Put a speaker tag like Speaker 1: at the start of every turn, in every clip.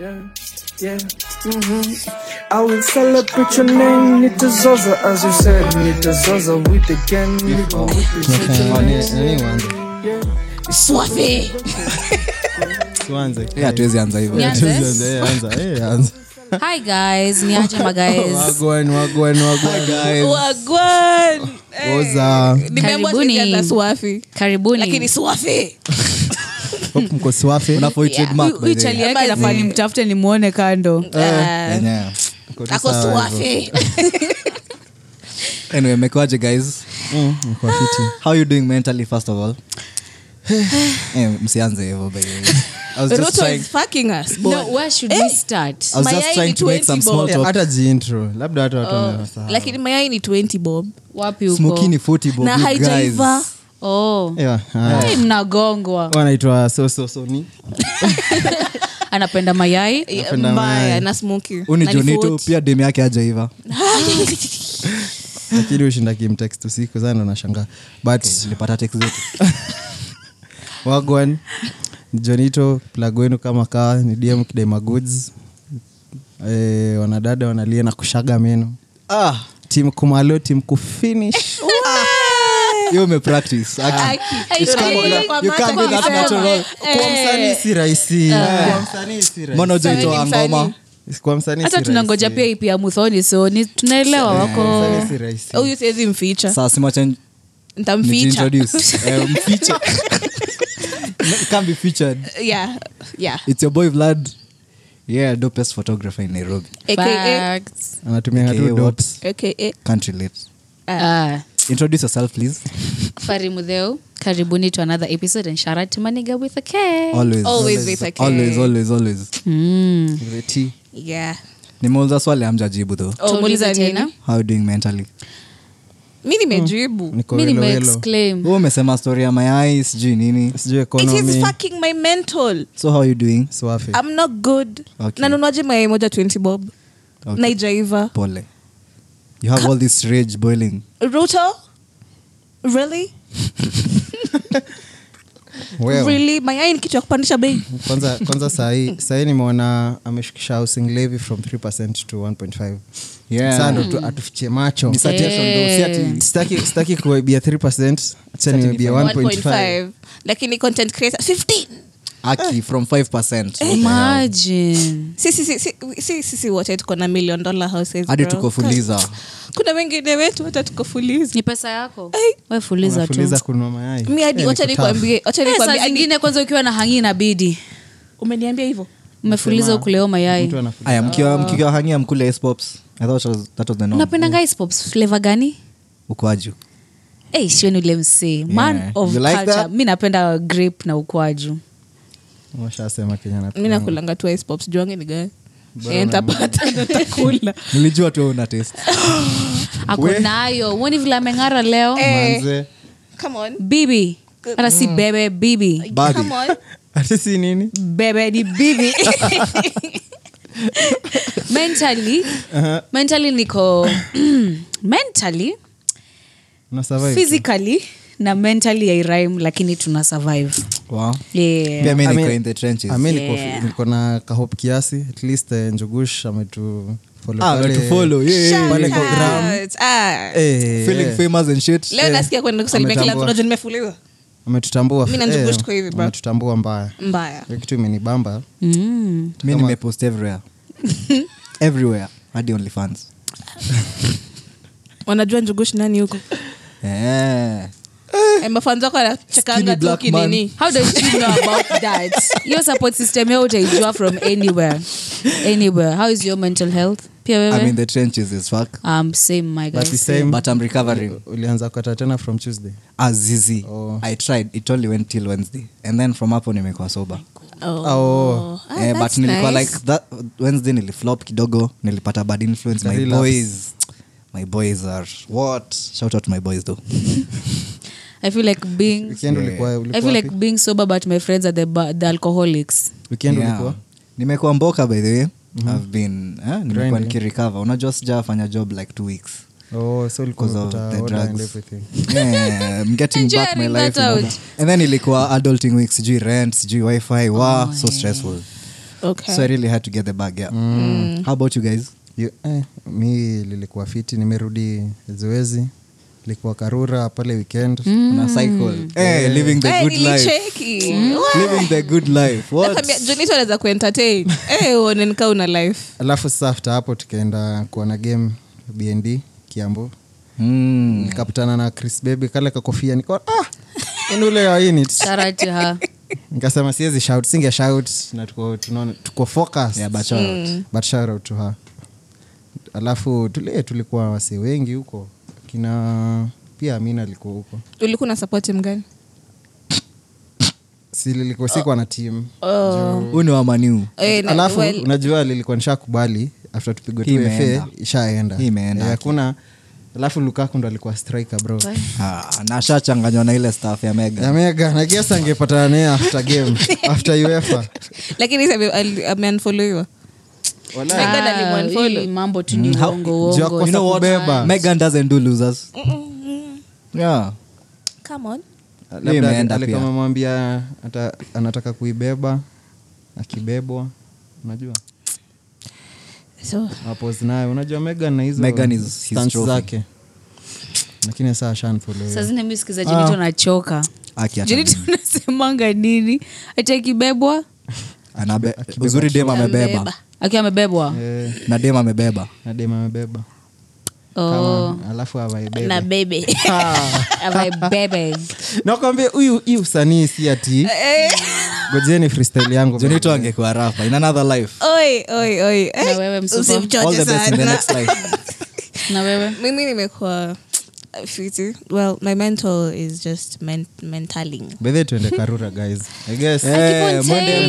Speaker 1: Yeah, yeah, mm-hmm. I will celebrate your name, nitazoza as you said, nitazoza with the gang, niko with the yeah.
Speaker 2: swafi
Speaker 3: Eh, hatuwezi Eh, anza hivyo
Speaker 2: Nianze? hi guys niache maguys
Speaker 3: Wagwan, wagwan, wagwan.
Speaker 4: wagwan Eh,
Speaker 3: Oza.
Speaker 4: nimeamua
Speaker 2: Karibuni.
Speaker 4: sijaanza swafi lakini
Speaker 2: karibuni
Speaker 4: swafi
Speaker 3: Hope mko swafi.
Speaker 4: trademark, by the way.
Speaker 5: chali yake nafaa nimtafute nimwone kando
Speaker 4: Ah,
Speaker 3: Yenyewe.
Speaker 4: ako swafi
Speaker 3: Anyway, mmekoaje guys
Speaker 6: Mm,
Speaker 3: how you doing mentally first of all Eh, msianze hivyo by the way. I was just
Speaker 4: Ruto
Speaker 3: trying-
Speaker 4: is fucking us boy.
Speaker 2: no, where should we start
Speaker 3: I
Speaker 6: Uh,
Speaker 3: was
Speaker 4: Mayai
Speaker 3: just
Speaker 4: ni
Speaker 3: trying to make
Speaker 4: 20
Speaker 3: some small
Speaker 4: bob. Oh,
Speaker 3: talk
Speaker 6: hata jiintro labda watu watu wamewasahau.
Speaker 4: lakini mayai ni 20 bob
Speaker 2: wapi huko
Speaker 3: Smoky ni 40 bob,
Speaker 4: na
Speaker 3: you guys. Ah.
Speaker 4: haijaiva
Speaker 2: oh
Speaker 6: Yeah, haya.
Speaker 5: Hey, mnagongwa
Speaker 6: wanaitwa so so so ni
Speaker 2: anapenda mayai
Speaker 4: Yeah,
Speaker 6: Napenda
Speaker 4: mbaya
Speaker 6: mayai.
Speaker 4: na smoky
Speaker 3: Huu ni
Speaker 4: Na
Speaker 3: Johnny tu,
Speaker 4: 40.
Speaker 3: pia dem yake hajaiva
Speaker 6: lakini ushinda kimtext usiku sana nashangaa but
Speaker 3: nilipata text zetu
Speaker 6: wagwan jonito plag wenu kama kaa ni dm kidema goods e, wanadada wanalia na kushaga meno
Speaker 3: Ah,
Speaker 6: tim kumalo tim kufinish
Speaker 3: hiyo umepractice actually. It's come on, you can't do that natural.
Speaker 4: Eh.
Speaker 6: kwa msanii si rahisi Kwa msanii si rahisi.
Speaker 3: Mbona hujaitoa
Speaker 4: Msanii,
Speaker 3: ngoma
Speaker 4: msanii.
Speaker 6: Kwa msanii si
Speaker 5: hata tunangoja
Speaker 6: rahisi.
Speaker 5: pia ipia muthoni so ni tunaelewa
Speaker 6: Kwa
Speaker 5: wako
Speaker 6: msanii si rahisi
Speaker 4: huyu siwezi mficha
Speaker 3: saa simacha
Speaker 4: ntamficha
Speaker 6: Eh,
Speaker 3: mfichemfichedits
Speaker 4: yeah yeah
Speaker 3: your boy vlad yeah dopest photographer in nairobi
Speaker 4: aka
Speaker 2: Facts.
Speaker 6: anatumia
Speaker 3: Okay,
Speaker 6: tu
Speaker 3: what?
Speaker 6: dots
Speaker 4: aka
Speaker 3: can't relate
Speaker 2: Ah.
Speaker 3: introduce yourself please
Speaker 2: farimudheo karibuni to another episode and shout out to my nigga with a k
Speaker 3: always
Speaker 4: Always with a K.
Speaker 3: always always always
Speaker 2: mm.
Speaker 3: with a t
Speaker 4: yeah
Speaker 3: nimeuliza swali amjajibu though
Speaker 4: Oh,
Speaker 2: Tuulize
Speaker 4: muuliza
Speaker 2: tena.
Speaker 4: nini?
Speaker 3: how you doing mentally
Speaker 4: mi
Speaker 3: Mm.
Speaker 4: nimejibu
Speaker 6: niko
Speaker 2: mi
Speaker 6: welowelo
Speaker 4: Mm.
Speaker 2: nimeexclaim
Speaker 3: hu umesema story ya mayai sijui nini
Speaker 6: sijui
Speaker 4: it is
Speaker 6: ekonomi
Speaker 4: fucking my mental
Speaker 3: so how you doing
Speaker 6: swafi
Speaker 4: i'm not good
Speaker 3: Okay.
Speaker 4: nanunuaje mayai moja 20 bob
Speaker 3: Okay.
Speaker 4: naijaiva
Speaker 3: pole you have all this rage boiling
Speaker 4: ruto really
Speaker 6: Wewe.
Speaker 4: really mayai ni kitu ya kupandisha bei
Speaker 6: kwanza kwanza sahii sahii nimeona ameshukisha housing levy from 3 to 1.5
Speaker 3: Yeah.
Speaker 6: Sasa ndo
Speaker 4: Mm-hmm.
Speaker 6: tu- atufiche macho
Speaker 3: Ni suggestion though,
Speaker 4: Eh.
Speaker 3: si ati-
Speaker 6: sitaki sitaki kuwaibia 3 acha niwaibia 1.5
Speaker 4: lakini content creator 15
Speaker 3: aki from
Speaker 4: Eh,
Speaker 3: 5
Speaker 2: imagine
Speaker 4: Si- si- si- si- si- sisi wote tuko na million dollar houses
Speaker 3: hadi
Speaker 4: bro.
Speaker 3: tukofuliza
Speaker 4: kuna wengine wetu hata tukofuliza
Speaker 2: ni pesa yako
Speaker 4: Ai.
Speaker 2: we fuliza tu
Speaker 6: unafuliza kununua mayai
Speaker 4: mi hadi
Speaker 6: Eh,
Speaker 4: wacha
Speaker 6: niko tamu.
Speaker 4: nikwambie wacha
Speaker 2: Eh, saa
Speaker 4: nikwambie hadi-
Speaker 2: zingine kwanza ukiwa na hangi inabidi
Speaker 4: umeniambia hivyo
Speaker 2: umefuliza ukuleo
Speaker 6: Mtu
Speaker 2: mayai
Speaker 6: anafuliza.
Speaker 3: aya mkiwa mkiwa hangia mkule ice pops i thought that was, that was the norm
Speaker 2: unapenda guys pops flavor gani
Speaker 3: ukwaju
Speaker 2: Hey, shiweni ule msee man
Speaker 3: Yeah.
Speaker 2: of
Speaker 3: You like
Speaker 2: culture
Speaker 3: that?
Speaker 2: mi napenda grape na ukwaju
Speaker 6: washasema kenya
Speaker 4: mi
Speaker 6: napenda.
Speaker 4: nakulanga tu ice pops juange ni gani Eh, ntapata ntakula
Speaker 3: nilijua tu una test
Speaker 2: ako nayo uoni vile ameng'ara leo
Speaker 6: Eh. Manze.
Speaker 4: come on
Speaker 2: bibi hata si
Speaker 3: Mm.
Speaker 2: bebe bibi
Speaker 3: Babi.
Speaker 4: come on
Speaker 6: Ati si nini
Speaker 2: bebe ni bibi mentally
Speaker 3: Uh-huh.
Speaker 2: mentally niko mentally
Speaker 6: Una survive?
Speaker 2: physically na mentally yairaim lakini tuna survive
Speaker 3: wow.
Speaker 2: yeah.
Speaker 3: Pia mimi
Speaker 6: I
Speaker 3: niko
Speaker 6: mean-
Speaker 3: in the trenches.
Speaker 6: I mean, niko-
Speaker 2: Yeah.
Speaker 6: niko na kahop kiasi at least eh, njugush ametu follow
Speaker 3: Ah,
Speaker 6: pale-
Speaker 3: but to follow, yeah, yeah,
Speaker 6: Eh, Pale
Speaker 3: yeah.
Speaker 6: kwa gram.
Speaker 4: Shout out. Ah.
Speaker 6: Eh,
Speaker 3: Feeling
Speaker 6: eh.
Speaker 3: famous and shit.
Speaker 4: leo nasikia kwenda kusalimia kila mtu
Speaker 6: Ametambua.
Speaker 4: najua nimefuliwa
Speaker 6: ametutambua eh,
Speaker 4: Mi na ndugu yetu kwa hivi, bro.
Speaker 6: ametutambua mbaya
Speaker 4: mbaya
Speaker 6: hiyo kitu imenibamba
Speaker 2: mm.
Speaker 3: Mi nimepost everywhere. Everywhere. Hadi OnlyFans.
Speaker 4: wanajua njugushi nani huko
Speaker 3: Eh.
Speaker 4: Eh, mafanzi wako anachekanga
Speaker 3: Skinny
Speaker 4: tu
Speaker 3: black man.
Speaker 4: kinini
Speaker 2: how does she know about that your support system yao utaijua from anywhere anywhere how is your mental health pia
Speaker 3: I'm in
Speaker 2: wewe
Speaker 3: the trenches as fuck.
Speaker 2: um, same my
Speaker 6: But the
Speaker 2: guys
Speaker 6: same-
Speaker 3: But I'm recovering.
Speaker 6: ulianza kukata tena from tuesday
Speaker 3: Azizi.
Speaker 6: Oh.
Speaker 3: I tried. It only went till Wednesday. And then from hapo nimekuwa sober.
Speaker 6: Oh.
Speaker 4: Ah,
Speaker 3: eh, but
Speaker 4: that's
Speaker 3: nilikuwa
Speaker 4: nice.
Speaker 3: like that, Wednesday niliflop kidogo nilipata bad influence my
Speaker 6: Relapse.
Speaker 3: boys my boys are what shout out my boys though
Speaker 2: i feel like being
Speaker 6: weekend
Speaker 3: Yeah.
Speaker 6: ulikuwa
Speaker 2: i
Speaker 6: ulikuwa
Speaker 2: feel like
Speaker 6: wapi?
Speaker 2: being sober but my friends are the, ba- the alcoholics
Speaker 6: weekend
Speaker 3: Yeah.
Speaker 6: ulikuwa Mhm.
Speaker 3: nimekuwa mboka by the way i've been eh, nimekuwa
Speaker 6: Grinding.
Speaker 3: nikirecover unajua sijafanya job like two weeks
Speaker 6: oh so ulikuwa
Speaker 3: Because of
Speaker 6: unapata
Speaker 3: the
Speaker 6: order and
Speaker 3: drugs.
Speaker 6: everything
Speaker 3: yeah, Eh, I'm getting back my
Speaker 2: Enjoying
Speaker 3: life
Speaker 2: that
Speaker 3: in order. and then ilikuwa adulting week sijui rent sijui wifi wa so stressful
Speaker 4: Okay.
Speaker 3: so i really had to get the bag yeah mm. how about you guys
Speaker 6: You- eh, mi lilikuwa fiti nimerudi zoezi likuwa karura pale weekend
Speaker 3: on a cycle hey, living the
Speaker 4: Eh,
Speaker 3: good life
Speaker 4: nilicheki.
Speaker 3: living the good life what
Speaker 4: Nakwambia, Jonito anaweza kuentertain Eh, uone nikaa una life
Speaker 6: alafu sasa after hapo tukaenda kuona game bnd kiambu
Speaker 3: mm.
Speaker 6: nikapatana na chris baby kale kakofia nikaona ah, yani ule wainit
Speaker 7: Sarati ha.
Speaker 6: nikasema siwezi shout singe shout na tuko, tunaona- tuko focus
Speaker 3: Yeah, but shout out.
Speaker 4: Mm.
Speaker 6: but shout out to her alafu tule tulikuwa wase wengi huko kina pia amina alikuwa huko
Speaker 4: ulikuwa na support timu gani
Speaker 6: si lilikuwa sikuwa na timu
Speaker 4: Oh.
Speaker 3: huu ni wamaniu
Speaker 4: Eh, na-
Speaker 6: alafu
Speaker 4: well,
Speaker 6: unajua lilikuwa nishakubali after tupigwe
Speaker 3: Hii
Speaker 6: tu
Speaker 3: imeenda.
Speaker 6: FA ishaenda
Speaker 3: Hii imeenda.
Speaker 6: Eh, hakuna alafu lukaku ndo alikuwa striker bro
Speaker 3: ah, nashachanganywa na ile staff ya mega
Speaker 6: yamega nagiasa angepatana naye after game after uefa
Speaker 4: lakini sasa ame- ali- ameunfollowiwa
Speaker 6: Walai.
Speaker 4: God alimuunfollow.
Speaker 2: hii mambo tu ni
Speaker 3: Mm, how-
Speaker 2: uongo
Speaker 6: Jua
Speaker 2: uongo
Speaker 6: kosa kubeba
Speaker 3: megan doesn't do losers
Speaker 4: Mm,
Speaker 3: yeah
Speaker 4: Come on.
Speaker 3: Hii
Speaker 6: labda
Speaker 3: imeenda
Speaker 6: ali-
Speaker 3: pia.
Speaker 6: alikuwa amemwambia ata- anataka kuibeba akibebwa unajua
Speaker 4: So,
Speaker 6: mapos naye unajua megan na hizo
Speaker 3: Megan is his
Speaker 6: stunts
Speaker 3: trophy.
Speaker 6: zake lakini saa
Speaker 2: saa
Speaker 6: shanfollow
Speaker 2: zingine mi sikiza
Speaker 6: Ah.
Speaker 2: jinito nachoka
Speaker 3: Aki ata-
Speaker 2: jinito nasemanga nini hati akibebwa
Speaker 3: anabe- uzuri dem amebeba
Speaker 2: akiwa amebebwa
Speaker 6: eh,
Speaker 3: na dem amebeba
Speaker 6: nadem amebeba
Speaker 2: oh.
Speaker 6: Kama- alafu
Speaker 7: Na
Speaker 6: awaibebe
Speaker 7: bebe. Ama bebe.
Speaker 6: nakwambia huyu hii usanii si ati gojeni freestyle yangu
Speaker 3: jonito angekuwa rafa in another life
Speaker 4: oi, oi, oi. Eh,
Speaker 2: Na wewe msupa.
Speaker 4: usimchoche
Speaker 3: all the best in the
Speaker 4: sana.
Speaker 3: next life
Speaker 2: na wewe
Speaker 4: mimi nimekuwa uh, fiti well my mental is just men mentaling
Speaker 6: bedhe tuende karura guys I guess.
Speaker 3: Eh,
Speaker 2: saying
Speaker 3: mwende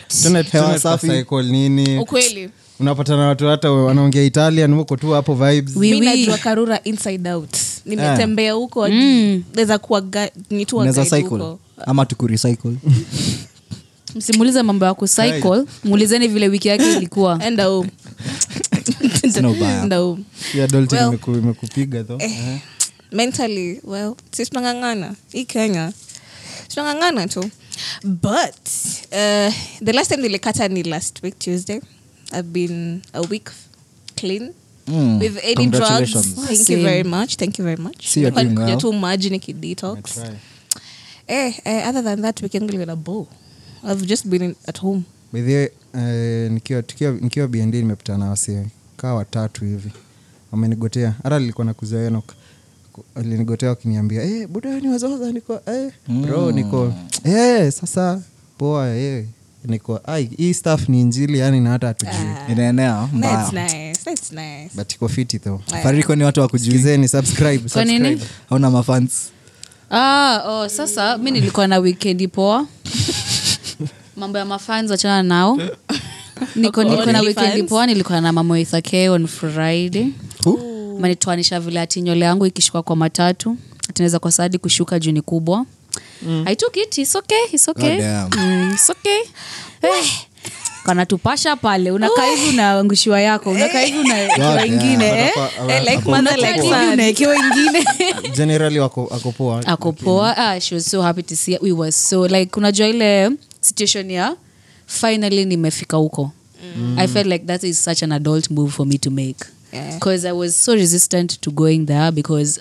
Speaker 6: Tuende- tuende
Speaker 3: Hewa safi.
Speaker 6: tukacycle nini
Speaker 4: ukweli
Speaker 6: unapatana watu hata wanaongea italian huko tu hapo vibes
Speaker 4: mi najua karura inside out nimetembea huko naweza kuwa gui- nitua
Speaker 3: Unaweza
Speaker 4: guide
Speaker 3: Eh. cycle
Speaker 4: huko
Speaker 3: ama tukurecycle
Speaker 2: msimulize mambo ya kucycle muulizeni vile wiki yake ilikuwa
Speaker 4: enda home.
Speaker 3: Sina ubaya.
Speaker 4: Enda home.
Speaker 6: ya dolti
Speaker 4: Well.
Speaker 6: imeku- imekupiga tho
Speaker 3: Uh-huh.
Speaker 4: Eh, mentally well si tunangangana hii kenya tunangangana tu but uh, the last time nilikata ni last week tuesday i've been a week clean
Speaker 3: Mm,
Speaker 4: with any drugs
Speaker 3: congratulations.
Speaker 4: thank you very much thank you very much
Speaker 3: See you're
Speaker 4: Nilikuwa
Speaker 3: doing
Speaker 4: nakunywa
Speaker 3: well.
Speaker 4: tu maji nikidetox eh, eh, other than that weekend nilikuwa na bow i've just been in, at home
Speaker 6: bedhe eh, nikiwa tukiwa- nikiwa bnd nimepitana wasi kaa watatu hivi wamenigotea hata lilikuwa na kuzoenok linigotea wakiniambia eh buda wewe ni wazawaza niko eh, bro niko eh, sasa poa eh. niko ai hii staff ni injili yani na hata hatujui
Speaker 3: Ah. inaenea
Speaker 4: that's
Speaker 3: mbaya
Speaker 4: nice that's nice
Speaker 6: but iko fiti tho
Speaker 3: fariko ni watu wa kujuiza
Speaker 6: gizeni subscribe,
Speaker 2: kwa
Speaker 6: subscribe.
Speaker 2: nini
Speaker 3: hauna mafans
Speaker 2: ah, oh, sasa mi nilikuwa na wikendi poa mambo ya mafans wachana nao niko nilikuwa na wikendi poa nilikuwa na mama Waithake on friday manitoanisha vile ati nywele yangu ikishuka kwa matatu atinaweza kwa sadi kushuka juu ni kubwa mm. i took it it's okay it's okay
Speaker 3: God Oh, damn.
Speaker 2: mm, it's okay eh. kanatupasha pale unakaa hivi unaangushiwa yako unakaa hivi unaekewa
Speaker 3: God
Speaker 2: ingine
Speaker 3: damn.
Speaker 2: eh?
Speaker 4: eh, like mother
Speaker 2: Unakaa
Speaker 4: like
Speaker 2: hivi
Speaker 4: son
Speaker 2: unaekewa ingine
Speaker 6: generally wako ako poa
Speaker 2: ako poa ah, she was so happy to see we were so like unajua ile situation ya finally nimefika huko mm. i felt like that is such an adult move for me to make because i was so resistant to going there because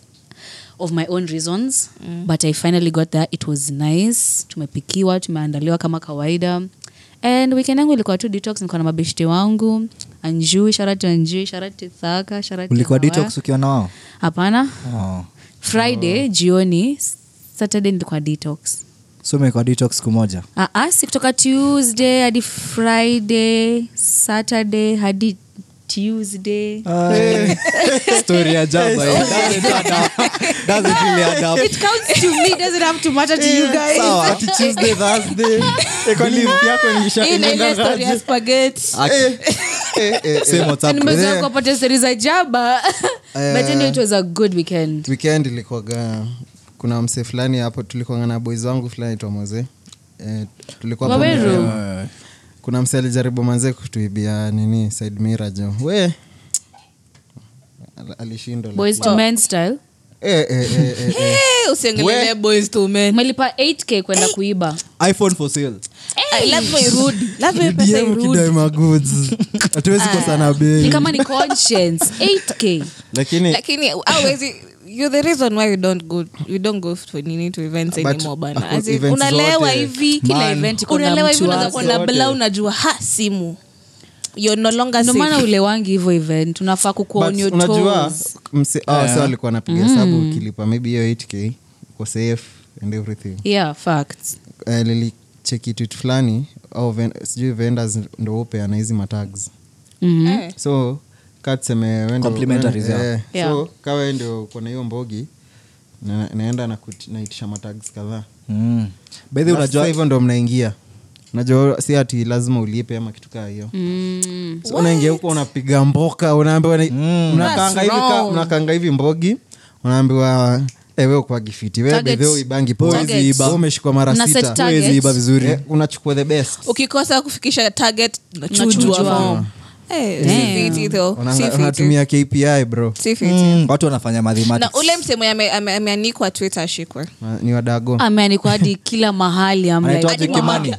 Speaker 2: of my own reasons mm. but i finally got there it was nice tumepikiwa tumeandaliwa kama kawaida and weekend yangu ilikuwa tu detox nilikuwa na mabeshte wangu anjui sharati anjui sharati thaka sharati
Speaker 3: ulikuwa
Speaker 2: Hawa.
Speaker 3: detox ukiwa nao
Speaker 2: hapana
Speaker 3: oh.
Speaker 2: friday
Speaker 6: Mm.
Speaker 2: jioni saturday nilikuwa detox
Speaker 3: so umekuwa detox siku moja
Speaker 2: Aa, si kutoka tuesday hadi friday saturday hadi tuesday
Speaker 6: Ah.
Speaker 3: story ya jamba hii. Doesn't add up. Doesn't really add up.
Speaker 2: counts to me doesn't have to matter to you guys
Speaker 3: Sawa.
Speaker 6: Ati Tuesday, Thursday. Believe yako nilisha-
Speaker 4: Ile- ile story ya eh, spaghetti
Speaker 6: Eh,
Speaker 3: eh, Same what's up.
Speaker 2: nimeweza kupata stori za jaba
Speaker 6: Eh.
Speaker 2: but anyway, it was a good weekend
Speaker 6: weekend ilikuwaga kuna msee fulani hapo tulikuanga na boys wangu fulani aitwa moze eh, tulikuwa hapo
Speaker 2: Waweru.
Speaker 6: mjema.
Speaker 3: Eh,
Speaker 6: kuna msee alijaribu manze kutuibia nini side mirror jo we Al- alishindwa
Speaker 2: boys to men style
Speaker 6: eh, eh, eh, eh, eh.
Speaker 4: Eh, usiongelele
Speaker 6: We-
Speaker 4: boys to men
Speaker 2: umelipa 8k kwenda kuiba
Speaker 3: iphone for sale
Speaker 4: Ah,
Speaker 2: Eh.
Speaker 4: lazima irudi lazima hiyo pesa
Speaker 6: DM
Speaker 4: irudi Ah.
Speaker 6: ukidai magoods hatuwezi kosana bei
Speaker 2: ni kama ni conscience 8k
Speaker 6: lakini
Speaker 4: lakini awezi you the reason why you don't go you don't go for nini to events
Speaker 6: But,
Speaker 4: anymore bana
Speaker 6: uh,
Speaker 4: As in,
Speaker 6: events
Speaker 4: unalewa
Speaker 6: zote,
Speaker 4: hivi
Speaker 2: kila event iko na
Speaker 4: unalewa hivi
Speaker 2: mtu
Speaker 4: unaweza
Speaker 2: wake
Speaker 4: kuwa na
Speaker 6: Zote.
Speaker 4: bla unajua ha simu you're no longer
Speaker 2: ndio
Speaker 4: safe.
Speaker 2: maana ulewangi hivyo event unafaa kukuwa
Speaker 6: But
Speaker 2: on your
Speaker 6: unajua ah,
Speaker 2: toes Mm.
Speaker 6: mse- hao wase walikuwa napiga hesabu ukilipa maybe hiyo 8k uko safe and everything
Speaker 2: yeah facts
Speaker 6: Eh, nilicheki tweet fulani au ven- sijui vendors ndo hupeana hizi matags
Speaker 2: mm-hmm.
Speaker 6: so
Speaker 3: Complimentary zao.
Speaker 6: eh,
Speaker 2: Yeah.
Speaker 6: katsemewendokawe ndio kona hiyo mbogi na, naenda na kuti- naitisha matags kadhaa
Speaker 3: mm. by the way,
Speaker 6: Sasa
Speaker 3: unajua
Speaker 6: hivyo ndo mnaingia najua si ati lazima ulipe ama kitu kaa hiyo
Speaker 2: mm.
Speaker 6: so unaingia huko unapiga mboka unaambiwa na-
Speaker 3: Mm.
Speaker 6: mnakaanga hivi ka- mnakaanga hivi mbogi unaambiwa "Eh, ewe ukwagifiti
Speaker 2: Target.
Speaker 6: webeuibangi
Speaker 2: Target.
Speaker 6: umeshikwa mara
Speaker 2: Una set
Speaker 6: sita
Speaker 2: target.
Speaker 3: huwezi iba vizuri
Speaker 6: Eh, unachukua the best
Speaker 4: ukikosa kufikisha target
Speaker 2: Unachujwa.
Speaker 4: nachujwa form. Eh, si fiti though.
Speaker 6: Unaanga-
Speaker 4: Si fiti.
Speaker 6: unatumia kpi bro
Speaker 4: Si fiti.
Speaker 3: mm. watu wanafanya
Speaker 4: na ule
Speaker 3: mathematics
Speaker 4: msemo ameanikwa twitter ashikwe
Speaker 6: Ma- ni wadago
Speaker 2: ameandikwa hadi Ah. kila mahali I'm like,
Speaker 3: anaitwa kimani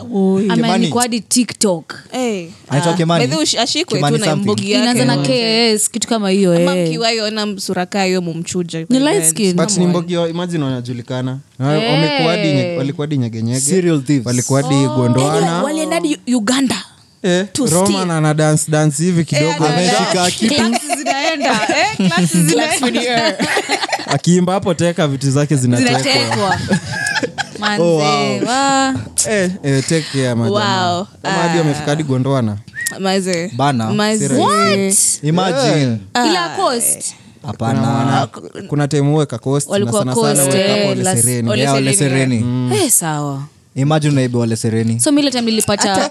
Speaker 2: ameandikwa hadi tiktok
Speaker 4: Eh,
Speaker 3: Anaitwa
Speaker 4: ah,
Speaker 3: Kimani?
Speaker 4: by the way, ush- ashikwe
Speaker 3: Kimani
Speaker 4: tu na
Speaker 3: something.
Speaker 4: mbogi
Speaker 2: inaanza na
Speaker 4: yake Mm.
Speaker 2: ks kitu kama hiyo
Speaker 4: Ama
Speaker 2: eh.
Speaker 4: mkiwaiona msuraka hiyo mumchuja
Speaker 2: Ni light skin.
Speaker 6: but ni mbogi wa- imagine wanajulikana Na wa- wamekuwadi nye- walikuwadi
Speaker 3: Serial
Speaker 6: nyegenyege
Speaker 3: thieves.
Speaker 6: walikuwadi gondwana
Speaker 4: waliendadi uganda
Speaker 6: Eh,
Speaker 4: Yaani to steal.
Speaker 6: roman ana dance dance hivi kidogo
Speaker 3: ameshika kitu
Speaker 4: zinaenda eh, classes zinaenda
Speaker 6: akiimba hapo teka vitu zake zinatekwa
Speaker 2: zinatekwa manze
Speaker 3: Oh,
Speaker 2: wa
Speaker 6: Eh, eh, take care, madam.
Speaker 4: Wow.
Speaker 6: Kama hadi wamefika hadi gondwana
Speaker 4: Maze.
Speaker 3: Bana.
Speaker 4: Maze. Eh.
Speaker 3: imagine
Speaker 2: ila cost
Speaker 3: hapana
Speaker 6: kuna time uweka cost na
Speaker 2: Walikuwa
Speaker 6: sana sana
Speaker 2: cost,
Speaker 6: uweka
Speaker 2: eh,
Speaker 6: pole
Speaker 2: las-
Speaker 6: sereni.
Speaker 3: Yeah, ole
Speaker 6: Mm.
Speaker 3: sereni
Speaker 2: eh, sawa
Speaker 3: imagine unaiba ole sereni
Speaker 2: so mile time nilipata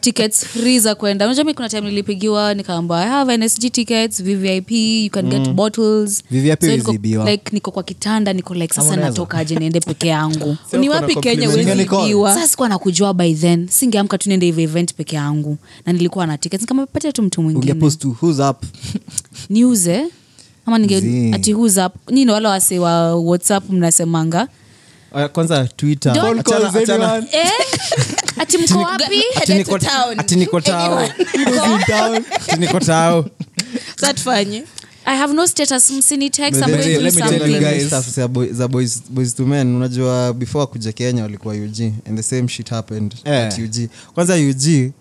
Speaker 2: tickets free za kwenda unajua mi kuna time nilipigiwa nikaamba i have nsg tickets vvip you can
Speaker 3: Mm.
Speaker 2: get bottles
Speaker 3: VVIP
Speaker 2: niko,
Speaker 3: huizibiwa.
Speaker 2: like niko kwa kitanda niko like
Speaker 3: Ama
Speaker 2: sasa
Speaker 3: unaweza?
Speaker 2: natokaje niende peke yangu
Speaker 4: ni wapi kenya
Speaker 3: compliment.
Speaker 4: huwezi
Speaker 3: Singenicall.
Speaker 4: ibiwa
Speaker 2: sasa sikuwa nakujua by then singeamka tu niende hivyo event peke yangu na nilikuwa na tickets nikamapatia tu mtu mwingine
Speaker 3: ungepost tu, who's up
Speaker 2: niuze ama ninge
Speaker 3: Zii.
Speaker 2: ati who's up nini wale wase wa whatsapp mnasemanga
Speaker 6: Ah, kwanza Twitter.
Speaker 2: Don't
Speaker 6: Achana- achana-
Speaker 2: eh? ati mko wapi
Speaker 6: ati niko- ati niko tao. Ati niko tao.
Speaker 4: satufanye
Speaker 2: i have no status msini text I'm
Speaker 6: Let
Speaker 2: going
Speaker 6: me- let
Speaker 2: through
Speaker 6: me tell you
Speaker 2: something
Speaker 6: guys stuff za boy- za boys boys to men unajua before akuja kenya walikuwa ug and the same shit happened
Speaker 3: Eh.
Speaker 6: at ug kwanza ug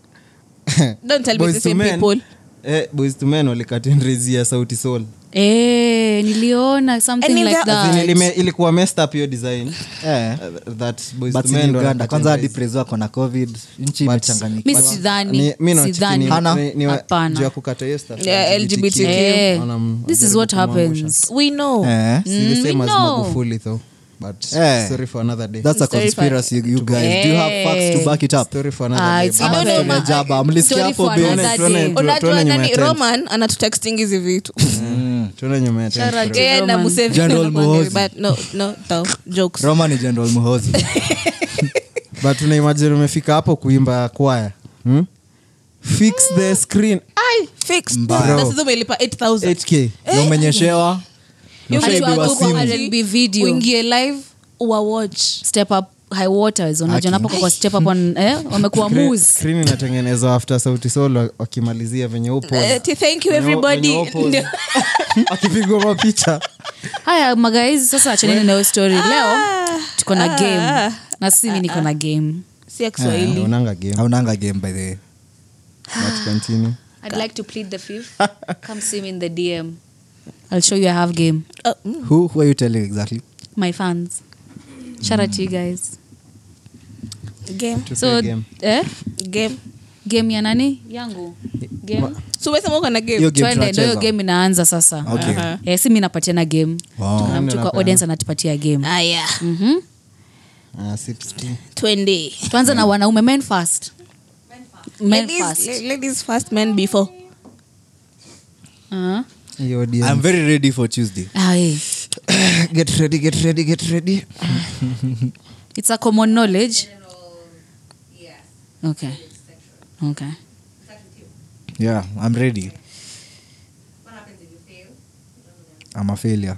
Speaker 4: don't tell me
Speaker 6: boys
Speaker 4: the
Speaker 6: to
Speaker 4: same
Speaker 6: men
Speaker 4: people
Speaker 6: eh, boys to men walikatendrezi ya sauti sol
Speaker 2: Eh, niliona something
Speaker 4: And in
Speaker 2: like
Speaker 4: the-
Speaker 2: that.
Speaker 6: ilikuwa messed up hiyo design
Speaker 3: Eh.
Speaker 6: Uh, that boys
Speaker 3: but
Speaker 6: to
Speaker 3: in
Speaker 6: men ndo
Speaker 3: uganda
Speaker 6: wanakata
Speaker 3: kwanza hadi
Speaker 6: ndizi.
Speaker 3: prezi wako na covid nchi
Speaker 2: mi
Speaker 3: imechanganyikiwa
Speaker 2: sidhani
Speaker 6: Ni- mi na
Speaker 2: sidhani
Speaker 6: chikini-
Speaker 3: Hana.
Speaker 6: ni- ni wa-
Speaker 2: Hapana.
Speaker 6: juu ya kukata hiyo stuff
Speaker 4: Yeah,
Speaker 6: ya
Speaker 4: LGBTQ.
Speaker 2: Eh,
Speaker 6: Wanam-
Speaker 2: this is
Speaker 6: wanajaribu
Speaker 2: what happens
Speaker 4: we know
Speaker 3: Eh.
Speaker 6: Si the
Speaker 2: Mm, we
Speaker 6: same as
Speaker 2: know.
Speaker 6: Magufuli though but
Speaker 3: Eh.
Speaker 6: sorry for another day
Speaker 3: that's a conspiracy you guys do you have facts to back it up
Speaker 6: story for
Speaker 2: Ah,
Speaker 6: another
Speaker 2: it's
Speaker 6: day
Speaker 2: not
Speaker 6: Ama
Speaker 2: normal.
Speaker 6: tuone-
Speaker 3: Jaba, mlisikia
Speaker 2: Sorry
Speaker 3: hapo
Speaker 2: for
Speaker 3: Bill.
Speaker 2: another
Speaker 6: Tuone-
Speaker 2: day.
Speaker 6: tuone-
Speaker 4: unajua
Speaker 6: tuone nyuma ya
Speaker 4: nani
Speaker 6: tent.
Speaker 4: roman anatutexting hizi vitu
Speaker 6: tuone nyuma ya tent.
Speaker 4: yeye na
Speaker 2: Roman.
Speaker 4: Museveni
Speaker 3: General
Speaker 4: wanakuanga
Speaker 3: Muhoozi.
Speaker 4: vibaya. no no no jokes
Speaker 3: roma ni general muhozi
Speaker 6: but unaimajini umefika hapo kuimba kwaya hmm? fix the screen
Speaker 4: ai fix
Speaker 6: Mbaya.
Speaker 4: that's the umelipa 8000
Speaker 6: 8k
Speaker 3: na umenyeshewa na
Speaker 2: Ati
Speaker 3: ushaibiwa
Speaker 2: wako kwa
Speaker 3: simu.
Speaker 2: R&B video.
Speaker 4: uingie live uwawatch
Speaker 2: Step up high waters
Speaker 3: Aki.
Speaker 2: unajua napo kwa step up on eh, wamekuwa moose
Speaker 6: screen inatengenezwa after sauti solo wakimalizia venye upo
Speaker 4: Eh, ti- thank you everybody Ndio.
Speaker 6: akipigwa mapicha
Speaker 2: haya magaizi sasa achaneni nayo story leo tuko na game na simi niko na game
Speaker 4: si ya kiswahili
Speaker 6: unanga Eh, game
Speaker 3: haunanga game by the way.
Speaker 6: but continue
Speaker 2: i'd like to plead the fifth come see me in the dm i'll show you i have game
Speaker 4: Oh, mm.
Speaker 3: who, who are you telling exactly
Speaker 2: my fans shout out to you guys
Speaker 4: game
Speaker 6: To play
Speaker 2: so
Speaker 6: game.
Speaker 2: eh
Speaker 4: game
Speaker 2: game ya nani yangu game
Speaker 4: so umesema uko na game
Speaker 3: Hiyo game
Speaker 2: twende ndo hiyo
Speaker 3: tunacheza.
Speaker 2: game inaanza sasa
Speaker 3: Okay.
Speaker 2: Eh, si mi napatiana game
Speaker 3: Wow.
Speaker 2: Kuna mtu kwa audience anatupatia game
Speaker 4: haya
Speaker 2: Mhm.
Speaker 6: Ah, 60.
Speaker 4: twende
Speaker 2: tuanze na wanaume men first men
Speaker 4: Ladies-
Speaker 2: first
Speaker 4: la- ladies first men before
Speaker 2: Ah.
Speaker 6: Hiyo audience.
Speaker 4: Um,
Speaker 3: i'm very ready for tuesday
Speaker 2: Ah, eh.
Speaker 6: get ready get ready get ready
Speaker 2: it's a common knowledge okay okay
Speaker 3: yeah i'm ready i'm a failure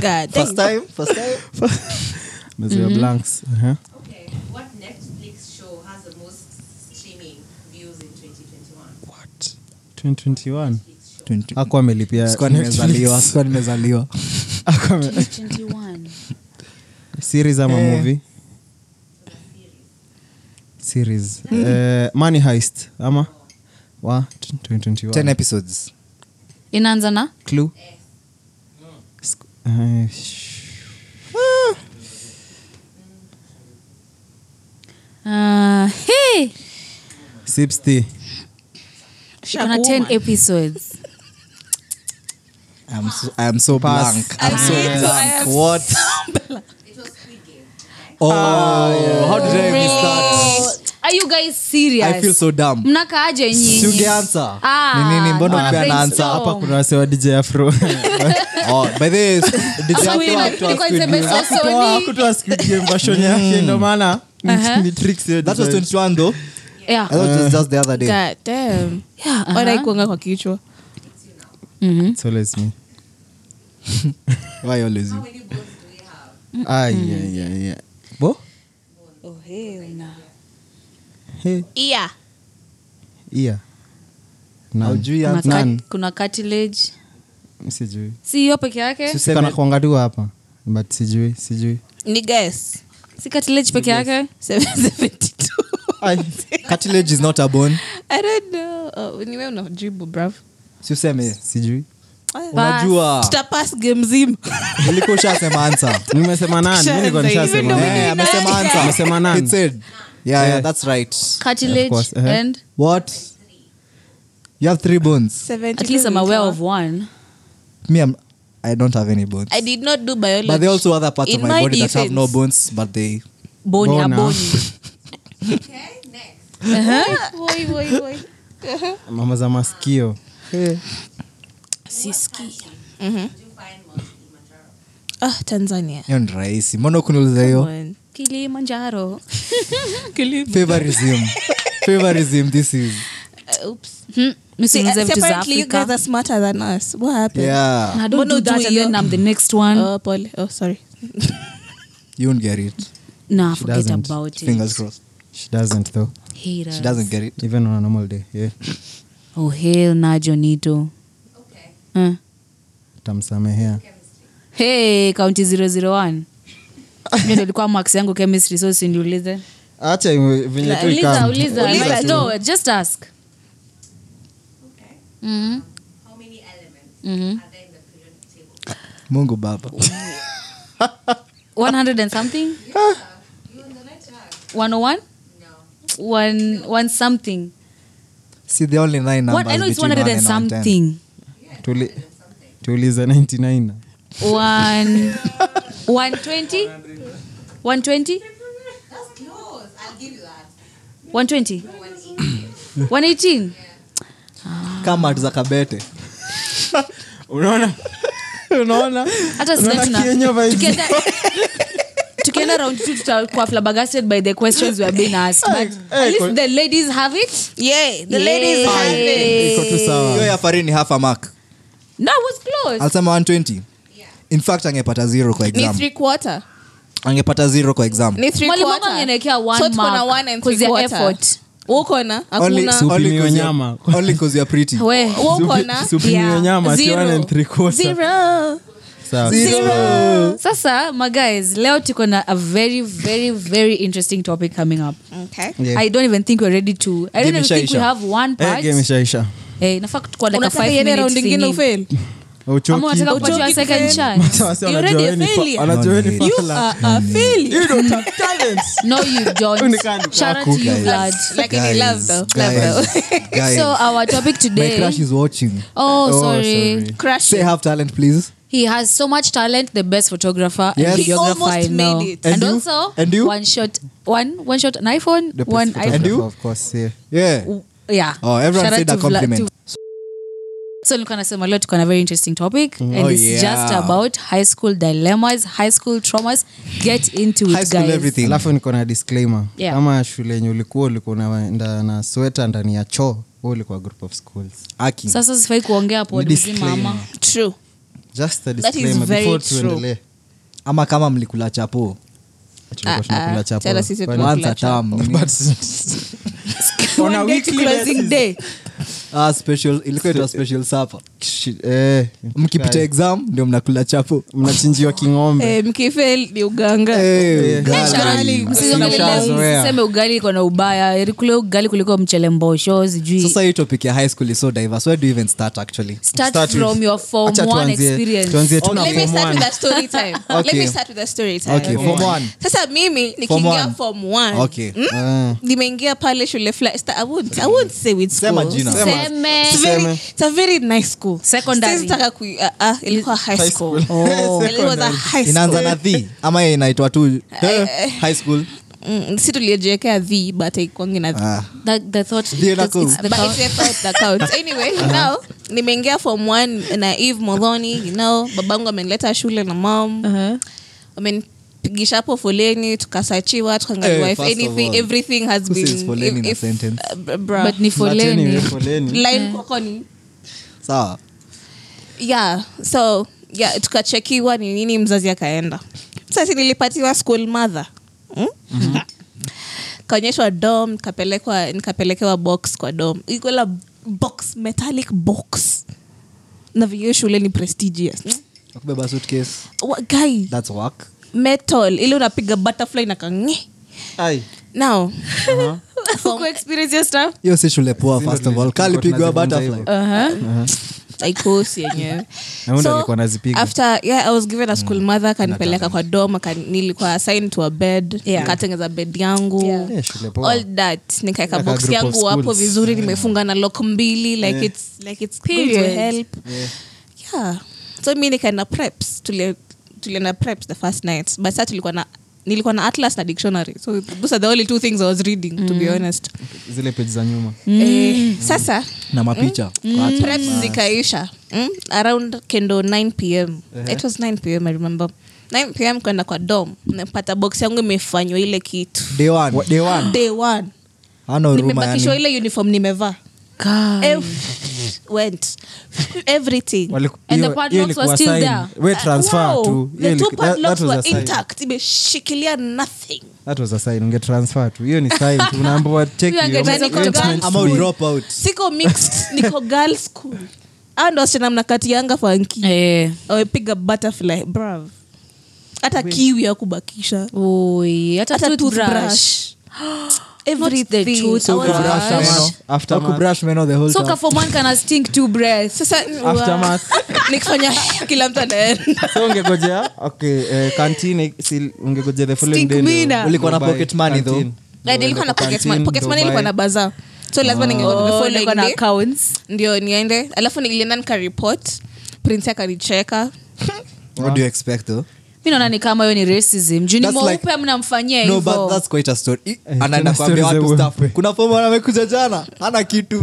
Speaker 4: God,
Speaker 3: first
Speaker 4: thank
Speaker 3: time first time
Speaker 6: maziwa
Speaker 4: mm-hmm.
Speaker 6: blanks uh-huh.
Speaker 8: Okay, what Netflix show has the most streaming views in 2021?
Speaker 6: 2021
Speaker 3: Twenty-
Speaker 6: aku amelipia
Speaker 3: Sikuwa nimezaliwa sikuwa nimezaliwa
Speaker 6: Hakuwa ame- series ama
Speaker 3: Eh.
Speaker 6: movie series Eh, money heist ama wa 2021
Speaker 3: 10 episodes
Speaker 2: inaanza na
Speaker 6: clue Sku- eh, sh- Ah,
Speaker 2: uh, hey!
Speaker 6: 60
Speaker 2: iko na 10 episodes
Speaker 3: I'm so, I'm so
Speaker 6: Pass.
Speaker 3: blank. I'm so blank. What? Oh, how did I miss that?
Speaker 2: are you guys serious
Speaker 3: I feel so dumb.
Speaker 2: mnakaaje nyinyi
Speaker 3: Siungeanza.
Speaker 2: Ah,
Speaker 3: Ni nini mbona
Speaker 2: tuna
Speaker 3: pia anaanza
Speaker 2: brainstorm.
Speaker 3: hapa?
Speaker 6: kuna wase wa DJ afro
Speaker 3: Oh, by the way, did you
Speaker 2: Asubuhi
Speaker 3: have to
Speaker 2: nilikuwa
Speaker 3: ask
Speaker 2: niseme
Speaker 3: you?
Speaker 2: so sorry.
Speaker 6: kutoa version yake ndo maana
Speaker 2: Aha.
Speaker 6: ni tricks hiyo
Speaker 3: Mm. That was
Speaker 6: design.
Speaker 3: 21 though.
Speaker 2: Yeah.
Speaker 3: I thought it was just the other day.
Speaker 4: God damn.
Speaker 2: Yeah, uh-huh.
Speaker 4: Wanaikuanga kwa kichwa.
Speaker 2: Mhm.
Speaker 6: It's always me.
Speaker 3: Why always you?
Speaker 6: Ah, yeah, yeah, yeah. Bo? Hey,
Speaker 4: Yeah.
Speaker 6: yeah. None.
Speaker 3: Haujui
Speaker 2: Kuna
Speaker 3: answer.
Speaker 2: cut-
Speaker 6: None.
Speaker 2: kuna cartilage
Speaker 6: Sijui.
Speaker 2: si hiyo peke yake
Speaker 6: Sisi kanakuanga tu hapa but sijui sijui
Speaker 4: Ni guess.
Speaker 2: si cartilage peke yake
Speaker 4: 772.
Speaker 3: Cartilage is not a bone.
Speaker 4: I don't know. Oh, niwe unajibu brav.
Speaker 3: Si useme.
Speaker 6: sijui
Speaker 3: Unajua.
Speaker 4: Tutapass game mzima.
Speaker 3: Ulikuwa ushasema answer.
Speaker 6: nimesema nani Mimi nilikuwa
Speaker 4: Tushaanza hivi
Speaker 6: nishasema
Speaker 4: ndo
Speaker 6: nani.
Speaker 3: Eh, amesema answer.
Speaker 6: Amesema nani?
Speaker 3: It said. Yeah, yeah, that's right.
Speaker 2: cartilage
Speaker 6: course, uh-huh.
Speaker 2: and
Speaker 3: What? You have three bones.
Speaker 4: 72
Speaker 2: at least i'm aware of one
Speaker 3: Me, I'm, I don't have any bones.
Speaker 4: I did not do biology.
Speaker 3: but there are also other parts
Speaker 4: In
Speaker 3: of my,
Speaker 4: my
Speaker 3: body that have no
Speaker 4: defense-
Speaker 3: bones, but they.
Speaker 2: boni ya
Speaker 6: Bona.
Speaker 2: boni
Speaker 4: Woi, woi, woi.
Speaker 6: Eh, mama za masikio
Speaker 4: Ah, Tanzania.
Speaker 3: hiyo ni rahisi mbona kuniuliza hiyo
Speaker 4: One.
Speaker 2: kilimanjaro
Speaker 3: favorism favorism this is
Speaker 4: Uh, oops.
Speaker 2: Hmm?
Speaker 4: See,
Speaker 2: misiulize vitu za
Speaker 4: separately, you guys
Speaker 2: afrika
Speaker 4: are smarter than us. What happened?
Speaker 3: yeah
Speaker 2: I don't
Speaker 4: Mbona
Speaker 2: do that
Speaker 4: hujui
Speaker 2: and then
Speaker 4: hiyo?
Speaker 2: I'm the next one.
Speaker 4: Oh, pole. Oh, sorry.
Speaker 3: you won't get it
Speaker 2: nah, forget
Speaker 6: doesn't.
Speaker 2: about it.
Speaker 3: fingers crossed
Speaker 6: she doesn't though
Speaker 3: she
Speaker 2: Haters.
Speaker 3: doesn't get it
Speaker 6: even on a normal day yeah
Speaker 2: Oh, hell na Jonito. Huh?
Speaker 6: tamsamehea
Speaker 2: Hey, county 001. Hiyo ndio ilikuwa marks yangu chemistry so usiniulize.
Speaker 6: acha iwe- venye tu
Speaker 2: Uliza,
Speaker 6: ikam.
Speaker 2: uliza.
Speaker 4: Uliza tu.
Speaker 2: No, just ask. Mhm.
Speaker 8: How many elements
Speaker 2: Mhm.
Speaker 8: are there in the periodic table?
Speaker 3: mungu baba
Speaker 2: 100 and something? 101? One, one something.
Speaker 3: see the only nine
Speaker 2: What,
Speaker 3: numbers
Speaker 2: I know it's
Speaker 3: between
Speaker 2: 100 and
Speaker 3: one and one ten.
Speaker 2: something.
Speaker 6: Tuli- tuulize 99
Speaker 2: One, 120? 120?
Speaker 8: That's close. I'll give you that.
Speaker 2: 120? 118?
Speaker 3: kama za kabete
Speaker 6: unaona unaona
Speaker 2: hata
Speaker 6: Unaona Kenya
Speaker 2: sina
Speaker 6: vibes.
Speaker 2: tukienda tukienda round two tutakuwa flabbergasted by the questions we have been asked but at least the ladies have it
Speaker 4: Yay. The
Speaker 2: Yay.
Speaker 4: ladies have it.
Speaker 6: iko tu
Speaker 3: hiyo
Speaker 6: sawa
Speaker 3: ya farini half a mark
Speaker 2: no I was close
Speaker 3: alisema 120 in fact angepata zero kwa
Speaker 4: Ni
Speaker 3: exam
Speaker 4: three quarter.
Speaker 3: angepata zero kwa exam
Speaker 4: Ni three
Speaker 2: Mwalimu
Speaker 4: quarter.
Speaker 2: wangu ananiwekea one
Speaker 4: So tuko na
Speaker 2: mark
Speaker 4: one and
Speaker 2: because
Speaker 4: three
Speaker 2: ya
Speaker 4: quarter.
Speaker 2: effort.
Speaker 4: Uko na?
Speaker 3: only
Speaker 4: Hakuna?
Speaker 6: Supimiwe
Speaker 3: only 'cause
Speaker 6: nyama.
Speaker 3: you're- only cause you're pretty
Speaker 2: we
Speaker 4: Uko na?
Speaker 6: supimiwe nyama si
Speaker 4: Zero.
Speaker 6: one and three quarter.
Speaker 4: Zero.
Speaker 6: Sawa.
Speaker 2: Mm. sasa maguys leo tuko na a very very very interesting topic coming up
Speaker 4: Okay.
Speaker 6: Yeah.
Speaker 2: i don't even think we're ready to i don't
Speaker 3: Game
Speaker 2: even think we
Speaker 3: ishaisha.
Speaker 2: have one
Speaker 6: Eh,
Speaker 2: part Eh,
Speaker 6: game ishaisha
Speaker 2: hey, nafaa tukuwa like a
Speaker 4: Unataka
Speaker 2: five
Speaker 4: iende
Speaker 2: minute
Speaker 4: round ingine
Speaker 2: thing
Speaker 4: ufail?
Speaker 2: ama
Speaker 6: uchoki
Speaker 2: unataka kupatiwa
Speaker 4: Uchoki
Speaker 2: second
Speaker 4: fail.
Speaker 2: chance
Speaker 6: Wasi
Speaker 4: You're already
Speaker 6: wanajueni
Speaker 4: a
Speaker 6: fa-
Speaker 4: failure.
Speaker 6: wanajueni
Speaker 3: You
Speaker 4: You
Speaker 6: fala.
Speaker 4: are a failure.
Speaker 6: You don't have talents.
Speaker 2: no you don't shout out to you vlad
Speaker 4: Like any love though. Love though.
Speaker 3: Guys, guys,
Speaker 2: so our topic
Speaker 3: my
Speaker 2: today
Speaker 3: crush is watching
Speaker 2: Oh, sorry.
Speaker 6: sorry.
Speaker 4: Crush
Speaker 3: say
Speaker 4: it.
Speaker 3: have talent please
Speaker 2: He has so much talent, the best photographer
Speaker 3: Yes.
Speaker 2: and
Speaker 3: He
Speaker 2: videographer
Speaker 4: almost
Speaker 2: I know.
Speaker 4: made it.
Speaker 2: And,
Speaker 3: And you?
Speaker 2: also
Speaker 3: And you?
Speaker 2: one shot one one shot an iPhone,
Speaker 6: The best
Speaker 2: one
Speaker 6: photographer,
Speaker 2: iPhone.
Speaker 3: you?
Speaker 6: of course, yeah.
Speaker 3: yeah
Speaker 2: Yeah.
Speaker 3: Oh, everyone
Speaker 2: Shout out
Speaker 3: said
Speaker 2: to
Speaker 3: a
Speaker 2: Vla-
Speaker 3: compliment.
Speaker 2: to- so nilikuwa nasema leo tuko na very interesting topic and
Speaker 3: Oh,
Speaker 2: it's
Speaker 3: yeah.
Speaker 2: just about high school dilemmas, high school traumas. Get into it
Speaker 3: High school
Speaker 2: guys.
Speaker 3: everything.
Speaker 6: alafu niko na disclaimer
Speaker 2: Yeah.
Speaker 6: kama shule yenye ulikuwa ulikuwa unaenda na sweta ndani ya choo hu ulikuwa group of schools
Speaker 3: Aki.
Speaker 2: Sasa sifai kuongea pod
Speaker 6: Ni
Speaker 2: mzima ama.
Speaker 4: True.
Speaker 6: just the
Speaker 4: That is
Speaker 6: disclaimer
Speaker 4: very
Speaker 6: before
Speaker 4: true.
Speaker 6: tuendelee
Speaker 3: ama kama mlikula chapo
Speaker 6: tulikuwa tunakula
Speaker 4: ah,
Speaker 6: chapo.
Speaker 4: tena sisi
Speaker 6: Kwani-
Speaker 4: tunakula
Speaker 3: kwanza tamu nini?
Speaker 6: On a weekly basis.
Speaker 3: Ah, special- ilikuwa itwa special supper
Speaker 6: Shi- eh,
Speaker 3: mkipita
Speaker 6: guys,
Speaker 3: exam ndio mnakula chapo
Speaker 6: mnachinjiwa king'ombe
Speaker 4: Eh, mkifail ni uganga
Speaker 3: Eh,
Speaker 4: Shani.
Speaker 3: ugali. Tunashazoea.
Speaker 2: msiseme ugali iko na ubaya Yaani kule ugali kuliko mchele mbosho sijui
Speaker 3: sasa hii topic ya high school is so diverse where do you even start actually
Speaker 2: start
Speaker 6: Start with-
Speaker 2: from your form
Speaker 6: Acha
Speaker 2: one
Speaker 6: tuanzie-
Speaker 2: experience
Speaker 6: tuanzie tu na
Speaker 4: Let me
Speaker 6: form
Speaker 4: start
Speaker 6: one.
Speaker 4: with a story time. Let
Speaker 3: Okay.
Speaker 4: me start with a story time.
Speaker 3: okay form one
Speaker 4: sasa mimi
Speaker 3: Form
Speaker 4: nikiingia
Speaker 3: one.
Speaker 4: form one
Speaker 3: Okay. Uh-huh.
Speaker 4: mm,
Speaker 6: Ah,
Speaker 4: nimeingia pale shule fla- sta- I won't- I won't say which
Speaker 3: Sema
Speaker 4: school.
Speaker 3: jina.
Speaker 4: Sema.
Speaker 2: Sema.
Speaker 4: It's very- it's a very nice school.
Speaker 2: Secondary.
Speaker 4: Siwezi taka kui- ah, ah, ilikuwa high school.
Speaker 2: Oh.
Speaker 4: It was a high
Speaker 3: inaanza
Speaker 4: school.
Speaker 3: na thi ama inaitwa tu eh, high school
Speaker 4: Mm, si tuliejiwekea v but haikuangi na v
Speaker 3: Ah,
Speaker 2: the, the thought
Speaker 3: Ndio
Speaker 2: it's-
Speaker 3: inakuwa.
Speaker 2: it's the
Speaker 4: But
Speaker 2: count.
Speaker 4: it's a thought that counts. Anyway,
Speaker 3: Uh-huh.
Speaker 4: now, nimeingia form one na eve modhoni you know babangu amenileta shule na mam amenipigisha hapo foleni tukasachiwa tukaangaliwa
Speaker 3: Eh,
Speaker 4: if
Speaker 3: first of
Speaker 4: anything
Speaker 3: all,
Speaker 4: everything has
Speaker 3: who says
Speaker 4: been
Speaker 3: foleni
Speaker 4: if-
Speaker 3: in a
Speaker 4: if-
Speaker 3: sentence?
Speaker 4: uh, br- bruh.
Speaker 2: but ni
Speaker 6: nateni
Speaker 2: foleni
Speaker 6: we eh, foleni.
Speaker 4: line kwako ni
Speaker 3: sawa
Speaker 4: yeah so yeah tukachekiwa ni nini mzazi akaenda sasi nilipatiwa school mother mm?
Speaker 3: Mm-hmm.
Speaker 4: kaonyeshwa dom nikapelekwa nikapelekewa box kwa dom ikola box metallic box na vio shule ni prestigious Mm.
Speaker 3: kubeba suitcase
Speaker 4: Wa- guy
Speaker 3: that's work
Speaker 4: metal ili unapiga butterfly na kangi
Speaker 6: Ai.
Speaker 4: now Uh-huh.
Speaker 2: Huku experience hiyo stuff
Speaker 3: hiyo si shule poa
Speaker 6: Hizo
Speaker 3: first of all
Speaker 6: tulizo-
Speaker 3: kalipigwa
Speaker 6: tulikuwa tunazivunja
Speaker 3: butterfly
Speaker 6: hivyo.
Speaker 4: aikosi Uh-huh. yenyewe
Speaker 6: Uh-huh. Na huyu ndo alikuwa anazipiga. Mm.
Speaker 4: after yeah, i was given a school mother akanipeleka kwa dom nilikuwa assigned to a bed
Speaker 2: Yeah.
Speaker 4: nikatengeza bed yangu
Speaker 2: Yeah.
Speaker 6: Eh, shule poa.
Speaker 4: all that nikaeka
Speaker 6: Like a
Speaker 4: box
Speaker 6: group of
Speaker 4: yangu hapo
Speaker 6: schools.
Speaker 4: vizuri nimefunga na lok mbili like it's, like it's going to
Speaker 2: Period.
Speaker 4: help yeah so mi nikaenda preps tulia- tulienda preps the first night but saa tulikuwa na nilikuwa na atlas na dictionary so those are the only two things i was reading to
Speaker 2: Mm.
Speaker 4: be honest
Speaker 6: zile peji za nyuma
Speaker 4: eh, sasa
Speaker 3: na mapicha
Speaker 4: preps zikaisha mm? around kendo 9 pm it was 9 pm i remember 9 pm kwenda kwa dom napata box yangu imefanywa ile kitu
Speaker 3: day one
Speaker 6: Wa- day one
Speaker 4: day one
Speaker 3: hana huruma
Speaker 4: nimebakishwa
Speaker 3: yani
Speaker 4: ile uniform nimevaa
Speaker 2: God.
Speaker 4: Ev- went everything
Speaker 6: Waliku-
Speaker 2: And the
Speaker 6: hiyo-
Speaker 2: padlocks
Speaker 6: hiyo
Speaker 2: were
Speaker 6: ilikuwa
Speaker 2: still
Speaker 6: sign.
Speaker 2: there?
Speaker 6: We transfer
Speaker 4: Wow,
Speaker 6: tu. Hiyo
Speaker 4: the two
Speaker 6: ilikuwa- that-
Speaker 4: padlocks
Speaker 6: that was a
Speaker 4: were
Speaker 6: sign.
Speaker 4: intact imeshikilia nothing
Speaker 6: That was a sign. Unge transfer tu hiyo ni sign tu. unaambiwa check
Speaker 2: Hiyo
Speaker 6: your-
Speaker 2: angetaka
Speaker 6: your
Speaker 2: kutoka-
Speaker 6: documents
Speaker 3: ama
Speaker 6: tu.
Speaker 3: drop out
Speaker 4: siko mixed niko girl school Hao ndo wasichana mnakatianga fanki
Speaker 2: eh
Speaker 4: wamepiga butterfly brav hata kiwi ya kubakisha
Speaker 2: Oi, hata
Speaker 4: Hata
Speaker 2: toothbrush.
Speaker 4: toothbrush. Everything.
Speaker 2: tooth-
Speaker 4: I was
Speaker 2: toothbrush.
Speaker 4: like,
Speaker 2: Aftermath.
Speaker 6: Meno, aftermath.
Speaker 3: Hakubrush meno the whole
Speaker 2: So
Speaker 3: time
Speaker 2: ka form one kana stink two breaths.
Speaker 4: sasa
Speaker 6: Aftermath.
Speaker 4: nikifanya kila mtu anaenda
Speaker 6: So ungegojea okay, eh, canteen, eh, si- ungegojea the following day ndio-
Speaker 4: Stinkmina.
Speaker 3: Ulikuwa na
Speaker 6: ndio
Speaker 3: pocket
Speaker 6: buy
Speaker 3: money
Speaker 6: canteen.
Speaker 3: though.
Speaker 4: Na nilikuwa na
Speaker 6: Ndio
Speaker 4: pocket
Speaker 6: canteen,
Speaker 4: money pocket
Speaker 6: ndio
Speaker 4: money ilikuwa
Speaker 6: buy.
Speaker 4: na bazaa so lazima
Speaker 3: Oh,
Speaker 4: ningengoja the following
Speaker 2: Like on
Speaker 4: day.
Speaker 2: accounts.
Speaker 4: ndio niende alafu nilienda nikaripot prince akanicheka
Speaker 3: what do you expect though
Speaker 2: mi naona ni kama hiyo ni racism juu ni
Speaker 3: That's like-
Speaker 2: mweupe mnamfanyia
Speaker 3: no but
Speaker 2: hivo
Speaker 3: that's quite a story I-
Speaker 6: Eh,
Speaker 3: anaenda
Speaker 6: kuna
Speaker 3: kuambia
Speaker 6: stories
Speaker 3: watu
Speaker 6: za
Speaker 3: stuff
Speaker 6: uongo.
Speaker 3: kuna fomu amekuja jana hana kitu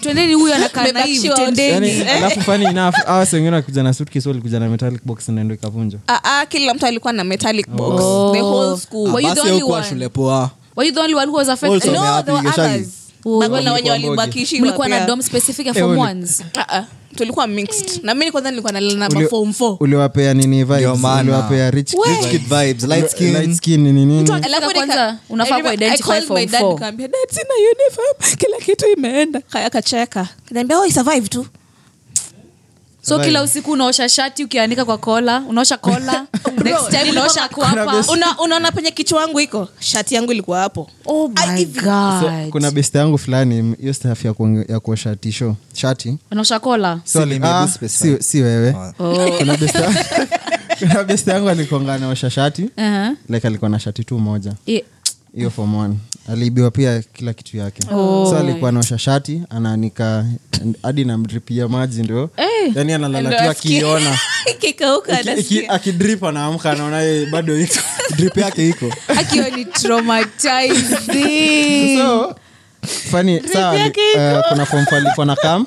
Speaker 2: twendeni Eh, huyu anakaa na hivi,
Speaker 4: Mmebakishiwa
Speaker 2: twendeni.
Speaker 6: Yaani,
Speaker 4: Eh.
Speaker 6: alafu funny enough hawa si wengine wakikuja na suitcase walikuja na metallic box na ndo ikavunjwa
Speaker 4: Ah, ah, kila mtu alikuwa na metallic box
Speaker 2: Oh.
Speaker 4: the whole school
Speaker 2: Were you the
Speaker 3: Ah, Basi
Speaker 2: only
Speaker 3: haikuwa
Speaker 2: one?
Speaker 3: shule poa
Speaker 2: Were you the only one who was affected?
Speaker 3: Also,
Speaker 2: No,
Speaker 4: no
Speaker 3: wapi,
Speaker 4: there were
Speaker 3: geshagi?
Speaker 4: others
Speaker 2: Oh,
Speaker 4: Na kuna wenye
Speaker 6: mlikuwa mbogi.
Speaker 4: walibakishiwa
Speaker 2: mlikuwa na
Speaker 4: pia.
Speaker 2: dom specific ya form
Speaker 6: Eh,
Speaker 2: ones
Speaker 4: Ah, ah, tulikuwa
Speaker 2: Eh.
Speaker 4: mixed na mimi kwanza nilikuwa nalala na
Speaker 6: Uli-
Speaker 4: form 4
Speaker 6: uliwapea nini vibes?
Speaker 3: Ndio maana.
Speaker 6: uliwapea rich kid
Speaker 3: rich kid vibes light
Speaker 6: vibes. light
Speaker 3: skin
Speaker 6: skin ni nini
Speaker 2: Alafu kwanza unafaa kuidentify form four.
Speaker 4: nikamwambia dad sina uniform kila kitu imeenda kaya kacheka kaniambia oh I survived tu
Speaker 2: so kila usiku unaosha shati ukianika kwa kola unaosha kola next time unaosha kwapa
Speaker 4: Una- unaona penye kichwa wangu iko shati yangu ilikuwa hapo
Speaker 2: oh
Speaker 4: Ah,
Speaker 2: my
Speaker 4: hivi.
Speaker 2: god
Speaker 6: kuna best yangu fulani hiyo staff ya kuonge- ya kuosha tisho shati
Speaker 2: unaosha kola
Speaker 3: So ni
Speaker 6: Ah,
Speaker 3: miguu specified.
Speaker 6: si- si wewe
Speaker 3: Oh.
Speaker 2: Oh.
Speaker 6: kuna best yangu- kuna best yangu alikuanga naosha shati
Speaker 2: Uh-huh.
Speaker 6: like alikuwa na shati tu moja
Speaker 2: Ye-
Speaker 6: hiyo form one aliibiwa pia kila kitu yake oh. so alikuwa anaosha shati anaanika hadi namdripia maji ndio
Speaker 2: Eh.
Speaker 6: yani analala
Speaker 4: Ndio
Speaker 6: tu
Speaker 4: asikie.
Speaker 6: akiiona
Speaker 4: kikauka
Speaker 6: Aki- aki-
Speaker 4: nasikia
Speaker 6: akidrip anaamka anaona yeye bado iko drip yake iko
Speaker 2: akiwa ni traumatizing
Speaker 6: so fani saa
Speaker 4: yake iko.
Speaker 6: uh, kuna form alikuwa na kam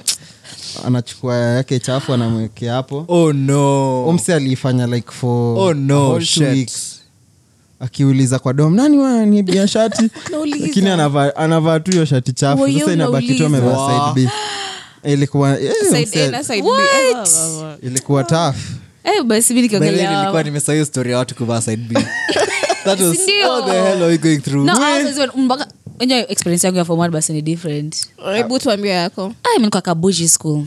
Speaker 6: anachukua yake chafu anamwekea hapo
Speaker 3: oh no
Speaker 6: omse aliifanya like for
Speaker 3: Oh, no,
Speaker 6: Um, a whole two
Speaker 3: shit.
Speaker 6: weeks. akiuliza kwa dom nani wa ni biashati
Speaker 4: Nauliza.
Speaker 6: lakini anavaa anavaa tu hiyo shati chafu
Speaker 4: Wewe
Speaker 6: sasa inabaki tu
Speaker 4: unauliza.
Speaker 6: amevaa
Speaker 3: Wow.
Speaker 6: side b ilikuwa eh,
Speaker 4: Side A
Speaker 6: mse-
Speaker 4: na side B.
Speaker 2: What?
Speaker 6: ilikuwa tough
Speaker 3: Oh,
Speaker 2: Eh, basi mi
Speaker 3: By the way,
Speaker 2: nikaongelea
Speaker 3: nilikuwa nimesahau story ya watu kuvaa side b that was
Speaker 2: Sindio.
Speaker 3: what the hell are we going through
Speaker 2: No, I was even- mpaka- wenyewe experience yangu ya form one basi ni different
Speaker 4: hebu tuambia yako
Speaker 2: Ah, mi nilikuwa kabuji school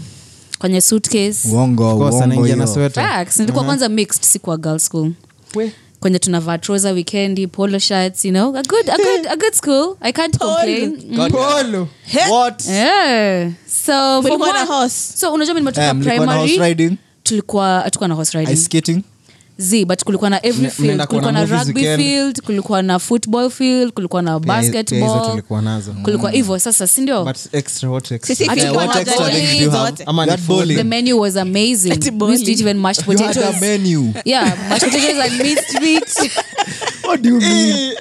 Speaker 2: kwenye suitcase
Speaker 3: uongo
Speaker 6: Of course,
Speaker 3: uongo
Speaker 6: anaingia na
Speaker 3: hiyo
Speaker 6: sweta
Speaker 2: Facts. nilikuwa kwanza mixed sikuwa girl school kwenye tunavaa trosa wikendi polo shirts you know a good, a good, a good school i can't complain Mm.
Speaker 3: God,
Speaker 6: polo
Speaker 3: what
Speaker 2: Eh, so form
Speaker 4: Mlikuwa na
Speaker 2: one-
Speaker 4: horse?
Speaker 2: so unajua mi nimetoka
Speaker 3: Eh, mlikuwa na horse
Speaker 2: primary
Speaker 3: riding
Speaker 2: tulikuwa hatukuwa na horse riding
Speaker 3: ice skating
Speaker 2: z but kulikuwa na every
Speaker 6: Mna-
Speaker 2: field
Speaker 6: mnaenda
Speaker 2: kulikuwa
Speaker 6: kuona
Speaker 2: na
Speaker 6: movies
Speaker 2: rugby
Speaker 6: weekend.
Speaker 2: field kulikuwa na football field kulikuwa na
Speaker 6: Pia- pia hizo
Speaker 2: basketball
Speaker 6: tulikuwa nazo
Speaker 3: Mm.
Speaker 6: Mm.
Speaker 2: kulikuwa hivyo sasa sindio
Speaker 6: but extra what extra
Speaker 4: sisi
Speaker 2: Ati
Speaker 4: field
Speaker 2: what
Speaker 4: moja,
Speaker 2: extra
Speaker 4: bowling,
Speaker 2: things do you
Speaker 3: have?
Speaker 4: zote.
Speaker 6: ama
Speaker 3: You
Speaker 6: ni
Speaker 3: had
Speaker 6: full.
Speaker 2: the
Speaker 3: bowling
Speaker 2: menu was
Speaker 4: Ati
Speaker 2: amazing we used to eat
Speaker 4: bowling.
Speaker 2: even mashed
Speaker 3: you had a
Speaker 2: potatoes
Speaker 3: menu
Speaker 2: yeah mashed potatoes and minced meat
Speaker 3: what do you mean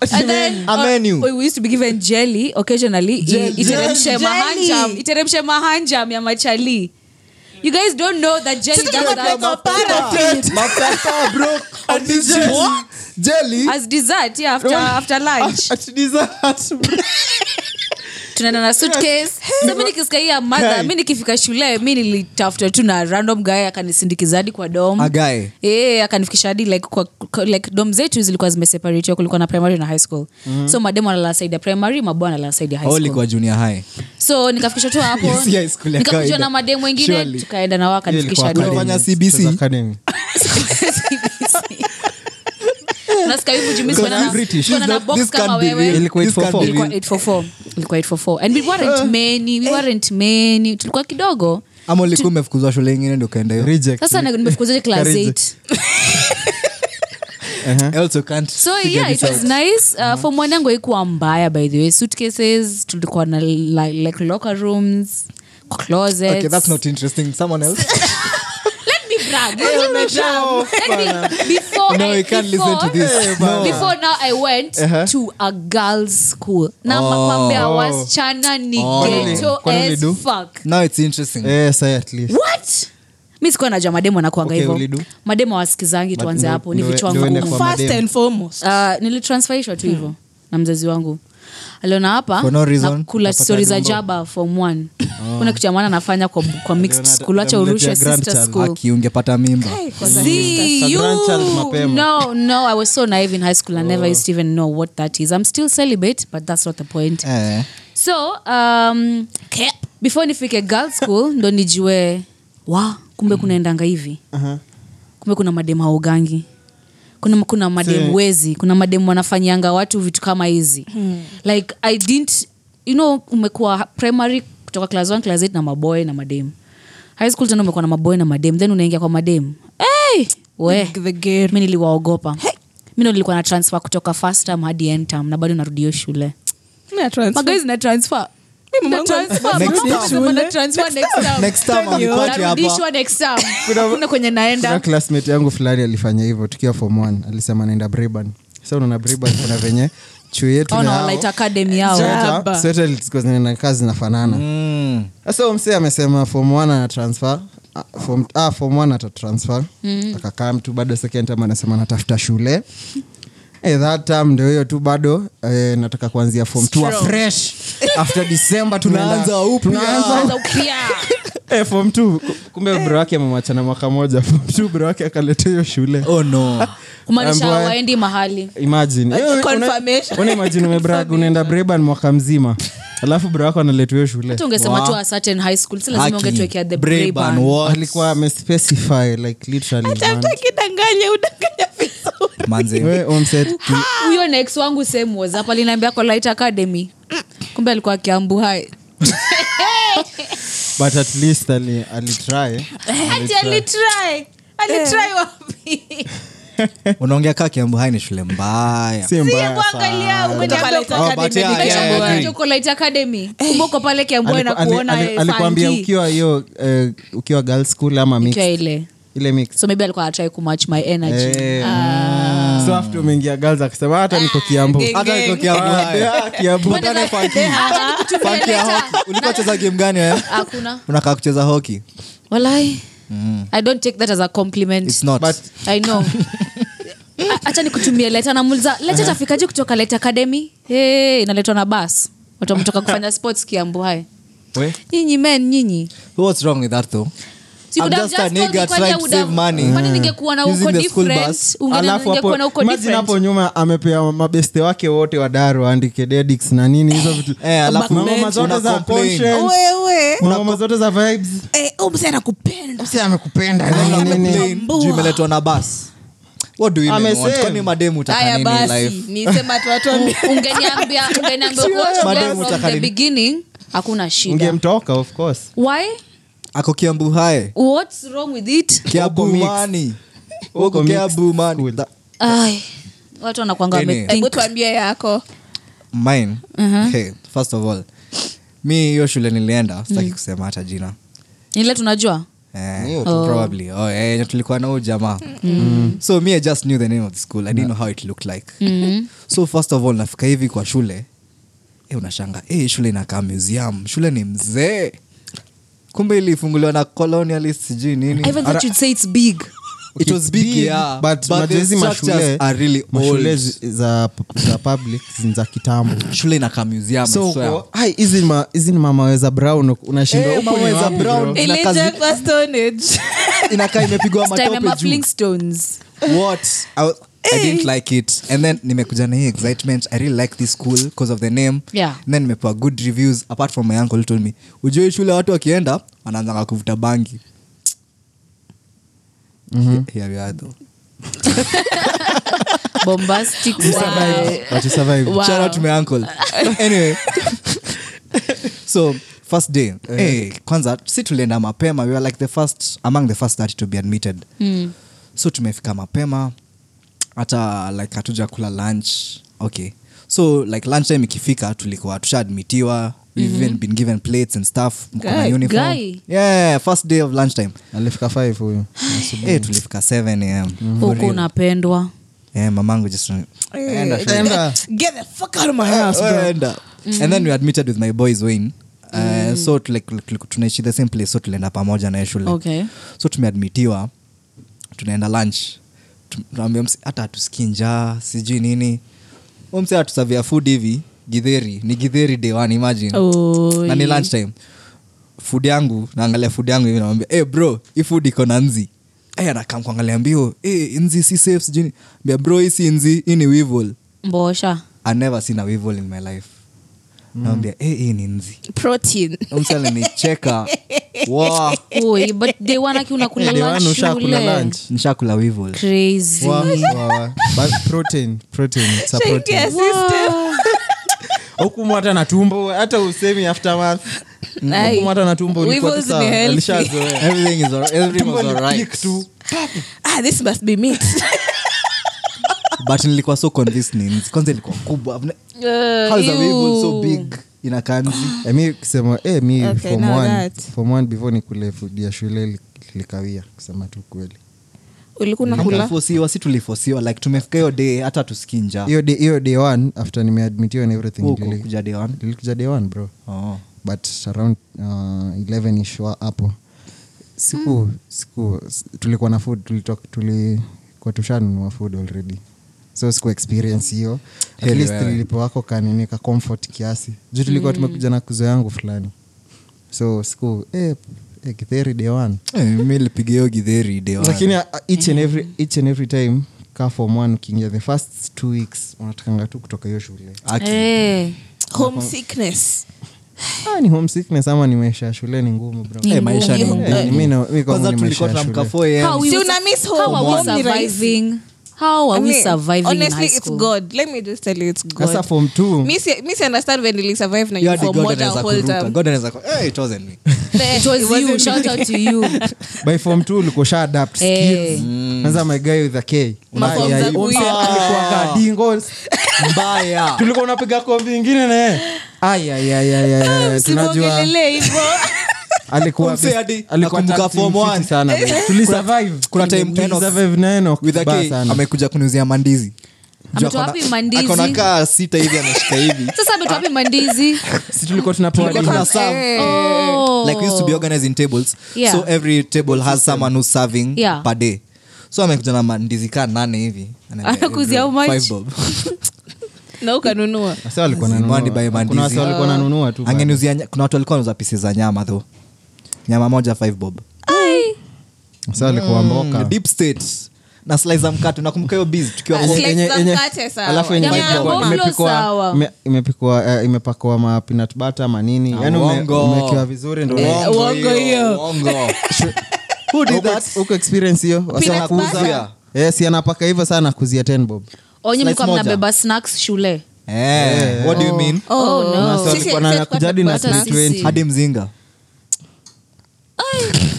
Speaker 2: and then
Speaker 3: A menu.
Speaker 2: or, we used to be given jelly occasionally
Speaker 3: Jelly.
Speaker 2: I- iteremshe
Speaker 4: Jelly.
Speaker 2: mahanjam iteremshe mahanjam ya machali you guys don't know that jelly
Speaker 4: Sisi
Speaker 2: does
Speaker 4: tulikuwa
Speaker 2: that
Speaker 4: tunaweka para.
Speaker 2: eh,
Speaker 3: Matata, bro. Ati jelly. Jelly?
Speaker 2: as dessert yeah after, after lunch
Speaker 3: Ati dessert, bro.
Speaker 2: tunaenda na suitcase so mi nikisikia hii ya mother mi nikifika shule mi nilitafuta tu na random guy akanisindikiza hadi kwa dom
Speaker 3: A guy.
Speaker 2: Eh, akanifikisha hadi like, kwa, kwa, like dom zetu zilikuwa zimeseparatiwa kulikuwa na primary na high school mm. so mademu analala side ya primary mabwana analala side ya high
Speaker 3: Au
Speaker 2: school
Speaker 3: Mm-hmm. Oh, ulikuwa junior high
Speaker 2: so nikafikisha tu hapo
Speaker 3: Si high school ya
Speaker 2: nikakuja
Speaker 3: kawaida.
Speaker 2: na mademu wengine
Speaker 3: Surely.
Speaker 2: tukaenda na wao akanifikisha
Speaker 3: ilikuwa
Speaker 2: dom
Speaker 3: academy.
Speaker 6: Academy.
Speaker 3: CBC.
Speaker 6: It was academy.
Speaker 2: nasikia hivi jumi
Speaker 3: Because
Speaker 2: kuna na-
Speaker 3: I'm British.
Speaker 2: kuna na
Speaker 3: This
Speaker 2: box
Speaker 3: can't
Speaker 2: kama
Speaker 3: be
Speaker 2: wewe
Speaker 3: real.
Speaker 6: Ilikuwa
Speaker 3: This can't
Speaker 6: 844.
Speaker 3: be real.
Speaker 2: ilikuwa 844 ilikuwa 844 and we weren't
Speaker 3: Ah.
Speaker 2: many we weren't many tulikuwa kidogo
Speaker 3: ama ulikuwa umefukuzwa shule ingine ndio ukaenda hiyo?
Speaker 6: Reject.
Speaker 2: sasa na- nimefukuzaje class
Speaker 6: Karibu.
Speaker 2: 8
Speaker 3: I also can't
Speaker 2: so
Speaker 3: figure
Speaker 2: yeah
Speaker 3: this
Speaker 2: it was
Speaker 3: out.
Speaker 2: nice uh, for mwanangu haikuwa mbaya by the way suitcases tulikuwa na li- like locker rooms kwa closets
Speaker 3: Okay, that's not interesting. Someone else.
Speaker 2: Let me brag. Let me
Speaker 3: show.
Speaker 2: brag. Let me before.
Speaker 3: oh, No,
Speaker 2: I,
Speaker 3: you can't
Speaker 2: before,
Speaker 3: listen to this. No. Uh-huh.
Speaker 2: Before now, I went to a girls' school. Na
Speaker 3: Oh.
Speaker 2: makwambia wasichana ni ghetto
Speaker 6: Kwani
Speaker 2: as
Speaker 6: ulidu?
Speaker 2: fuck.
Speaker 3: Now it's interesting.
Speaker 6: Eh, say at least.
Speaker 2: What? mi sikuwa najua mademu anakuanga
Speaker 6: Okay,
Speaker 2: hivyo
Speaker 6: ulidu?
Speaker 2: mademu awasikizangi tuanze
Speaker 6: ndo-
Speaker 2: hapo ni
Speaker 6: ndo-
Speaker 2: vichwa
Speaker 6: ndo uende
Speaker 2: ngumu
Speaker 6: kwa-
Speaker 4: first
Speaker 6: madem.
Speaker 4: and foremost
Speaker 2: uh, nilitransferishwa tu hivyo na mzazi wangu aliona hapa
Speaker 3: For no reason,
Speaker 2: na kula
Speaker 3: kapata
Speaker 2: stori za
Speaker 3: dumbo.
Speaker 2: jaba form one kuna kitu ya maana anafanya kwa, kwa mixed
Speaker 6: Aliona
Speaker 2: school acha
Speaker 6: atamletea
Speaker 2: urushe sister
Speaker 6: grandchild.
Speaker 2: school
Speaker 3: Aki, ungepata mimba
Speaker 2: See
Speaker 6: Sister.
Speaker 2: you.
Speaker 6: Grandchild mapema.
Speaker 2: No, no, I was so naive in high school. I never used to even know what that is. I'm still celibate, but that's not the point.
Speaker 3: Eh.
Speaker 2: So, um, before nifike girl school, ndo nijue, wa, kumbe kunaendanga hivi.
Speaker 6: Aha.
Speaker 2: Kumbe kuna mademu haugangi. Kuna, kuna mademu
Speaker 6: See.
Speaker 2: wezi. Kuna mademu wanafanyanga watu vitu kama hizi.
Speaker 4: Hmm.
Speaker 2: Like, I didn't, you know, umekuwa primary kutoka class 1, class 8 na maboy na mademu. High school tena umekuwa na maboy na mademu. Then unaingia kwa mademu. Hey! We
Speaker 4: the girl
Speaker 2: mi niliwaogopa mi ndo nilikuwa na transfer kutoka first term hadi end term na bado narudi hiyo shule
Speaker 4: na transfer
Speaker 2: magaizi na transfer
Speaker 4: Mimi
Speaker 2: Na
Speaker 4: mwanangu-
Speaker 2: transfer,
Speaker 3: Next
Speaker 2: mama
Speaker 3: term.
Speaker 2: anasema na transfer next term.
Speaker 3: Next term, amepati hapa.
Speaker 2: Narudishwa next term. Hakuna kwenye
Speaker 6: Kuna
Speaker 2: naenda
Speaker 6: classmate yangu fulani alifanya hivyo tukiwa form one alisema naenda briban sa unaona briban kuna venye chuo yetu
Speaker 2: Ona
Speaker 6: na hao,
Speaker 2: Oh, wanaita academy yao.
Speaker 4: Ja.
Speaker 6: sweta-
Speaker 4: Jaba.
Speaker 6: sweta zilikuwa zinakaa zinafanana
Speaker 3: Mm.
Speaker 6: sasa huyo msee amesema form one ana transfer ah, form- ah, form one ata transfer
Speaker 2: Mm.
Speaker 6: akakaa mtu bado second term anasema natafuta shule Eh, that term ndio hiyo tu bado eh, nataka kuanzia form two afresh after december
Speaker 3: Tunaanza upya.
Speaker 6: tunaanza
Speaker 2: Sasa upya.
Speaker 6: Eh, form two ku- kumbe bro wake amemwachana mwaka moja form two bro wake akaleta hiyo shule
Speaker 3: Oh, no.
Speaker 2: kumaanisha
Speaker 6: Ambaye-
Speaker 2: waendi mahali
Speaker 6: imagine Eh, una-
Speaker 4: confirmation.
Speaker 6: una imagine umebrag unaenda breban mwaka mzima alafu bro wako analetwa hiyo shule
Speaker 2: hata ungesema
Speaker 3: Wow.
Speaker 2: tu a certain high school si lazima
Speaker 3: Haki.
Speaker 2: ungetuekea the
Speaker 3: Braban,
Speaker 2: Braban.
Speaker 3: what?
Speaker 6: alikuwa amespecify like literally man.
Speaker 4: takidanganye udanganya vizuri
Speaker 3: Manze.
Speaker 6: Wewe, Omset,
Speaker 2: huyo next wangu same was hapa aliniambia kwa light academy Mm. kumbe alikuwa kiambu hai
Speaker 6: but at least ali- alitry
Speaker 2: Ati alitry alitry wapi
Speaker 6: Eh.
Speaker 3: unaongea kaa kiambu hai ni shule mbaya
Speaker 6: si mbaya
Speaker 2: kuangalia
Speaker 4: Kutoka Light
Speaker 3: Oh, but
Speaker 4: Academy
Speaker 3: yeah,
Speaker 4: hadi
Speaker 3: yeah,
Speaker 4: Kiambu.
Speaker 3: yeah. agree.
Speaker 2: kumbuko pale kiambwe na
Speaker 6: Aliku- ali-
Speaker 2: kuona
Speaker 6: Eh. ali-
Speaker 2: eh,
Speaker 6: alikuambia
Speaker 2: funky.
Speaker 6: ukiwa hiyo eh, ukiwa girl school ama mix,
Speaker 2: Ikiwa ile
Speaker 6: ile mix
Speaker 2: so maybe alikuwa atrai kumatch my energy
Speaker 6: Eh. so after umeingia girls akisema hata niko kiambu
Speaker 3: hata iko kiambu hai
Speaker 6: Ah, kiambu
Speaker 3: Mbona funky? Funky ya hockey. ulikuwa cheza game gani eh?
Speaker 2: hakuna
Speaker 3: unakaa kucheza hoki
Speaker 2: walai i don't take that as a compliment
Speaker 3: Mm-hmm. its not
Speaker 6: but
Speaker 2: i know A- acha nikutumie leta namuliza leta
Speaker 3: Uh-huh.
Speaker 2: tafikaji kutoka let academy hey, inaletwa na bas watu wametoka kufanya sports kiambu hai
Speaker 3: We?
Speaker 2: nyinyi men nyinyi
Speaker 3: what's wrong with that though
Speaker 2: Si
Speaker 3: I'm
Speaker 2: would have
Speaker 3: just a
Speaker 2: just called
Speaker 3: nigga
Speaker 2: me kwani
Speaker 3: trying to
Speaker 2: I would have-
Speaker 3: save money. Mm.
Speaker 2: kwani ningekuwa na
Speaker 3: Using
Speaker 2: uko
Speaker 3: the school
Speaker 2: different,
Speaker 3: bus.
Speaker 2: ungene-
Speaker 6: Alafu hapo-
Speaker 2: ningekuwa na uko
Speaker 6: imagine
Speaker 2: different.
Speaker 6: hapo nyuma amepea mabeste wake wote wadaru andike dedix na nini hizo vitu
Speaker 3: Eh, alafu
Speaker 6: mama zote
Speaker 3: una
Speaker 6: za
Speaker 3: complain.
Speaker 6: conscience,
Speaker 4: wewe
Speaker 6: mama zote za vibes
Speaker 4: eh, huyu mzee anakupenda
Speaker 6: Mse amekupenda nini, nini.
Speaker 4: Tambua.
Speaker 3: juu imeletwa na bas what do women
Speaker 6: Amesema.
Speaker 3: want? Kwani mademu
Speaker 4: haya basi
Speaker 3: utakanini
Speaker 4: nisema tuwatuambia
Speaker 2: ungeniambia ungeniambia ukiwa
Speaker 3: Madam
Speaker 2: shule from
Speaker 3: Mutakarini.
Speaker 2: the beginning hakuna shida
Speaker 6: ungemtoka of course
Speaker 2: why
Speaker 3: ako kiambu hai
Speaker 2: what's wrong with it
Speaker 3: kiabu
Speaker 6: mixed.
Speaker 3: mani
Speaker 6: Huko
Speaker 3: huko
Speaker 6: mixed
Speaker 3: kiabu mani
Speaker 6: school.
Speaker 2: Ai, watu wanakwanga
Speaker 3: Nini?
Speaker 4: hebu
Speaker 2: wamethink
Speaker 4: tuambie yako
Speaker 3: mine
Speaker 2: Uh-huh.
Speaker 3: hey, first of all mi hiyo shule nilienda
Speaker 2: Mm.
Speaker 3: sitaki kusema hata jina
Speaker 2: ile tunajua
Speaker 3: Eh, probably. Oh, eh, tulikuwa na huyu jamaa
Speaker 2: Mm.
Speaker 3: Mm. so me i just knew the name of the school i didn't know how it looked like
Speaker 2: Mm-hmm.
Speaker 3: so first of all nafika hivi kwa shule eh, unashanga eh, shule inakaa museum shule ni mzee kumbe ilifunguliwa na colonialist sijui nini
Speaker 2: I even thought you'd say it's big
Speaker 3: it was big, yeah,
Speaker 6: but
Speaker 3: but the
Speaker 6: majezi mashule
Speaker 3: structures are really
Speaker 6: mashule
Speaker 3: old.
Speaker 6: zi- za za public ni za kitambo
Speaker 3: shule inakaa museum
Speaker 6: so oh,
Speaker 3: I swear.
Speaker 6: uko- hai, hizi ni ma- hizi ni mamaweza brown uko- unashindwa
Speaker 3: Eh,
Speaker 6: huku ni
Speaker 3: mamaweza
Speaker 6: wapi,
Speaker 3: brown.
Speaker 6: bro?
Speaker 3: Ina kazi-
Speaker 4: ilijengwa stone age
Speaker 3: inakaa imepigwa
Speaker 2: time
Speaker 3: matope juu
Speaker 2: muffling stones
Speaker 3: what I, was- I didn't like it and then nimekuja na hii excitement i really like this school because of the name
Speaker 2: Yeah.
Speaker 3: and then nimepewa good reviews apart from my uncle who told me ujue shule watu wakienda wanaanzanga kuvuta bangi
Speaker 6: Mhm.
Speaker 3: Here- here we are though.
Speaker 2: bombastic wow.
Speaker 6: But you survive.
Speaker 2: Wow.
Speaker 3: Shout out to my uncle. anyway so first day eh, kwanza si tulienda mapema we were like the first among the first 30 to be admitted
Speaker 2: Hmm.
Speaker 3: mm. so tumefika mapema hata like hatuja kula lunch okay so like lunch time ikifika tulikuwa tushaadmitiwa we've even been given plates and stuff mko na
Speaker 4: Guy,
Speaker 3: uniform
Speaker 2: guy.
Speaker 3: yeah first day of lunch time
Speaker 6: alifika 5 huyu
Speaker 3: eh, tulifika 7 am For
Speaker 2: huku
Speaker 3: real.
Speaker 2: unapendwa
Speaker 3: eh, mamangu just enda shule.
Speaker 4: Eh, get the fuck out of my
Speaker 2: Ah,
Speaker 4: house
Speaker 3: Waenda. Ah, and then we admitted with my boys wayne Uh,
Speaker 2: Mm.
Speaker 3: so tu- like, like, like, tunaishi the same place so tulienda pamoja naye shule
Speaker 2: Okay.
Speaker 3: so tumeadmitiwa tunaenda lunch Tu- tunaambia msi hata hatusikii njaa sijui nini msi hatusavia food hivi gidheri ni gidheri day one imagine
Speaker 2: Oi.
Speaker 3: na ni lunch time food yangu naangalia food yangu hivi namwambia hey bro hii food iko na nzi hey, anakam kuangalia mbio hey, nzi si safe sijui nini." Ambia, bro hii si nzi hii ni weevil
Speaker 2: mbosha
Speaker 3: I never seen a weevil in my life. Naambia eh hii ni nzi.
Speaker 4: protein
Speaker 3: Mtu alinicheka. Wa,
Speaker 2: Oi, but day one aki unakula
Speaker 6: Day one
Speaker 2: lunch
Speaker 6: ushakula
Speaker 2: shule.
Speaker 6: lunch.
Speaker 3: nishakula weevil.
Speaker 2: Crazy.
Speaker 6: Wa- wa- wa. But protein, protein, it's a protein.
Speaker 4: Yes, sister.
Speaker 6: hukumu hata na tumbo hata usemi aftermath
Speaker 4: Ai.
Speaker 6: hukumu hata na tumbo ulikuwa tu
Speaker 4: Weevils
Speaker 6: sawa,
Speaker 4: ni healthy.
Speaker 6: alishazoea.
Speaker 3: Everything is alright. Everything
Speaker 6: Tumbo
Speaker 3: was
Speaker 6: lipick
Speaker 3: alright.
Speaker 6: tu.
Speaker 4: ah this must be meat
Speaker 3: But nilikuwa so convinced ni nzi. Kwanza ilikuwa kubwa. How is a weevil so big? Inakaa nzi.
Speaker 6: Eh, mi kusema eh, mi
Speaker 4: Okay,
Speaker 6: form
Speaker 4: now
Speaker 6: one-
Speaker 4: that.
Speaker 6: form one before nikule food ya shule li- likawia kusema tu kweli
Speaker 4: ulikuwa nakula
Speaker 3: Tulifosiwa, si tulifosiwa like tumefika hiyo day hata tusikii njaa.
Speaker 6: hiyo day- hiyo day one after nimeadmitiwa and everything
Speaker 3: Huko
Speaker 6: nili-
Speaker 3: kuja day one.
Speaker 6: nilikuja day one bro
Speaker 3: Oh.
Speaker 6: but around uh, 11 ish wa- hapo siku siku s- tulikuwa na food tulitok- tulikuwa tushanunua food already so siku experience hiyo at
Speaker 3: Heri
Speaker 6: least
Speaker 3: wewe.
Speaker 6: nilipowako kanini ka comfort kiasi juu tulikuwa tumekuja na kuzo yangu fulani so siku eh, eh, kitheri day one
Speaker 3: Eh, mimi nilipiga hiyo githeri day one.
Speaker 6: lakini uh, each and every, each and every time ka form one ukiingia the first two weeks unatakanga tu kutoka hiyo shule
Speaker 3: Aki.
Speaker 2: Eh,
Speaker 4: homesickness
Speaker 6: ah, ni homesickness ama ni maisha ya shule ni ngumu bro
Speaker 3: Eh, maisha ni
Speaker 6: Eh,
Speaker 3: ngumu.
Speaker 6: mi na- mi kwangu
Speaker 3: Kwanza
Speaker 6: ni maisha
Speaker 3: tulikuwa
Speaker 6: ya shule.
Speaker 3: tunaamka 4 a.m.
Speaker 2: how we-
Speaker 4: Si una miss
Speaker 2: how are we
Speaker 4: home, ni rahisi.
Speaker 2: surviving? How are we
Speaker 4: I mean,
Speaker 2: surviving in
Speaker 4: honestly
Speaker 2: high
Speaker 4: it's
Speaker 2: school?
Speaker 4: god let me just tell you it's
Speaker 6: Sasa
Speaker 4: god
Speaker 6: form two,
Speaker 4: mi si mi si understand when nilisurvive na
Speaker 3: Hiyo
Speaker 4: you
Speaker 3: hadi
Speaker 4: for
Speaker 3: God
Speaker 4: more than
Speaker 3: anaweza
Speaker 4: whole
Speaker 3: kuruka.
Speaker 4: time
Speaker 3: God anaweza ku- eh, it wasn't me.
Speaker 2: It was you. Shout out to you.
Speaker 6: by form two ulikuwa usha adapt
Speaker 2: Eh.
Speaker 6: skills. Kwanza my guy with a K.
Speaker 4: Unakuwa
Speaker 6: Bye,
Speaker 4: mzazi
Speaker 6: ya-
Speaker 4: huyu.
Speaker 3: Ah.
Speaker 6: Msa- alikuwa kadingos.
Speaker 3: mbaya
Speaker 6: tulikuwa unapiga kombi ingine naye Ai, ai, ai, ai, ai,
Speaker 4: Oh,
Speaker 6: ai. eh, tunajua
Speaker 4: Msimuongelele hivyo
Speaker 6: alikuwa
Speaker 3: Mse
Speaker 6: best-
Speaker 3: hadi
Speaker 6: alikuwa
Speaker 3: nakumbuka
Speaker 6: top
Speaker 3: form
Speaker 6: team
Speaker 3: one. Eh.
Speaker 6: fiti sana bro. Tulisurvive.
Speaker 3: kuna time Enoch
Speaker 6: Tulisurvive na Enoch
Speaker 3: with a
Speaker 6: vibaya
Speaker 3: K,
Speaker 6: sana.
Speaker 3: amekuja kuniuzia mandizi
Speaker 2: Ametoa wapi mandizi?
Speaker 3: kaa sita hivi ameshika hivi
Speaker 2: Sasa ametuapi mandizi.
Speaker 6: Si tulikuwa tunapewa
Speaker 3: Tulikuwa
Speaker 6: dinner.
Speaker 3: tuna serve. like we used to be organized in tables
Speaker 2: Eh, oh. Yeah.
Speaker 3: so every table has someone who's serving
Speaker 2: Yeah.
Speaker 3: per day so amekuja na mandizi kaa nane hivi eh, Ananiambia,
Speaker 2: Anakuzia
Speaker 3: "Hey, bro,
Speaker 2: how much?"
Speaker 3: five bob.
Speaker 4: na ukanunua
Speaker 6: Wase walikuwa
Speaker 3: Mandibay
Speaker 6: wananunua. Kuna
Speaker 3: Mandizi.
Speaker 6: wase walikuwa nanunua tu bado.
Speaker 3: Angeniuzia nya- kuna watu walikuwa wanauza pieces za nyama tho nyama moja five bob
Speaker 6: Wase walikuwa mboka.
Speaker 3: Mm, deep state na slice za mkate nakumbuka hiyo biz tukiwa
Speaker 4: Ah,
Speaker 3: kwa-
Speaker 4: slice
Speaker 6: Yenye-
Speaker 4: za
Speaker 6: yenye-
Speaker 4: mkate, sawa.
Speaker 6: alafu yenye
Speaker 2: Nyama ya
Speaker 6: imepikwa-
Speaker 2: buffalo,
Speaker 6: imepikwa-
Speaker 2: sawa.
Speaker 6: ime- imepikwa eh, imepakwa ma peanut butter manini
Speaker 3: Ah,
Speaker 6: yani Yaani ume-
Speaker 3: uongo. Eh.
Speaker 6: umekiwa vizuri ndo
Speaker 3: Uongo
Speaker 4: uongo hiyo.
Speaker 3: uongo.
Speaker 6: Who did
Speaker 3: Huko-
Speaker 6: that? huko experience hiyo wase
Speaker 4: Peanut
Speaker 6: wanakuuza.
Speaker 3: butter?
Speaker 6: yes anapaka hivyo sana kuzia 10 bob
Speaker 2: Oh. onye
Speaker 3: Slice
Speaker 2: mlikuwa
Speaker 3: moja.
Speaker 2: mnabeba snacks shule
Speaker 3: Eh, what do you mean?
Speaker 4: Oh, no.
Speaker 6: Kuna wase
Speaker 4: Sisi-
Speaker 6: walikuwa
Speaker 4: sisi
Speaker 6: na-
Speaker 4: tulikuwa
Speaker 6: kujadi na
Speaker 4: tunapata-
Speaker 2: sisi.
Speaker 6: 20.
Speaker 3: hadi mzinga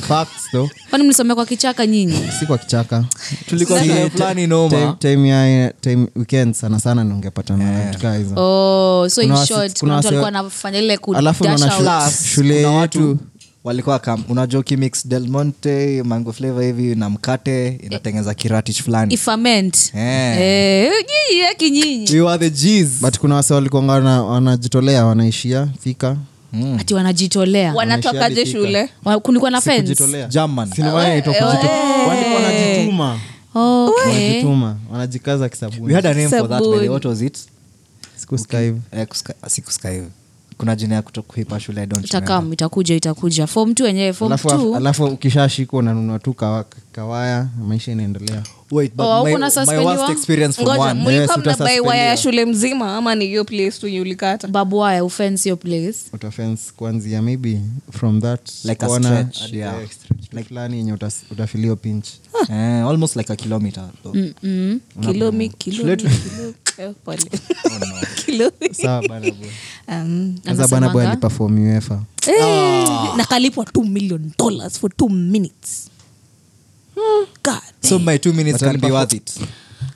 Speaker 6: Facts though.
Speaker 2: kwani mlisomea kwa kichaka nyinyi
Speaker 6: si kwa kichaka
Speaker 3: tulikuwa
Speaker 6: Si-
Speaker 3: na
Speaker 6: ti-
Speaker 3: plani noma
Speaker 6: time- time ya- time weekend sana sana ningepata na vitu kaa hizo
Speaker 2: oh so in
Speaker 6: Kuna wasi- kuna
Speaker 2: short kuna mtu
Speaker 6: wasi-
Speaker 2: alikuwa anafanya ile ku
Speaker 6: Alafu
Speaker 2: dash
Speaker 6: unaona shule-
Speaker 2: out.
Speaker 3: Plus,
Speaker 6: shule
Speaker 3: kuna
Speaker 6: yetu-
Speaker 3: watu walikuwa kam unajua ukimix del monte mango flavor hivi na mkate inatengeneza kiratich fulani
Speaker 2: ifament
Speaker 3: Eh.
Speaker 2: Eh, nyinyi yaki nyinyi
Speaker 3: we were the gs
Speaker 6: but kuna wase walikuanga wana- wanajitolea wanaishia fika Hmm.
Speaker 2: ati wanajitolea
Speaker 4: wanatokaje shule
Speaker 2: Wa- kulikuwa na fence
Speaker 6: kujitolea
Speaker 3: german
Speaker 2: Oh,
Speaker 6: sinaitwa
Speaker 2: eh,
Speaker 6: wanajituma
Speaker 2: okay
Speaker 6: wanajituma wanajikaza
Speaker 3: we
Speaker 6: kisabuni
Speaker 3: had a name for that by the way. what was it
Speaker 6: sikusikia hivi
Speaker 3: eh, kuska- si kuska hivi kuna jina ya kuto- kuipa shule I don't remember.
Speaker 2: itakam itakuja itakuja fom t wenyewe fom
Speaker 6: Alafu-
Speaker 2: t
Speaker 6: alafu ukishashikwa unanunua tu kawa- kawaya maisha inaendelea
Speaker 3: Wait, but
Speaker 2: Oh,
Speaker 3: my-
Speaker 2: kuna
Speaker 3: my
Speaker 2: suspendiwa?
Speaker 3: worst experience from
Speaker 4: ngoja
Speaker 3: one.
Speaker 6: Yes,
Speaker 4: mlikuwa mnabai
Speaker 6: utasuspendiwa.
Speaker 4: waya ya shule mzima ama ni hiyo place tu yenye ulikata
Speaker 2: babu waya ufensi yo place
Speaker 6: utafence kuanzia maybe from that
Speaker 3: Like a
Speaker 6: corner
Speaker 3: stretch,
Speaker 6: hadi
Speaker 3: yeah.
Speaker 6: there, stretch tu fulani yenye utas- utafilio pinch
Speaker 3: Eh, almost like a kilometer though.
Speaker 4: kilomi kilomi Eh, pole. Kilomi.
Speaker 6: sawa bana boy.
Speaker 4: Um,
Speaker 6: Sasa bana boy aliperform uefa
Speaker 4: Eh, Ah. nakalipwa 2 million dollars for 2 minutes Hmm, God,
Speaker 3: so my two minutes can be worth it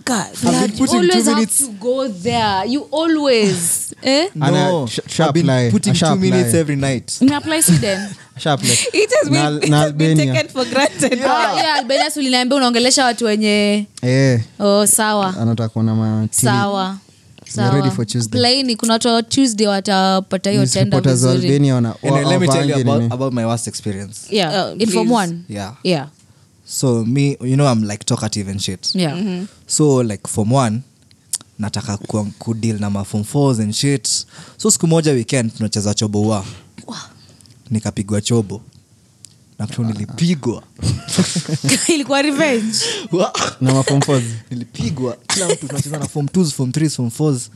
Speaker 4: God.
Speaker 3: I've been putting
Speaker 2: always
Speaker 3: two
Speaker 2: have
Speaker 3: minutes-
Speaker 2: to go there you always eh?
Speaker 6: Ana-
Speaker 3: No,
Speaker 6: sh- sharp
Speaker 3: I've been
Speaker 6: lie,
Speaker 3: putting
Speaker 6: a sharp
Speaker 3: two minutes
Speaker 6: lie.
Speaker 3: every night.
Speaker 2: mmeapply student
Speaker 6: Sharp left.
Speaker 4: It has been-
Speaker 6: Na-
Speaker 4: it
Speaker 6: na
Speaker 4: has been
Speaker 6: Albania.
Speaker 4: taken for granted.
Speaker 2: Ah, albenias uliniambia unaongelesha watu wenye
Speaker 6: Eh,
Speaker 2: oh, sawa
Speaker 6: anataka kuona ma-
Speaker 2: sawa
Speaker 6: We're ready for
Speaker 2: sawa
Speaker 6: Tuesday.
Speaker 2: plaini kuna watu wa tuesday watapata hiyo
Speaker 6: News
Speaker 2: tenda
Speaker 6: reporters wa
Speaker 2: vizuri
Speaker 6: Albania wana-
Speaker 3: And
Speaker 6: wa-
Speaker 3: then let me tell you
Speaker 6: wavange
Speaker 3: about,
Speaker 6: nini.
Speaker 3: about my worst experience.
Speaker 2: yeah
Speaker 4: Oh,
Speaker 2: in form
Speaker 4: please.
Speaker 2: Uh, one
Speaker 3: Yeah.
Speaker 2: yeah
Speaker 3: So me, you know, I'm like talkative and shit.
Speaker 2: yeah
Speaker 4: Mm-hmm.
Speaker 3: so like form one nataka ku- kudeal na mafom fours and shit so siku moja weekend tunacheza chobo wa nikapigwa chobo na tu nilipigwa
Speaker 2: ilikuwa revenge
Speaker 3: Wa-
Speaker 6: Na ma form fours.
Speaker 3: nilipigwa kila mtu tunacheza na form twos form threes form fours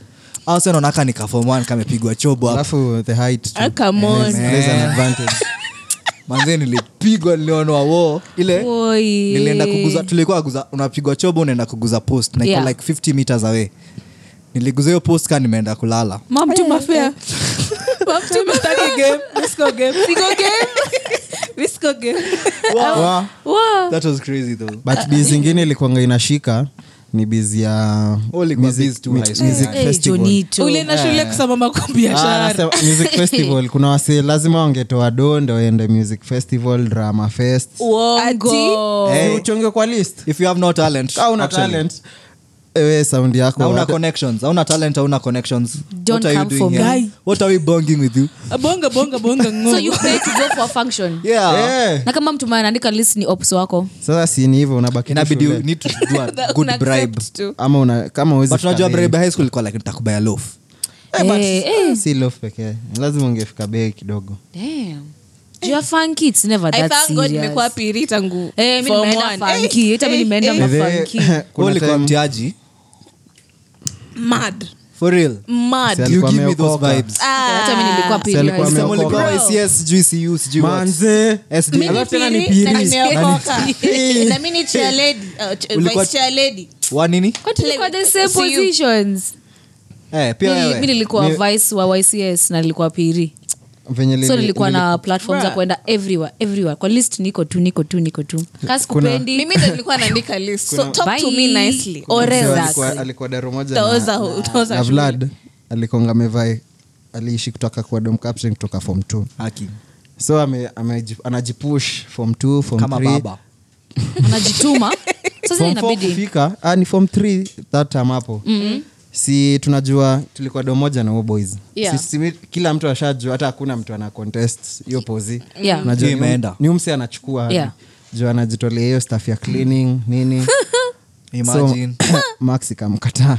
Speaker 3: au sio naonaka nika form one kamepigwa chobo hapa
Speaker 6: alafu the height too.
Speaker 4: Ah, come on.
Speaker 6: There's- there's an advantage.
Speaker 3: manzee nilipigwa nilionwa wo ile nilienda kuguza tulikuwa guza unapigwa chobo unaenda kuguza post na iko
Speaker 2: Yeah.
Speaker 3: like 50 meters away niliguza hiyo post ka nimeenda kulala
Speaker 2: mamtumafea
Speaker 4: Disco game. Disco game.
Speaker 3: Wa- That was crazy though.
Speaker 2: Uh,
Speaker 6: but bi zingine ilikuanga inashika ni bizi ya
Speaker 3: Oh, ilikuwa
Speaker 6: music-
Speaker 3: biz tu high school,
Speaker 6: music
Speaker 3: yeah.
Speaker 6: festival.
Speaker 4: ulienda shule kusamama kwa
Speaker 6: Ah,
Speaker 4: biashara
Speaker 6: anasema music festival kuna wasi lazima wangetoa do ndo waende music festival drama fest
Speaker 2: uongo
Speaker 3: Hey,
Speaker 6: uchonge kwa list
Speaker 3: if you have no talent
Speaker 6: Ka una
Speaker 3: actually.
Speaker 6: talent ewe sound yako
Speaker 3: Na una
Speaker 6: hata-
Speaker 3: connections hauna talent hauna connections
Speaker 2: Don't
Speaker 3: what are you
Speaker 2: come
Speaker 3: doing
Speaker 2: for
Speaker 3: here?
Speaker 2: me.
Speaker 3: what are we bonging with you
Speaker 2: Eh,
Speaker 4: bonga bonga bonga ngo.
Speaker 2: so you pay to go for a function
Speaker 3: yeah
Speaker 6: Eh,
Speaker 2: na kama mtu anaandika list ni ops wako
Speaker 6: sasa si ni hivyo unabaki tu
Speaker 3: inabidi you
Speaker 6: shule.
Speaker 3: need to do a
Speaker 4: Una
Speaker 3: good
Speaker 4: accept
Speaker 3: bribe
Speaker 4: tu.
Speaker 6: ama una, kama huwezi
Speaker 3: but
Speaker 6: fika
Speaker 3: unajua
Speaker 6: bei.
Speaker 3: bribe high school ilikuwa like nitakubaya loaf
Speaker 2: Eh, eh.
Speaker 6: si loaf pekee lazima ungefika bei kidogo
Speaker 2: Damn. Do you have fun kids? Never
Speaker 4: I
Speaker 2: that
Speaker 4: thank God
Speaker 2: serious.
Speaker 4: nimekuwa piri tangu
Speaker 2: Eh, mi
Speaker 4: form
Speaker 2: nimeenda
Speaker 4: one.
Speaker 2: funky.
Speaker 4: Eh,
Speaker 2: Hata mi
Speaker 4: eh,
Speaker 2: nimeenda
Speaker 4: eh,
Speaker 2: ma-
Speaker 6: By the way,
Speaker 2: funky.
Speaker 6: kuna
Speaker 3: Wewe ulikuwa
Speaker 6: time-
Speaker 3: mtiaji
Speaker 4: mad Ah.
Speaker 3: for real
Speaker 4: mad
Speaker 6: Sel-
Speaker 3: you
Speaker 6: Alikuwa
Speaker 3: give me those
Speaker 6: ameokoka.
Speaker 3: vibes
Speaker 2: Hata mi nilikuwa pili
Speaker 6: Si
Speaker 2: high
Speaker 6: alikuwa
Speaker 2: school.
Speaker 3: Sema ulikuwa
Speaker 6: Bro.
Speaker 3: YCS, sijui CU, sijui what.
Speaker 6: manze
Speaker 3: SD.
Speaker 4: Mimi
Speaker 3: Alafu tena
Speaker 4: piri,
Speaker 3: ni piri.
Speaker 4: na nimeokoka.
Speaker 3: Eh.
Speaker 4: Na mi ni chair lady, uh, ch-
Speaker 3: Ulikuwa-
Speaker 4: vice chair lady.
Speaker 3: wa nini
Speaker 2: Kwa tulikuwa the same
Speaker 4: See you.
Speaker 2: positions.
Speaker 3: eh pia
Speaker 2: Mi- mi
Speaker 3: wewe
Speaker 2: nilikuwa vice wa ycs na nilikuwa piri
Speaker 6: venye
Speaker 2: so
Speaker 6: lili-
Speaker 2: nilikuwa na platform za
Speaker 4: Bruh.
Speaker 2: kuenda everywhere everywhere kwa list niko tu niko tu niko tu kasikupendi
Speaker 4: mimi ndo nilikuwa naandika list so talk to me
Speaker 2: Bye.
Speaker 4: nicely
Speaker 6: Oh,
Speaker 2: Kuna-
Speaker 4: or else
Speaker 6: Mzee
Speaker 2: Exactly.
Speaker 6: alikuwa- alikuwa daro moja na-
Speaker 4: utaoza utaoza
Speaker 6: na
Speaker 4: shule.
Speaker 6: vlad alikonga amevaa aliishi kutoka kwa dom captain kutoka form t
Speaker 3: haki
Speaker 6: so ame, ame, anajipush form t form
Speaker 3: kama
Speaker 6: three.
Speaker 3: baba
Speaker 2: najituma sasa
Speaker 6: Form four
Speaker 2: inabidi Mm-hmm.
Speaker 6: kufika ah, ni form th that time hapo si tunajua tulikuwa dom moja na huo boys
Speaker 2: Yeah.
Speaker 6: si, si, kila mtu ashajua hata hakuna mtu ana contest hiyo pozi
Speaker 2: Yeah.
Speaker 6: Unajua
Speaker 3: Hiyo
Speaker 6: ni-
Speaker 3: imeenda.
Speaker 6: ni umse anachukua hadi.
Speaker 2: Yeah.
Speaker 6: juu anajitolea hiyo staff ya cleaning nini
Speaker 3: imagine
Speaker 6: so, max ikamkataa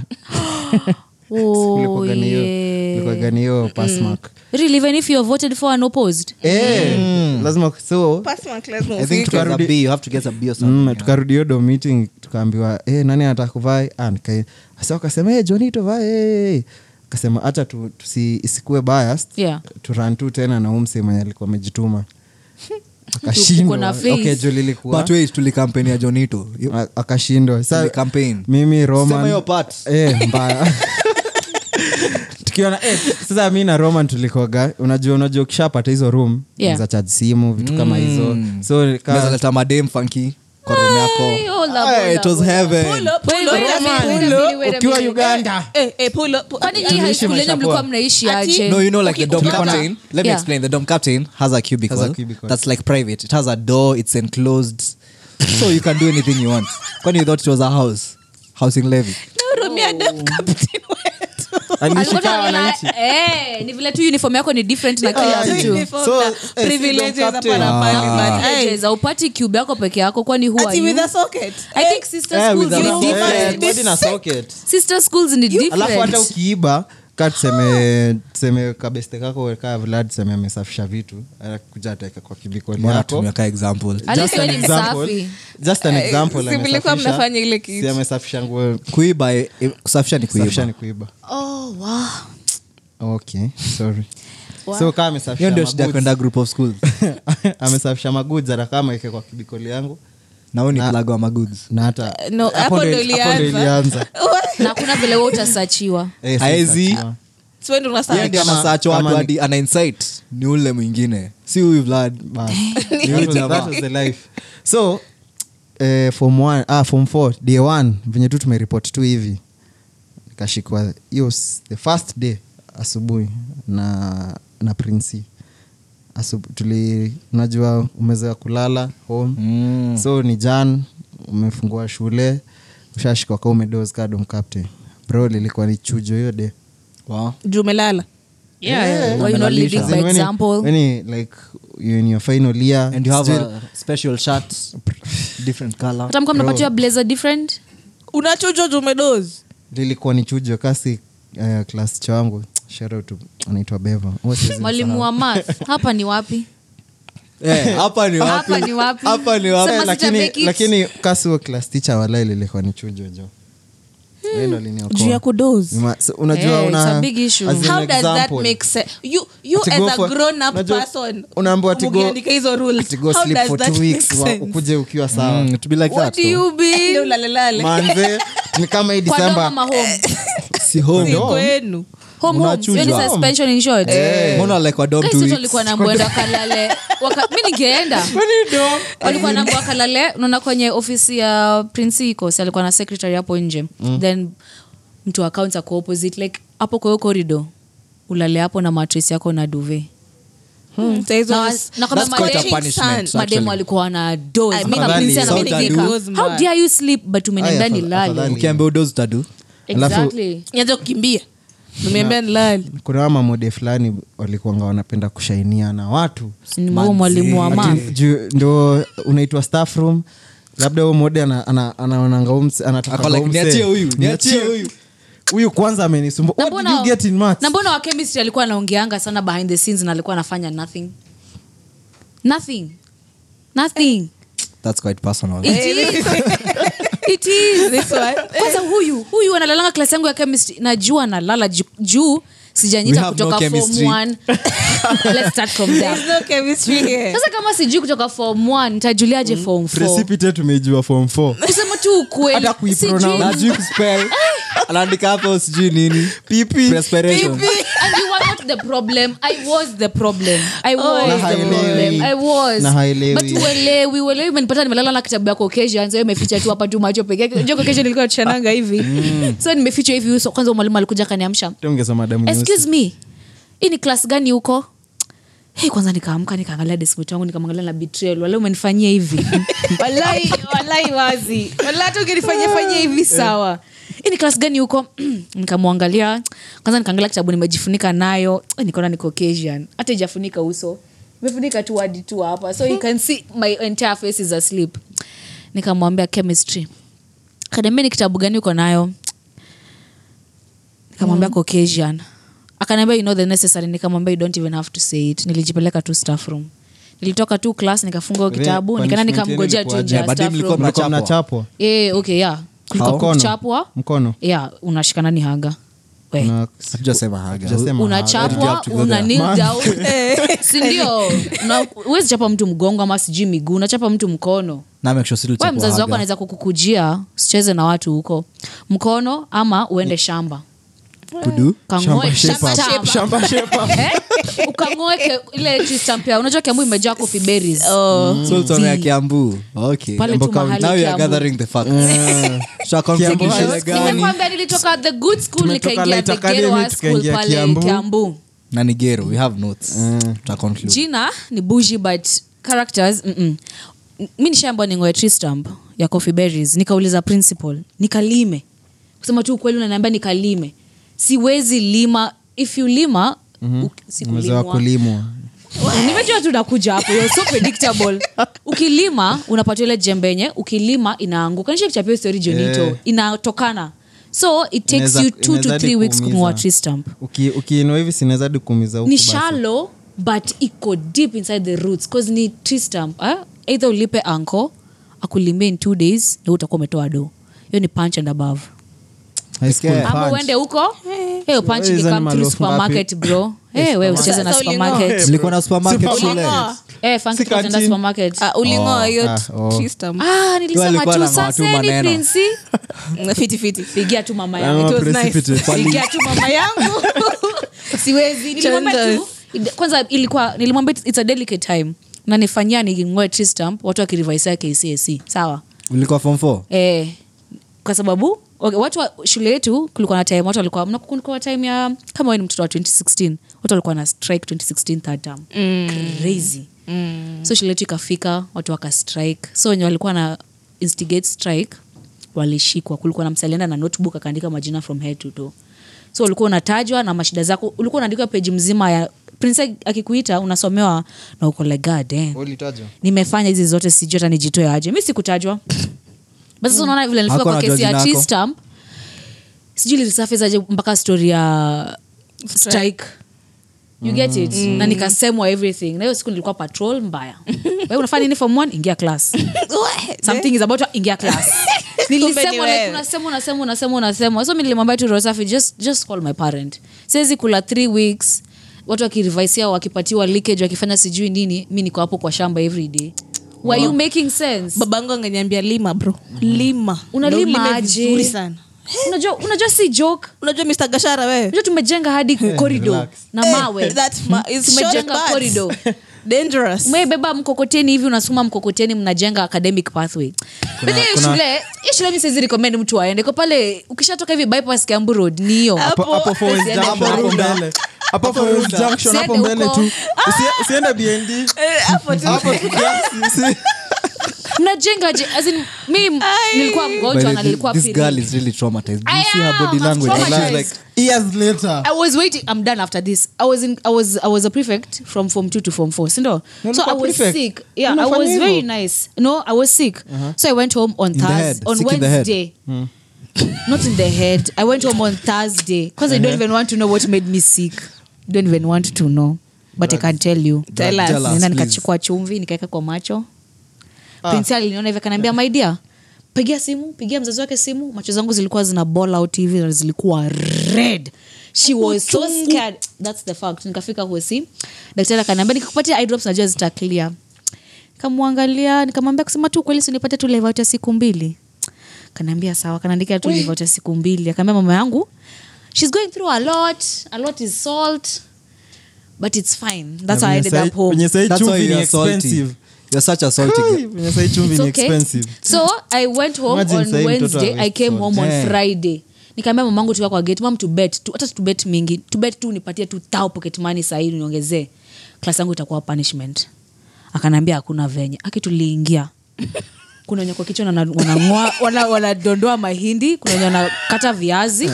Speaker 2: Oh, Mm.
Speaker 6: Ilikuwaga ni hiyo- ilikuwaga ni hiyo pass mark.
Speaker 2: really even if you have voted for and opposed
Speaker 6: Eh, lazima so
Speaker 4: Pass mark, lazima
Speaker 3: I think
Speaker 4: ufike.
Speaker 3: it was a B. You have to get a B or something.
Speaker 6: Mm, tukarudi hiyo dom meeting tukaambiwa eh, nani anataka kuvaa ah, nika- sasa wakasema "Eh, hey, joni tovaa hey. kasema hacha tu, tusi, isikue biased
Speaker 2: Yeah.
Speaker 6: tu run tu tena na umse mwenye alikuwa amejituma
Speaker 2: Uko na
Speaker 6: akashindwa
Speaker 2: face.
Speaker 6: okay, jo lilikuwa
Speaker 3: But wait, tulikampeni ya jonito
Speaker 6: A- akashindwa
Speaker 3: Tuli
Speaker 6: sasa
Speaker 3: campaign.
Speaker 6: mimi
Speaker 3: Sema hiyo
Speaker 6: roman
Speaker 3: part.
Speaker 6: eh, mbaya tukiona eh, sasa mi na roman tulikoga unajua unajua ukishapata hizo room
Speaker 2: Yeah.
Speaker 6: za charge simu vitu kama
Speaker 3: Mm.
Speaker 6: hizo so
Speaker 3: Unaweza
Speaker 6: ka,
Speaker 3: leta madem funky kwa room yako.
Speaker 2: oh, la
Speaker 3: Ah,
Speaker 2: bola,
Speaker 3: it was heaven.
Speaker 2: Wait, wait a minute, wait a minute, wait a
Speaker 6: ukiwa
Speaker 2: minute.
Speaker 6: uganda
Speaker 4: Eh, eh, pull up, pull-
Speaker 2: Kwani hii high
Speaker 6: Tunaishi
Speaker 2: school yenye
Speaker 6: maisha
Speaker 2: mlikuwa
Speaker 6: poa.
Speaker 2: mnaishi aje
Speaker 3: No, you know, like the dom
Speaker 2: ukitoka-
Speaker 3: captain. Let me
Speaker 2: Yeah.
Speaker 3: explain. The dom captain has a cubicle,
Speaker 6: Has a cubicle.
Speaker 3: that's like private. It has a door. It's enclosed, so you can do anything you want. When you thought it was a house, housing levy.
Speaker 4: Nahurumia
Speaker 2: Oh.
Speaker 4: dam captain wetu.
Speaker 6: alishika
Speaker 2: Alikuwa analala-
Speaker 6: wananchi
Speaker 2: Eh, ni vile tu uniform yako ni different na kila mtu
Speaker 4: Ah, Uniform
Speaker 6: So,
Speaker 4: na
Speaker 6: eh, si
Speaker 4: privileges
Speaker 6: dom captain.
Speaker 4: hapa na
Speaker 3: Ah.
Speaker 4: pale, but, eh,
Speaker 2: Cheza, upati cube yako peke yako kwani who are
Speaker 4: ati
Speaker 2: you?
Speaker 4: with a socket.
Speaker 2: I think sister
Speaker 3: Eh,
Speaker 2: schools
Speaker 3: with a
Speaker 2: ni
Speaker 3: dom-
Speaker 4: different.
Speaker 3: eh,
Speaker 4: It's
Speaker 3: what in a socket.
Speaker 2: sister schools ni
Speaker 6: alafu hata
Speaker 2: different
Speaker 6: ukiiba ka tuseme tuseme kabeste kako kaa vlad tuseme amesafisha vitu eh, anakuja ataeka kwa kibikoli
Speaker 3: Mbona
Speaker 6: yako
Speaker 3: tumeweka example?
Speaker 2: Alafu
Speaker 6: Just an
Speaker 2: yeye ni
Speaker 6: example.
Speaker 2: msafi.
Speaker 6: Just an example,
Speaker 4: Eh, si mlikuwa
Speaker 6: amesafisha.
Speaker 4: mnafanya ile kitu.
Speaker 6: Si amesafisha nguo
Speaker 3: Kuiba, eh, eh, kusafisha ni
Speaker 6: safisha
Speaker 3: kuiba.
Speaker 6: ni kuiba
Speaker 4: Oh,
Speaker 6: okay sorry so kaa amesafisha
Speaker 3: hiyo ndio shida ya
Speaker 6: magoods-
Speaker 3: kwenda group of schools
Speaker 6: amesafisha magoods atakaa ameweke kwa kibikoli yangu
Speaker 3: nao ni plago wa magoods
Speaker 6: na hata
Speaker 4: No,
Speaker 6: hapo
Speaker 4: hapo
Speaker 6: ndio-
Speaker 4: ndo
Speaker 6: hapo ndio
Speaker 4: ilianza.
Speaker 6: ilianza
Speaker 2: na kuna vile wewe utasachiwa
Speaker 6: Eh, si
Speaker 3: Haezi.
Speaker 6: safiwa.
Speaker 4: So wewe ndo unasa-
Speaker 3: Yeye ndiye
Speaker 6: kama-
Speaker 3: anasachwa
Speaker 6: kama
Speaker 3: watu
Speaker 6: ni-
Speaker 3: hadi ana insight ni ule mwingine si huyu vlad
Speaker 6: Bas.
Speaker 3: Ni
Speaker 6: That
Speaker 3: huyu
Speaker 6: was- that
Speaker 3: jamaa
Speaker 6: was the life. so eh, form one, ah, form four, day one venye tu tumeripoti tu hivi nikashikwa hiyo s- the first day asubuhi na na prince Asubu, tuli unajua umezoea kulala home
Speaker 3: Mm.
Speaker 6: so ni jan umefungua shule ushashikwa ka umedoz kadom captain bro lilikuwa ni chujo hiyo de
Speaker 3: Wow.
Speaker 4: juu umelala
Speaker 2: Why you not leading by example?
Speaker 6: like you in your final year
Speaker 3: and you have
Speaker 6: still-
Speaker 3: a special shirt different color
Speaker 2: hata mko mnapatiwa blazer different
Speaker 4: unachujwa juu umedozi
Speaker 6: lilikuwa ni chujo kasi uh, klas changu sharautu anaitwa beva Huwa siwezi
Speaker 2: mwalimu wa math hapa ni wapi
Speaker 3: Eh, hapa ni wapi?
Speaker 2: Hapa ni wapi?
Speaker 3: Hapa ni wapi?
Speaker 2: Sema
Speaker 6: msahau.
Speaker 2: sija
Speaker 6: lakini,
Speaker 2: make it.
Speaker 6: lakini kasi huo klas ticha walai lilikuwa ni chujo jo Yeye ndo aliniokoa.
Speaker 4: juu ya kudozi
Speaker 6: Nima- so, unajua
Speaker 2: Eh, it's
Speaker 6: una
Speaker 2: a big issue.
Speaker 6: Mm. as an
Speaker 4: how does that
Speaker 6: example,
Speaker 4: make sense you, you
Speaker 6: ati
Speaker 4: as
Speaker 6: go
Speaker 4: a
Speaker 6: for-
Speaker 4: grown up
Speaker 6: unajua-
Speaker 4: person
Speaker 6: unaambiwa ati go-
Speaker 4: mkiandika hizo rules
Speaker 6: ati go
Speaker 4: how
Speaker 6: sleep
Speaker 4: does
Speaker 6: for
Speaker 4: that
Speaker 6: two
Speaker 4: make
Speaker 6: weeks, wa-
Speaker 4: sense?
Speaker 6: ukuje ukiwa sawa
Speaker 3: Mm, to be like that, though.
Speaker 4: Ndio ulalelale.
Speaker 6: manze ni kama hii
Speaker 2: kwa
Speaker 6: disemba
Speaker 2: doma home
Speaker 3: Si home.
Speaker 4: Si kwenu
Speaker 2: home home
Speaker 3: Unachujwa.
Speaker 2: Hiyo ni suspension in short
Speaker 3: Mbona
Speaker 2: Eh,
Speaker 3: walikuwa dom
Speaker 2: Guys,
Speaker 3: two
Speaker 2: watu
Speaker 3: weeks?
Speaker 2: walikuwa na mbwenda kalale Waka- mi ningeenda walikuwa na mbwa kalale unaona kwenye ofisi ya prince iko si alikuwa na secretary hapo nje then mtu wa accounts ako opposite like hapo kwa hiyo corridor ulale hapo na matress yako na duvet
Speaker 4: Sasa Hmm, hizo-
Speaker 2: Na- na kama
Speaker 4: That's
Speaker 2: madem-
Speaker 4: quite a punishment,
Speaker 2: madem
Speaker 3: actually.
Speaker 2: walikuwa wana doze.
Speaker 4: I
Speaker 2: Mi na
Speaker 4: mean, afadhali-
Speaker 2: Prince anabidi
Speaker 4: Saudi
Speaker 2: nika.
Speaker 4: adu.
Speaker 2: How dare you sleep but umeenda
Speaker 6: Aya,
Speaker 2: ndani
Speaker 6: afadhali-
Speaker 2: lale.
Speaker 6: afadhali.
Speaker 3: ukiambia udozi utadu
Speaker 2: Exactly.
Speaker 4: nianze kukimbia nimeambia nilale
Speaker 6: kuna aa mamode fulani walikuanga wanapenda kushainia na watu
Speaker 2: Ni huo mwalimu wa math.
Speaker 6: Ati ju- ndo unaitwa staff room labda huyo mode anaonanga ana, ana,
Speaker 3: Ako like, niachie huyu, niachie huyu.
Speaker 6: huyu kwanza amenisumbua
Speaker 2: Na
Speaker 6: What did you
Speaker 2: mbona-
Speaker 6: get in maths?
Speaker 2: na mbona wakemistry alikuwa anaongeanga sana behind the scenes na alikuwa anafanya nothing nothing nothing
Speaker 3: That's quite personal.
Speaker 6: Eh.
Speaker 2: it is it is kwanza
Speaker 6: Eh.
Speaker 2: huyu huyu analalanga klasi yangu ya chemistry najua analala ju- juu
Speaker 3: We
Speaker 2: sijanyita
Speaker 3: have no
Speaker 2: kutoka
Speaker 3: chemistry.
Speaker 2: form one. Let's start from there.
Speaker 6: Eh.
Speaker 4: There's no chemistry here.
Speaker 2: sasa kama sijui kutoka form one nitajuliaje
Speaker 6: Mm.
Speaker 2: form four
Speaker 6: precipitate tumeijua form four.
Speaker 2: kusema tu ukweli
Speaker 6: Hata kuipronounce.
Speaker 2: Sijui-
Speaker 6: Na
Speaker 3: Hajui kuspell. anaandika hapo sijui nini Perspiration.
Speaker 2: and you were not the problem i was the problem i was
Speaker 6: Na
Speaker 2: the
Speaker 6: haelewi.
Speaker 2: problem i was
Speaker 6: Na haelewi.
Speaker 2: but uelewi uelewi umenipata nimelala na kitabu yako kesho anza imeficha tu hapa tu macho peke yake joko kesho nilikuwa chananga hivi
Speaker 6: Mm.
Speaker 2: so nimeficha hivi uso kwanza mwalimu alikuja kaniamsha
Speaker 6: Hata ungesoma damu nyeusi.
Speaker 2: excuse me hii ni klas gani huko Hey, kwanza nikaamka nikaangalia deskbet wangu nikamwangalia na betrayal wala umenifanyia hivi walai walai wazi wala hata ungenifanyia fanyia hivi sawa hii ni klas gani huko nikamwangalia kwanza nikaangalia kitabu nimejifunika nayo Eh, nikaona ni caucasian hata ijafunika uso imefunika tu hadi tu hapa so you can see my entire face is asleep nikamwambia chemistry akaniambia ni kitabu gani uko nayo nikamwambia caucasian akaniambia you know the necessary nikamwambia you don't even have to say it nilijipeleka tu staff room nilitoka tu class nikafunga hiyo kitabu nikaenda
Speaker 6: punishment yenu
Speaker 2: nikamgojea tu
Speaker 6: ilikuwaje?
Speaker 2: nje ya
Speaker 3: But
Speaker 2: staff
Speaker 3: mlikuwa
Speaker 2: room.
Speaker 6: mlikuwa mnachapwa
Speaker 3: Mnachapwa.
Speaker 2: Eh, okay yeah kuliko
Speaker 6: Mkono.
Speaker 2: kuchapwa
Speaker 6: mkono
Speaker 2: yeah unashikana ni haga We.
Speaker 6: Na-
Speaker 3: hatujasema haga
Speaker 6: Hatujasema
Speaker 3: You have
Speaker 2: unachapwa
Speaker 3: to go
Speaker 2: una Eh,
Speaker 3: there.
Speaker 2: kneel down sindio huwezi chapa mtu mgongo ama sijui miguu unachapa mtu mkono
Speaker 3: Na make sure si
Speaker 2: we
Speaker 3: tulichapwa
Speaker 2: mzazi wako
Speaker 3: haga.
Speaker 2: anaweza kukukujia usicheze na watu huko mkono ama uende shamba
Speaker 3: Kudu.
Speaker 2: kangoe
Speaker 3: Shamba
Speaker 2: Shamba.
Speaker 3: shape up.
Speaker 2: Eh? ukangoe ke- ile tristampea unajua kiambu imejaa coffee berries
Speaker 3: Mm. So utaona ya Kiambu. Okay.
Speaker 2: Pale tu
Speaker 3: Kiambu County.
Speaker 2: mahali
Speaker 3: Now you are
Speaker 2: Kiambu.
Speaker 3: gathering the facts. Sure, conflict
Speaker 6: Kiambu
Speaker 3: ni shule
Speaker 6: High School.
Speaker 3: gani?
Speaker 2: nimekwambia nilitoka the good school
Speaker 6: Tumetoka
Speaker 2: nikaingia
Speaker 6: Light
Speaker 2: the
Speaker 6: Academy,
Speaker 2: gerwa school
Speaker 6: tukaingia
Speaker 2: pale
Speaker 6: Kiambu.
Speaker 2: kiambu
Speaker 3: na ni gero we have notes Tutaconclude.
Speaker 2: jina ni bushi but characters mm-mm. M- mi nishaambwa ningoe tree stump ya coffee berries nikauliza principal nikalime kusema tu ukweli unaniambia nikalime siwezi lima if you lima
Speaker 6: Mhm.
Speaker 2: mm-hmm.
Speaker 6: umezoa kulimwa
Speaker 2: nimejua tu nakuja hapo you're so predictable ukilima unapata ile jembenye ukilima inaanguka nishakuchapia hiyo story jonito
Speaker 6: Eh.
Speaker 2: inatokana so it takes
Speaker 6: Inaweza-
Speaker 2: you two to
Speaker 6: inaweza
Speaker 2: three
Speaker 6: hadi
Speaker 2: weeks
Speaker 6: kuumiza.
Speaker 2: kungoa tree stump
Speaker 6: Uki- ukiinua hivi sinaweza hadi kuumiza huku
Speaker 2: ni
Speaker 6: basi.
Speaker 2: shallow but iko deep inside the roots cause ni tree stump eh? either ulipe anko akulimie in two days na utakuwa umetoa do hiyo ni punch and above
Speaker 6: High school
Speaker 2: ama
Speaker 6: Eh, punch.
Speaker 2: uende huko hiyo punch
Speaker 6: Hizo ni
Speaker 2: ikikam through
Speaker 6: malofu
Speaker 2: supermarket bro Eh, wewe usicheze na
Speaker 4: Sasa uling'oa.
Speaker 6: Eh,
Speaker 2: supermarket
Speaker 3: Mlikuwa na supermarket shule?
Speaker 2: eh funky
Speaker 6: Sika
Speaker 2: tunaenda
Speaker 6: chini.
Speaker 2: supermarket
Speaker 4: Ah, ulingoa hiyo
Speaker 6: ah, oh.
Speaker 4: system.
Speaker 2: ah nilisema
Speaker 3: alikuwa
Speaker 2: tu
Speaker 3: anang'oa tu
Speaker 2: sasa ni
Speaker 3: maneno.
Speaker 2: prince
Speaker 4: Mm, fiti, fiti.
Speaker 2: pigia tu mama
Speaker 6: Ama
Speaker 2: yangu
Speaker 6: precipitate.
Speaker 2: pigia tu mama yangu siwezi nilimwambia tu kwanza ilikuwa nilimwambia it's- it's a delicate time nanifanyia nigingoe tree stump watu wakirivaisia kcac E. sawa
Speaker 3: ulikuwa form four?
Speaker 2: eh, kwa sababu okay, watu wa shule yetu kulikuwa na time watu walikuwa mnakukunikwa na time ya kama wewe ni mtoto wa 2016 watu walikuwa na strike 2016 third term mm. crazy mm. so shule yetu ikafika watu waka strike so wenye walikuwa na instigate strike walishikwa kulikuwa na msalienda na notebook akaandika majina from head to toe so ulikuwa unatajwa na mashida zako ulikuwa unaandika peji mzima ya prince akikuita unasomewa na uko like god damn nimefanya hizi zote sijui hata nijitoe aje mi sikutajwa basi sasa unaona vile nilifika
Speaker 3: Hakuwa
Speaker 2: kwa
Speaker 3: anajua
Speaker 2: kesi
Speaker 3: jina
Speaker 2: ya
Speaker 3: yako.
Speaker 2: tstam sijui lisafizaje mpaka stori ya strike you get it na nikasemwa everything na hiyo siku nilikuwa patrol mbaya we unafanya nini form one ingia class
Speaker 4: Uwe,
Speaker 2: something is about to ingia class
Speaker 4: Eh? ni
Speaker 2: nilisemwa like
Speaker 4: wewe.
Speaker 2: unasema unasema unasema unasema so mi nilimwambia tu rosafi just, just call my parent siwezi kula three weeks watu wakirivaisia wakipatiwa leakage wakifanya sijui nini mi niko hapo kwa shamba every day were you making sense
Speaker 4: babangu angeniambia lima bro
Speaker 6: Mm.
Speaker 4: lima
Speaker 2: Unalima
Speaker 4: Na ulime
Speaker 2: aje?
Speaker 4: vizuri sana
Speaker 2: unajua unajua si joke
Speaker 4: unajua mr gashara wewe
Speaker 2: unajua tumejenga hadi corridor na mawe
Speaker 4: Eh, that ma- is short
Speaker 2: Tumejenga
Speaker 4: but
Speaker 2: corridor.
Speaker 4: dangerous
Speaker 2: umebeba mkokoteni hivi unasukuma mkokoteni mnajenga academic pathway But hiyo shule hiyo shule mi siwezi recommend mtu aende kwa pale ukishatoka hivi bypass kiambu road ni hiyo
Speaker 4: Hapo-
Speaker 6: Hapo- hapo Fort
Speaker 2: Usiende
Speaker 6: Junction, hapo
Speaker 2: mbali.
Speaker 6: mbele. Hapo Fort Junction, hapo
Speaker 2: Usiende
Speaker 6: mbele
Speaker 2: huko.
Speaker 6: tu Usi- usiende bnd
Speaker 4: Eh, hapo tu.
Speaker 6: hapo tu kiasi, usi-
Speaker 2: mnajenga je as in mi nilikuwa
Speaker 3: By the
Speaker 2: mgonjwa na
Speaker 3: way,
Speaker 2: nilikuwa
Speaker 3: this
Speaker 2: period.
Speaker 3: girl is really traumatized. Do you
Speaker 2: I
Speaker 3: see her
Speaker 2: am,
Speaker 3: body
Speaker 2: I'm
Speaker 3: language?
Speaker 2: traumatized.
Speaker 3: She's like,
Speaker 6: years later
Speaker 2: I was waiting. I'm done after this. I was in. I was. I was a prefect from form two to form four. You know?
Speaker 6: No,
Speaker 2: So
Speaker 6: look
Speaker 2: I
Speaker 6: at
Speaker 2: was
Speaker 6: prefect.
Speaker 2: sick. Yeah,
Speaker 6: Unafanya
Speaker 2: I was
Speaker 6: hivyo?
Speaker 2: very nice. No, I was sick. So I went home on
Speaker 3: the head.
Speaker 2: Thursday. On
Speaker 3: Sick Uh-huh. in the head.
Speaker 2: Wednesday. Not in the head. I went home on Thursday because
Speaker 3: Uh-huh.
Speaker 2: I don't even want to know what made me sick. Don't even want to know. But I can tell you.
Speaker 4: Tell us.
Speaker 3: Tell us,
Speaker 2: Nenda
Speaker 3: please.
Speaker 2: nikachukua chumvi nikaweka kwa macho. Prince aliniona hivi akaniambia my dear pigia simu pigia mzazi wake simu macho zangu zilikuwa zina ball out hivi na zilikuwa red she was so scared that's the fact nikafika hosi daktari akaniambia nikakupatia eye drops najua zita clear nikamwangalia nikamwambia kusema tu kweli sinipate tu live out ya siku mbili kanaambia sawa kanaandikia tu live out ya siku mbili akaambia mama yangu she's going through a lot a lot is salt but it's fine that's how i ended up home
Speaker 6: Kwenye sahi
Speaker 3: that's why
Speaker 6: chumvi
Speaker 3: you
Speaker 6: ni
Speaker 3: are salty.
Speaker 6: expensive.
Speaker 3: You're such a salty girl.
Speaker 6: Kwenye sahi chumvi
Speaker 2: It's
Speaker 6: ni
Speaker 2: okay.
Speaker 6: expensive
Speaker 2: so i went home
Speaker 6: Imagine
Speaker 2: on
Speaker 6: sahi mtoto
Speaker 2: wednesday
Speaker 6: wa
Speaker 2: i came
Speaker 6: Westfall.
Speaker 2: home
Speaker 3: Eh.
Speaker 2: on friday nikaambia mamangu tuka kwa gate mam tubet tu, hata tubet mingi tubet tu nipatie tu tao pocket money sahii niongezee klas yangu itakuwa punishment akanaambia hakuna venye akituliingia kuna wenye kwa kichwa wana- wanang'oa- wana- wanadondoa mahindi kuna wenye wanakata viazi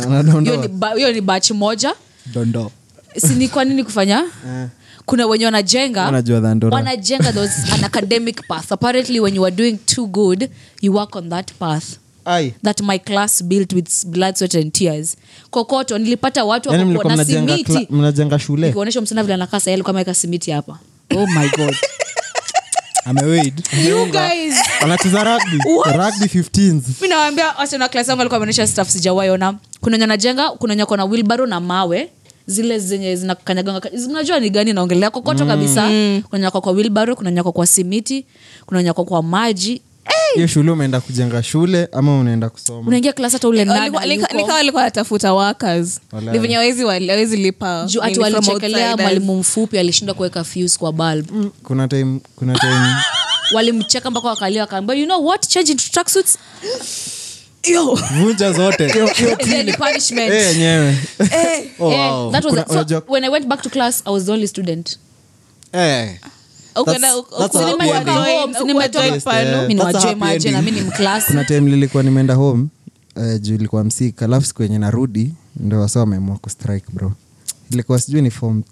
Speaker 2: hiyo ni, ba, hiyo ni batch moja
Speaker 3: Dondo.
Speaker 2: si ni kwa nini kufanya
Speaker 6: Eh.
Speaker 2: kuna wenye wanajenga
Speaker 6: Wanajua dhandora.
Speaker 2: wanajenga those an academic path apparently when you are doing too good you work on that path
Speaker 6: ai
Speaker 2: that my class built with s- blood sweat and tears kokoto nilipata watu
Speaker 6: yani
Speaker 2: wako
Speaker 6: Yaani mlikuwa
Speaker 2: na
Speaker 6: mnajenga kla-
Speaker 2: simiti
Speaker 6: mnajenga shule
Speaker 2: nikuonyesha msichana vile anakaa sahii alikuwa ameweka simiti hapa oh my god
Speaker 3: ameweid
Speaker 2: you guys
Speaker 6: anacheza rugby
Speaker 2: What?
Speaker 6: rugby 15s
Speaker 2: mi nawambia wasichana wa klasi yangu walikuwa wamenesha staff sijawaiona kuna wenye wanajenga kuna wenye kona wilbaro na mawe zile zenye zinakanyaganga unajua ni gani naongelea
Speaker 6: Mm.
Speaker 2: kokoto kabisa kuna wenye wako kwa wilbaro kuna wenye wako kwa simiti kuna wenye wako kwa maji
Speaker 6: hiyo shule umeenda kujenga shule ama unaenda kusoma
Speaker 2: unaingia klasi hata
Speaker 4: Eh,
Speaker 2: ule nani
Speaker 4: Walikuwa- lika-
Speaker 2: hayuko.
Speaker 4: nikawa walikuwa wanatafuta workers
Speaker 6: Walai.
Speaker 4: ni venye hawezi- hawezi lipa
Speaker 2: Juu ati
Speaker 4: nini from
Speaker 2: walichekelea
Speaker 4: outsiders.
Speaker 2: mwalimu mfupi alishindwa kuweka fuse kwa bulb
Speaker 6: Mm, kuna time kuna time
Speaker 2: walimcheka mpaka wakalia wakaambia you know what change into tracksuits Yo,
Speaker 3: vunja zote
Speaker 2: then punishment.
Speaker 6: Eh, yenyewe
Speaker 3: Oh,
Speaker 2: Eh,
Speaker 3: wow.
Speaker 2: that was
Speaker 6: Kuna-
Speaker 2: a-
Speaker 6: unajua-
Speaker 2: so when i went back to class i was the only student
Speaker 3: Eh,
Speaker 4: Ukaenda-
Speaker 3: That's- that's
Speaker 4: ukaenda
Speaker 3: a happy
Speaker 4: kwa
Speaker 3: ending.
Speaker 4: join-
Speaker 2: Home, sinema
Speaker 4: kwa join
Speaker 2: join
Speaker 4: pano.
Speaker 6: Yeah.
Speaker 2: mi ni
Speaker 3: That's a
Speaker 2: wajue
Speaker 3: happy
Speaker 2: maje na mi
Speaker 3: ending.
Speaker 2: ni mklasi
Speaker 6: kuna time lilikuwa nimeenda home uh, juu ilikuwa msik alafu siku yenye narudi ndo wasa wameamua kustrike bro ilikuwa sijui ni form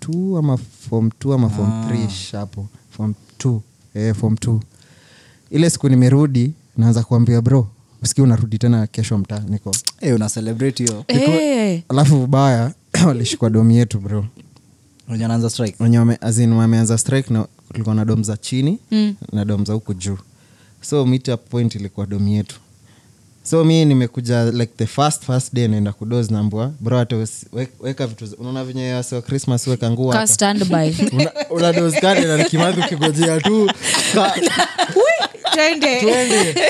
Speaker 6: t ama form t ama form ah. hapo form t eh, form t ile siku nimerudi naanza kuambia bro usikia unarudi tena kesho mtaa niko
Speaker 3: eh, una celebrate hiyo
Speaker 2: Eh,
Speaker 6: alafu ubaya walishikwa domi yetu bro
Speaker 3: wenye anaanza strike
Speaker 6: wenye wame- as in wameanza strike na kulikuwa na dom za chini mm. na dom za huku juu so meetup point ilikuwa dom yetu so mi nimekuja like the first first day naenda kudos nambwa bro hata usi- we- weka vitu za- unaona venye wasi wa christmas weka nguo
Speaker 2: ka
Speaker 6: hapa.
Speaker 2: stand by
Speaker 6: Una- una dos kali na nikimathi ukigojea tu Ka- twende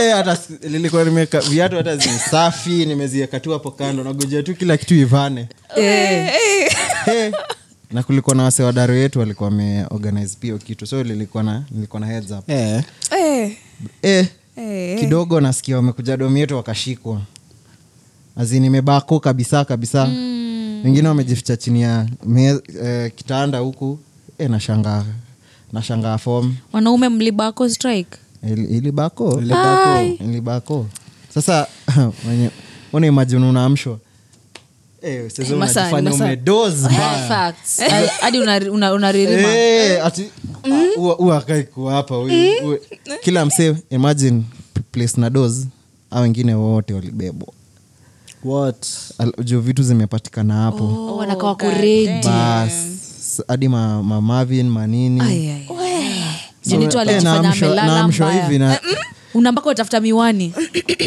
Speaker 6: Eh, hata si- lilikuwa nimeka viatu hata zisafi nimezieka tu hapo kando nagojea tu kila kitu ivane Eh. na kulikuwa na wase wadaro yetu walikuwa wameorganize pia kitu so lilikuwa na nilikuwa na heads up
Speaker 3: Eh,
Speaker 4: Eh,
Speaker 6: eh,
Speaker 4: eh.
Speaker 6: kidogo nasikia wamekuja domi yetu wakashikwa azini imebako kabisa kabisa wengine wamejificha chini ya me, eh, kitanda huku eh, nashangaa nashangaa fom
Speaker 2: wanaume mlibako strike
Speaker 6: Il- ilibako
Speaker 2: Ai.
Speaker 6: ilibako sasa wenye unaimajini unaamshwa Eh, sasa
Speaker 4: masaa-
Speaker 6: unajifanya
Speaker 4: masaa.
Speaker 6: umedoze baya.
Speaker 2: Facts. Hadi- hadi una- una- unaririma
Speaker 6: Eh, ati-
Speaker 2: Mm.
Speaker 6: ah, huwa- huwa hakai kuwa hapa huyu. Huwe- kila msee imagine p- place na dos a wengine wote walibebwa
Speaker 3: what?
Speaker 6: Al- juu vitu zimepatikana hapo
Speaker 2: Oh, wanakawa kuredi
Speaker 6: bas hadi ma- mamavin manini So,
Speaker 2: junitu
Speaker 6: eh,
Speaker 2: alijifanya
Speaker 6: naamshwa-
Speaker 2: amelala
Speaker 6: naamshwa hivi
Speaker 2: mbaya Hmm?
Speaker 6: na
Speaker 2: una mpaka utafuta miwani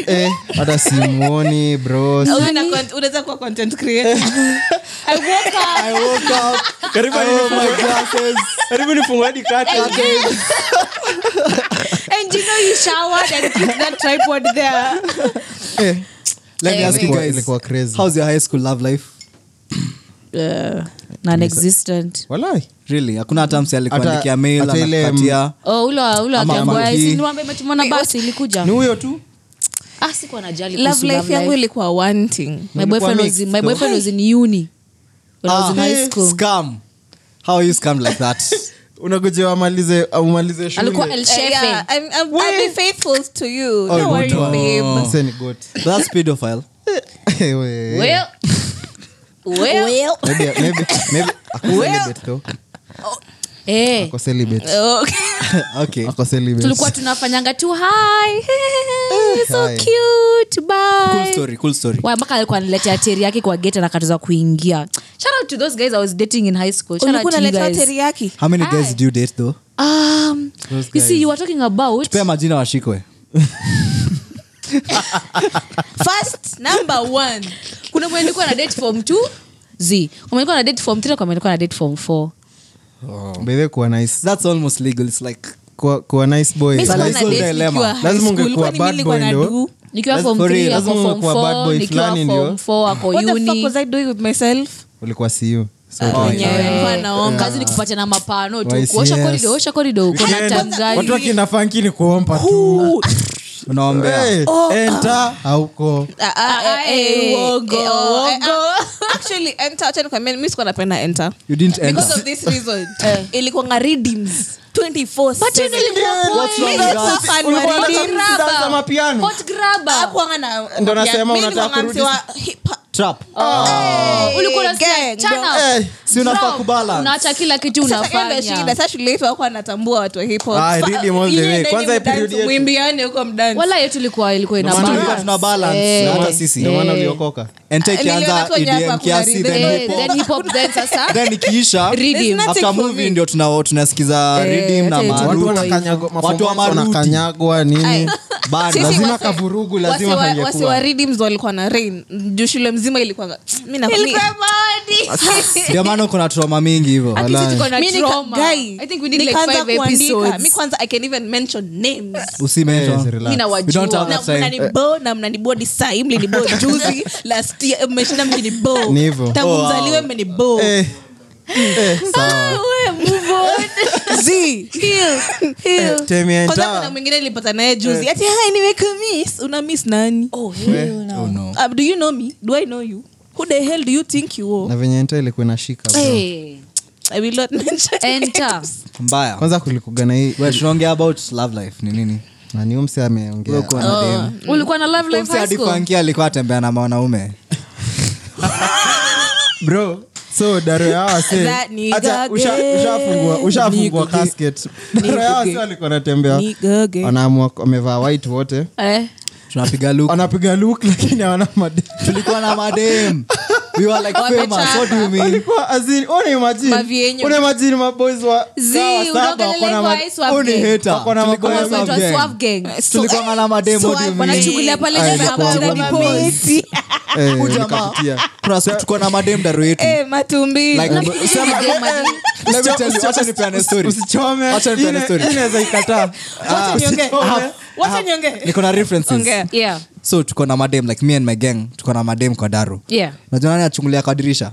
Speaker 6: eh, hata simuoni bro
Speaker 4: Au una con- unaweza kuwa content creator I woke up.
Speaker 3: I woke up. Oh my glasses.
Speaker 4: and you know you showered and keep that tripod there
Speaker 6: Eh,
Speaker 3: Let me ask you
Speaker 6: Ilikuwa-
Speaker 3: guys,
Speaker 6: ilikuwa crazy.
Speaker 3: how's your high school love life?
Speaker 2: Eh, nonexistent
Speaker 6: Walai.
Speaker 3: Really, hakuna hata msi alikuandikia
Speaker 6: Hata-
Speaker 3: mail
Speaker 6: hata ile,
Speaker 3: anakupatia
Speaker 2: Oh, ule wa- ule wa
Speaker 3: Ama
Speaker 2: Gamboa,
Speaker 3: Mangi.
Speaker 2: si niwaambie umetumana basi ilikuja
Speaker 6: ni huyo tu
Speaker 2: Ah, sikuwa najali kuhusu
Speaker 4: love life
Speaker 2: love
Speaker 4: yangu
Speaker 2: life.
Speaker 4: ilikuwa wanting
Speaker 2: My boyfriend was in- my boyfriend was in uni when I was in
Speaker 6: Ah,
Speaker 2: high school.
Speaker 3: Ah,
Speaker 6: eh,
Speaker 3: scam. How you scam like that?
Speaker 6: unagojea amalize amalize
Speaker 2: alikuwa
Speaker 6: shule
Speaker 2: El
Speaker 4: Eh,
Speaker 2: Shefe.
Speaker 4: yeah, I'm, I'm, I'll be faithful to you.
Speaker 6: Oh,
Speaker 4: Don't worry,
Speaker 6: God.
Speaker 4: babe.
Speaker 6: Msee ni goat.
Speaker 3: That's pedophile.
Speaker 6: Eh, we-
Speaker 2: Well, well.
Speaker 6: Maybe- maybe- maybe- ako celibate though.
Speaker 2: Eh,
Speaker 6: Ako celibate.
Speaker 4: uh,
Speaker 3: Okay.
Speaker 6: Ako celibate.
Speaker 2: tulikuwa tunafanyanga tu hi Oh, so
Speaker 6: Hi.
Speaker 2: cute
Speaker 3: Cool
Speaker 2: bye
Speaker 3: story, cool story.
Speaker 2: Wa, mpaka alikuwa analetea teri yake kwa gate na kataza kuingia shout out to those guys i was dating in high school shout out
Speaker 4: Ulikuwa
Speaker 2: to you
Speaker 4: unaletewa
Speaker 2: guys
Speaker 4: teriyaki?
Speaker 3: How many guys do you date though?
Speaker 2: um you see you were talking about
Speaker 3: Pea majina washikwe.
Speaker 4: First, number one.
Speaker 2: kuna mwenye alikuwa na date form 2 z kuna mwenye alikuwa na date form 3 na kuna mwenye alikuwa na date form 4
Speaker 6: Oh. By the way, kuwa nice
Speaker 3: That's almost legal. It's like
Speaker 6: kuwa, kuwa nice boy
Speaker 4: Miss
Speaker 3: Salai
Speaker 4: Kona
Speaker 3: Soul
Speaker 4: date
Speaker 3: Dilemma.
Speaker 4: nikiwa high
Speaker 6: Lazima
Speaker 4: school,
Speaker 6: ungekuwa
Speaker 4: kwani
Speaker 6: bad
Speaker 4: mimi nilikuwa
Speaker 6: boy
Speaker 4: na
Speaker 6: ndo.
Speaker 4: do?
Speaker 2: nikiwa
Speaker 6: That's
Speaker 2: form
Speaker 6: for real.
Speaker 2: 3
Speaker 6: Lazima
Speaker 2: ako form
Speaker 6: ungekuwa bad
Speaker 2: 4
Speaker 6: boy
Speaker 2: nikiwa
Speaker 6: fulani
Speaker 2: form
Speaker 6: ndio.
Speaker 2: 4 ako
Speaker 4: What the fuck
Speaker 2: uni
Speaker 4: was I doing with myself?
Speaker 6: ulikuwa siu so
Speaker 3: Oh,
Speaker 6: tuwe-
Speaker 3: yeah.
Speaker 4: Nilikuwa naomba.
Speaker 2: kazi ni kupatana na mapano tu
Speaker 6: Why,
Speaker 2: kuosha
Speaker 6: yes.
Speaker 2: korido osha korido uko na
Speaker 6: Weekend,
Speaker 2: tangali
Speaker 6: watu wakina fanki ni kuomba tu
Speaker 3: unaombea
Speaker 6: Eh, enter hauko
Speaker 4: Ah, ah,
Speaker 2: Ah,
Speaker 4: eh, eh,
Speaker 2: eh, uongo,
Speaker 4: eh, oh, eh,
Speaker 2: uongo.
Speaker 4: ah, actually, enter, acha nikwambie, mi sikuwa napenda enter.
Speaker 3: you didn't end
Speaker 4: Because of this reason.
Speaker 2: Eh.
Speaker 4: Ilikuwanga redeems 24/7.
Speaker 3: What's wrong
Speaker 4: Mi
Speaker 3: with
Speaker 4: sikuwa
Speaker 3: us?
Speaker 4: fan wa
Speaker 6: Ulikuwa unataka
Speaker 4: redeems.
Speaker 6: kudansa mapiano
Speaker 4: Hakuwanga na-
Speaker 6: Ndo nasema
Speaker 4: Mimi
Speaker 6: unataka
Speaker 4: nilikuwanga msee wa hip hop-
Speaker 3: trap
Speaker 2: Oh. ulikuwa unasikia,
Speaker 4: gang,
Speaker 2: "Chana,
Speaker 4: bro."
Speaker 3: Eh, si unafaa
Speaker 2: drop."
Speaker 3: kubalance.
Speaker 2: unaacha kila kitu
Speaker 4: Sasa hiyo ndio shida.
Speaker 2: unafanya
Speaker 4: Sasa shule yetu hawakuwa wanatambua watu wa hip hop.
Speaker 6: Ah,
Speaker 4: Fa-
Speaker 6: rhythm all the
Speaker 4: yeye
Speaker 6: way.
Speaker 4: ndio
Speaker 6: Kwanza
Speaker 4: ni
Speaker 6: period
Speaker 4: mdance,
Speaker 6: yetu.
Speaker 4: mwimbiane huko mdance.
Speaker 2: wala yetu ilikuwa ilikuwa ina
Speaker 3: Ndio maana tulikuwa
Speaker 2: balance.
Speaker 3: tuna balance,
Speaker 2: Eh.
Speaker 3: na hata sisi.
Speaker 2: Eh.
Speaker 3: Ndio maana
Speaker 6: uliokoka
Speaker 3: And take
Speaker 4: Niliona
Speaker 3: kianza
Speaker 4: tu wenye
Speaker 3: EDM
Speaker 4: hapa kuna
Speaker 3: kiasi,
Speaker 4: rhythm.
Speaker 3: then
Speaker 2: Eh,
Speaker 3: hip hop.
Speaker 2: then hip hop, then sasa
Speaker 3: then ikiisha
Speaker 2: Rhythm.
Speaker 3: after movie ndio tuna-
Speaker 2: Eh,
Speaker 3: tunasikiza rhythm na
Speaker 2: hata
Speaker 3: maruti.
Speaker 2: Watu
Speaker 6: watu
Speaker 2: wanakanyagwa-
Speaker 3: Watu wa maruti.
Speaker 6: wanakanyagwa nini
Speaker 3: Bad.
Speaker 4: Sisi
Speaker 6: lazima
Speaker 4: wasi-
Speaker 6: kavurugu lazima
Speaker 4: wasi wa-
Speaker 6: kangekuwa.
Speaker 4: wasi wa rhythms walikuwa na rain juu shule mzima ilikuwa mi na- mi-
Speaker 3: ndio maana kuna trauma mingi hivyo
Speaker 2: At least
Speaker 6: Walai.
Speaker 2: tuko na
Speaker 4: mi nika-
Speaker 2: trauma.
Speaker 4: guy,
Speaker 2: I think we need like
Speaker 4: nikaanza
Speaker 2: five
Speaker 4: kuandika.
Speaker 2: episodes.
Speaker 4: mi kwanza i can even mention names
Speaker 3: usimeto
Speaker 6: Yes, relax.
Speaker 2: Mi nawajua.
Speaker 3: We don't have
Speaker 4: Na-
Speaker 3: that time.
Speaker 4: mnanibo na mnanibodi sai mlinibo juzi last year mmeshinda mkinibo
Speaker 6: Ni hivyo.
Speaker 4: tangu
Speaker 3: Oh, wow.
Speaker 4: mzaliwe mmenibo
Speaker 6: Eh, eh,
Speaker 4: Ah,
Speaker 6: sawa.
Speaker 4: Zii.
Speaker 6: Eh, Temi and
Speaker 4: Kwanza
Speaker 6: Tara.
Speaker 4: kuna mwingine nilipata naye
Speaker 3: Eh.
Speaker 4: juzi ati hai nimekumiss una miss nani
Speaker 3: Oh, no.
Speaker 4: Um, do you know me do i know you who the hell do you think you are
Speaker 6: na venye nta ilikuwa inashika bro.
Speaker 2: Eh,
Speaker 4: i will not mention
Speaker 2: enter.
Speaker 3: mbaya
Speaker 6: kwanza kulikuga na hii
Speaker 3: Wewe, tunaongea about love life ni nini
Speaker 6: nani umsi ameongea
Speaker 3: Ulikuwa
Speaker 4: Oh.
Speaker 3: na demu.
Speaker 2: ulikuwa na Oh. love life
Speaker 3: Umsi
Speaker 2: high
Speaker 3: hadi
Speaker 2: school
Speaker 3: funky alikuwa atembea na mwanaume
Speaker 6: bro so daro
Speaker 4: That nigga gay.
Speaker 6: yawaushafungua casket daro yawase walikuwa natembea
Speaker 4: Nigga gay.
Speaker 6: wanaamua wamevaa white wote
Speaker 4: Eh.
Speaker 3: tunapiga luk
Speaker 6: wanapiga luk lakini hawana made
Speaker 3: tulikuwa na madem we were like famous what do you mean
Speaker 6: walikuwa azini
Speaker 2: Mavienyo.
Speaker 6: unaimajini maboys wa
Speaker 2: Zii, unaongelea hivyo high swap
Speaker 3: Huu ni
Speaker 2: gang.
Speaker 3: hater.
Speaker 6: Wako na
Speaker 3: Tulikuwa
Speaker 6: maboys
Speaker 3: na
Speaker 2: Watu wa
Speaker 3: gang.
Speaker 2: swap gang.
Speaker 4: Eh,
Speaker 3: tulikuwa na madem what do you mean
Speaker 2: wanachukulia pale
Speaker 6: Ay,
Speaker 2: nyuma,
Speaker 6: ilikuwa
Speaker 2: wanacheza
Speaker 6: ngoma
Speaker 2: dimples.
Speaker 3: Huu jamaa, kuna siku tulikuwa na madem daru yetu
Speaker 4: Eh, matumbili
Speaker 3: Like, sema-
Speaker 2: Game madem.
Speaker 3: Let me tell you, wacha nipeane story. Wacha nipeane story. Ah,
Speaker 2: Ah,
Speaker 4: Wacha niongee.
Speaker 6: Ah,
Speaker 4: Wacha niongee.
Speaker 3: niko na references
Speaker 4: Ongea.
Speaker 2: Yeah,
Speaker 3: so tuko na madem like me and my gang tuko na madem kwa daru
Speaker 2: yeah.
Speaker 3: najua nani achungulia kwa dirisha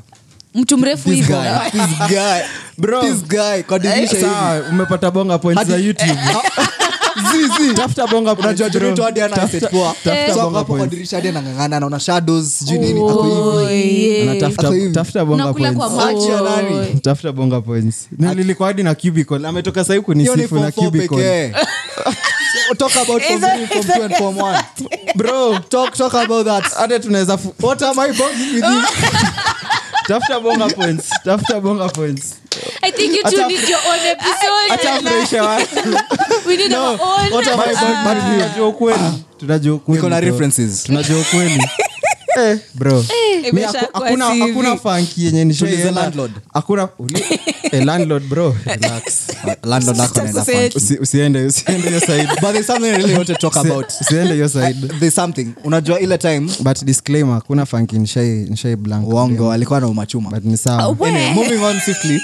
Speaker 2: mtu mrefu
Speaker 3: this
Speaker 2: hivo
Speaker 3: guy this guy
Speaker 6: Bro. Eh,
Speaker 3: this guy kwa dirisha hivi
Speaker 6: Sawa, umepata bonga point za youtube zizi tafuta bonga points,
Speaker 3: unajua
Speaker 6: bro.
Speaker 3: joto hadi ana
Speaker 6: Tafuta-
Speaker 3: set poa.
Speaker 6: tafuta
Speaker 3: So,
Speaker 6: bonga
Speaker 3: hapo kwa
Speaker 6: points.
Speaker 3: dirisha hadi anang'ang'ana anaona shadows sijui nini ako hivi
Speaker 6: Anatafuta-
Speaker 3: Ako hivi.
Speaker 6: tafuta bonga
Speaker 2: Unakula kwa
Speaker 6: points.
Speaker 3: Achi ya nani
Speaker 6: tafuta bonga points nilikuwa hadi na cubicle ametoka sahi
Speaker 3: hiyo ni
Speaker 6: kunisifu na
Speaker 3: form four
Speaker 6: cubicle
Speaker 3: pekee So, talk about form three, form two and form one.
Speaker 6: bro
Speaker 3: Talk- talk about that
Speaker 6: hata tunaweza fu-
Speaker 3: what am i bonding with you
Speaker 6: tafuta bonga points tafuta bonga points
Speaker 2: I think you two
Speaker 6: Acha-
Speaker 2: need your own episode.
Speaker 6: acha mfurahisha watu
Speaker 2: We need our own.
Speaker 3: what am i bonding
Speaker 6: But tunajua ukweli tunajua ukweli
Speaker 3: Niko na
Speaker 6: bro.
Speaker 3: references.
Speaker 6: tunajua ukweli Eh, bro Mi haku-
Speaker 4: imeshakuwa
Speaker 6: hakuna
Speaker 4: CV.
Speaker 6: hakuna fanki yenye
Speaker 3: Tuliza
Speaker 6: nishaienda.
Speaker 3: landlord.
Speaker 6: hakuna uli- Eh, landlord bro relax
Speaker 3: London ako naenda
Speaker 4: Sasa-
Speaker 3: fun.
Speaker 6: Usi- usiende usiende hiyo side
Speaker 3: but there's something I really want to talk
Speaker 6: Usi-
Speaker 3: about
Speaker 6: usiende hiyo side
Speaker 3: there's something unajua ile time
Speaker 6: but disclaimer hakuna fanki nishai nishai blank
Speaker 3: uongo alikuwa na umachuma
Speaker 6: but ni sawa
Speaker 2: Eh.
Speaker 3: Anyway, moving on swiftly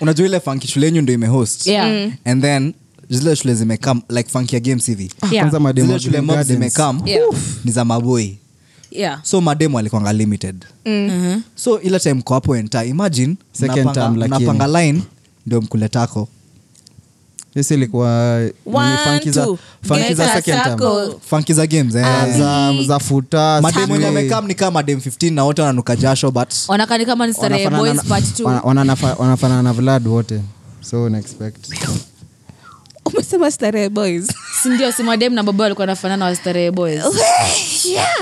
Speaker 3: unajua ile fanki shule yenyu ndo imehost
Speaker 2: Yeah. Mm.
Speaker 3: and then zile shule zimekam like fanki ya games hivi
Speaker 6: Ah,
Speaker 2: Yeah.
Speaker 6: kwanza mademo
Speaker 3: zile shule
Speaker 6: Green
Speaker 3: mob
Speaker 6: Gardens.
Speaker 3: zimekam
Speaker 2: Yeah.
Speaker 3: oof, ni za maboi
Speaker 2: Yeah.
Speaker 3: so mademu alikwanga limited
Speaker 2: Oh.
Speaker 3: mm. so ile time kwa hapo enta imagine
Speaker 6: Second
Speaker 3: mnapanga-
Speaker 6: term, lakini.
Speaker 3: mnapanga line ndio mkuletako
Speaker 6: Hizi ilikuwa
Speaker 4: One,
Speaker 6: ni funky za-
Speaker 4: two.
Speaker 6: funky
Speaker 4: Get
Speaker 6: za
Speaker 4: a
Speaker 6: second term.
Speaker 4: circle.
Speaker 3: fanki za games eh.
Speaker 2: Ah,
Speaker 6: Eh, za za futa
Speaker 3: mademu wenye amekam ni kama madem 15 na wote wananuka jasho but
Speaker 2: Wanakaa kama ni starehe boys part two.
Speaker 6: wanafanana na vlad wote so unaexpect
Speaker 4: umesema starehe boys
Speaker 2: Si ndio, si madem na baba walikuwa wanafanana wa starehe boys.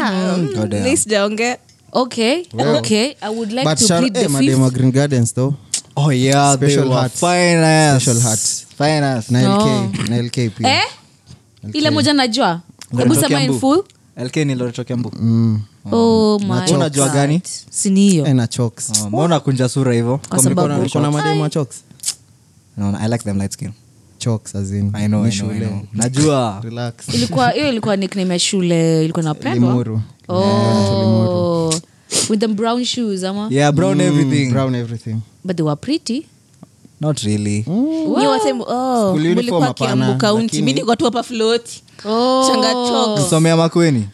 Speaker 2: Ah.
Speaker 6: Oh,
Speaker 3: God damn.
Speaker 4: mi sijaongea
Speaker 2: Okay,
Speaker 6: Well.
Speaker 2: okay. I would like
Speaker 6: but
Speaker 2: to
Speaker 6: shout-
Speaker 2: plead
Speaker 6: eh,
Speaker 2: the
Speaker 6: mademu wa
Speaker 2: fifth.
Speaker 6: green gardens though
Speaker 3: oh yeah
Speaker 6: Special
Speaker 3: they were
Speaker 6: hearts.
Speaker 3: fine ass.
Speaker 6: Special hearts.
Speaker 3: Fine ass.
Speaker 6: na lk
Speaker 2: Oh.
Speaker 6: na lk pia
Speaker 2: Eh? Ile moja najua. Hebu
Speaker 3: Loreto
Speaker 2: sema in
Speaker 3: Kiambu.
Speaker 2: full.
Speaker 3: LK ni Loreto Kiambu.
Speaker 2: Oh my
Speaker 3: Unajua
Speaker 2: God.
Speaker 3: gani?
Speaker 2: Si ni hiyo.
Speaker 6: Mm. Eh, na chokes
Speaker 3: Oh, mbona kunja sura hivyo
Speaker 2: Kwa sababu
Speaker 6: kuna mademu wa chokes
Speaker 3: No, no, I like them light skin.
Speaker 6: chokes as in ni
Speaker 3: I know, I know, I
Speaker 6: shule.
Speaker 3: know. najua
Speaker 6: relax
Speaker 2: ilikuwa hiyo ilikuwa nickname ya shule ilikuwa na
Speaker 6: Limuru.
Speaker 2: Oh. With the brown shoes ama
Speaker 3: yeah brown everything
Speaker 6: Mm, brown everything
Speaker 2: but they were pretty.
Speaker 3: not really
Speaker 6: Mm.
Speaker 4: Nyi wote m- oh,
Speaker 6: School uniform
Speaker 4: mlikuwa
Speaker 6: hapana,
Speaker 4: Kiambu County.
Speaker 6: lakini-
Speaker 4: mi niko tu hapa float
Speaker 2: Oh.
Speaker 4: Changa chok.
Speaker 3: msomea makweni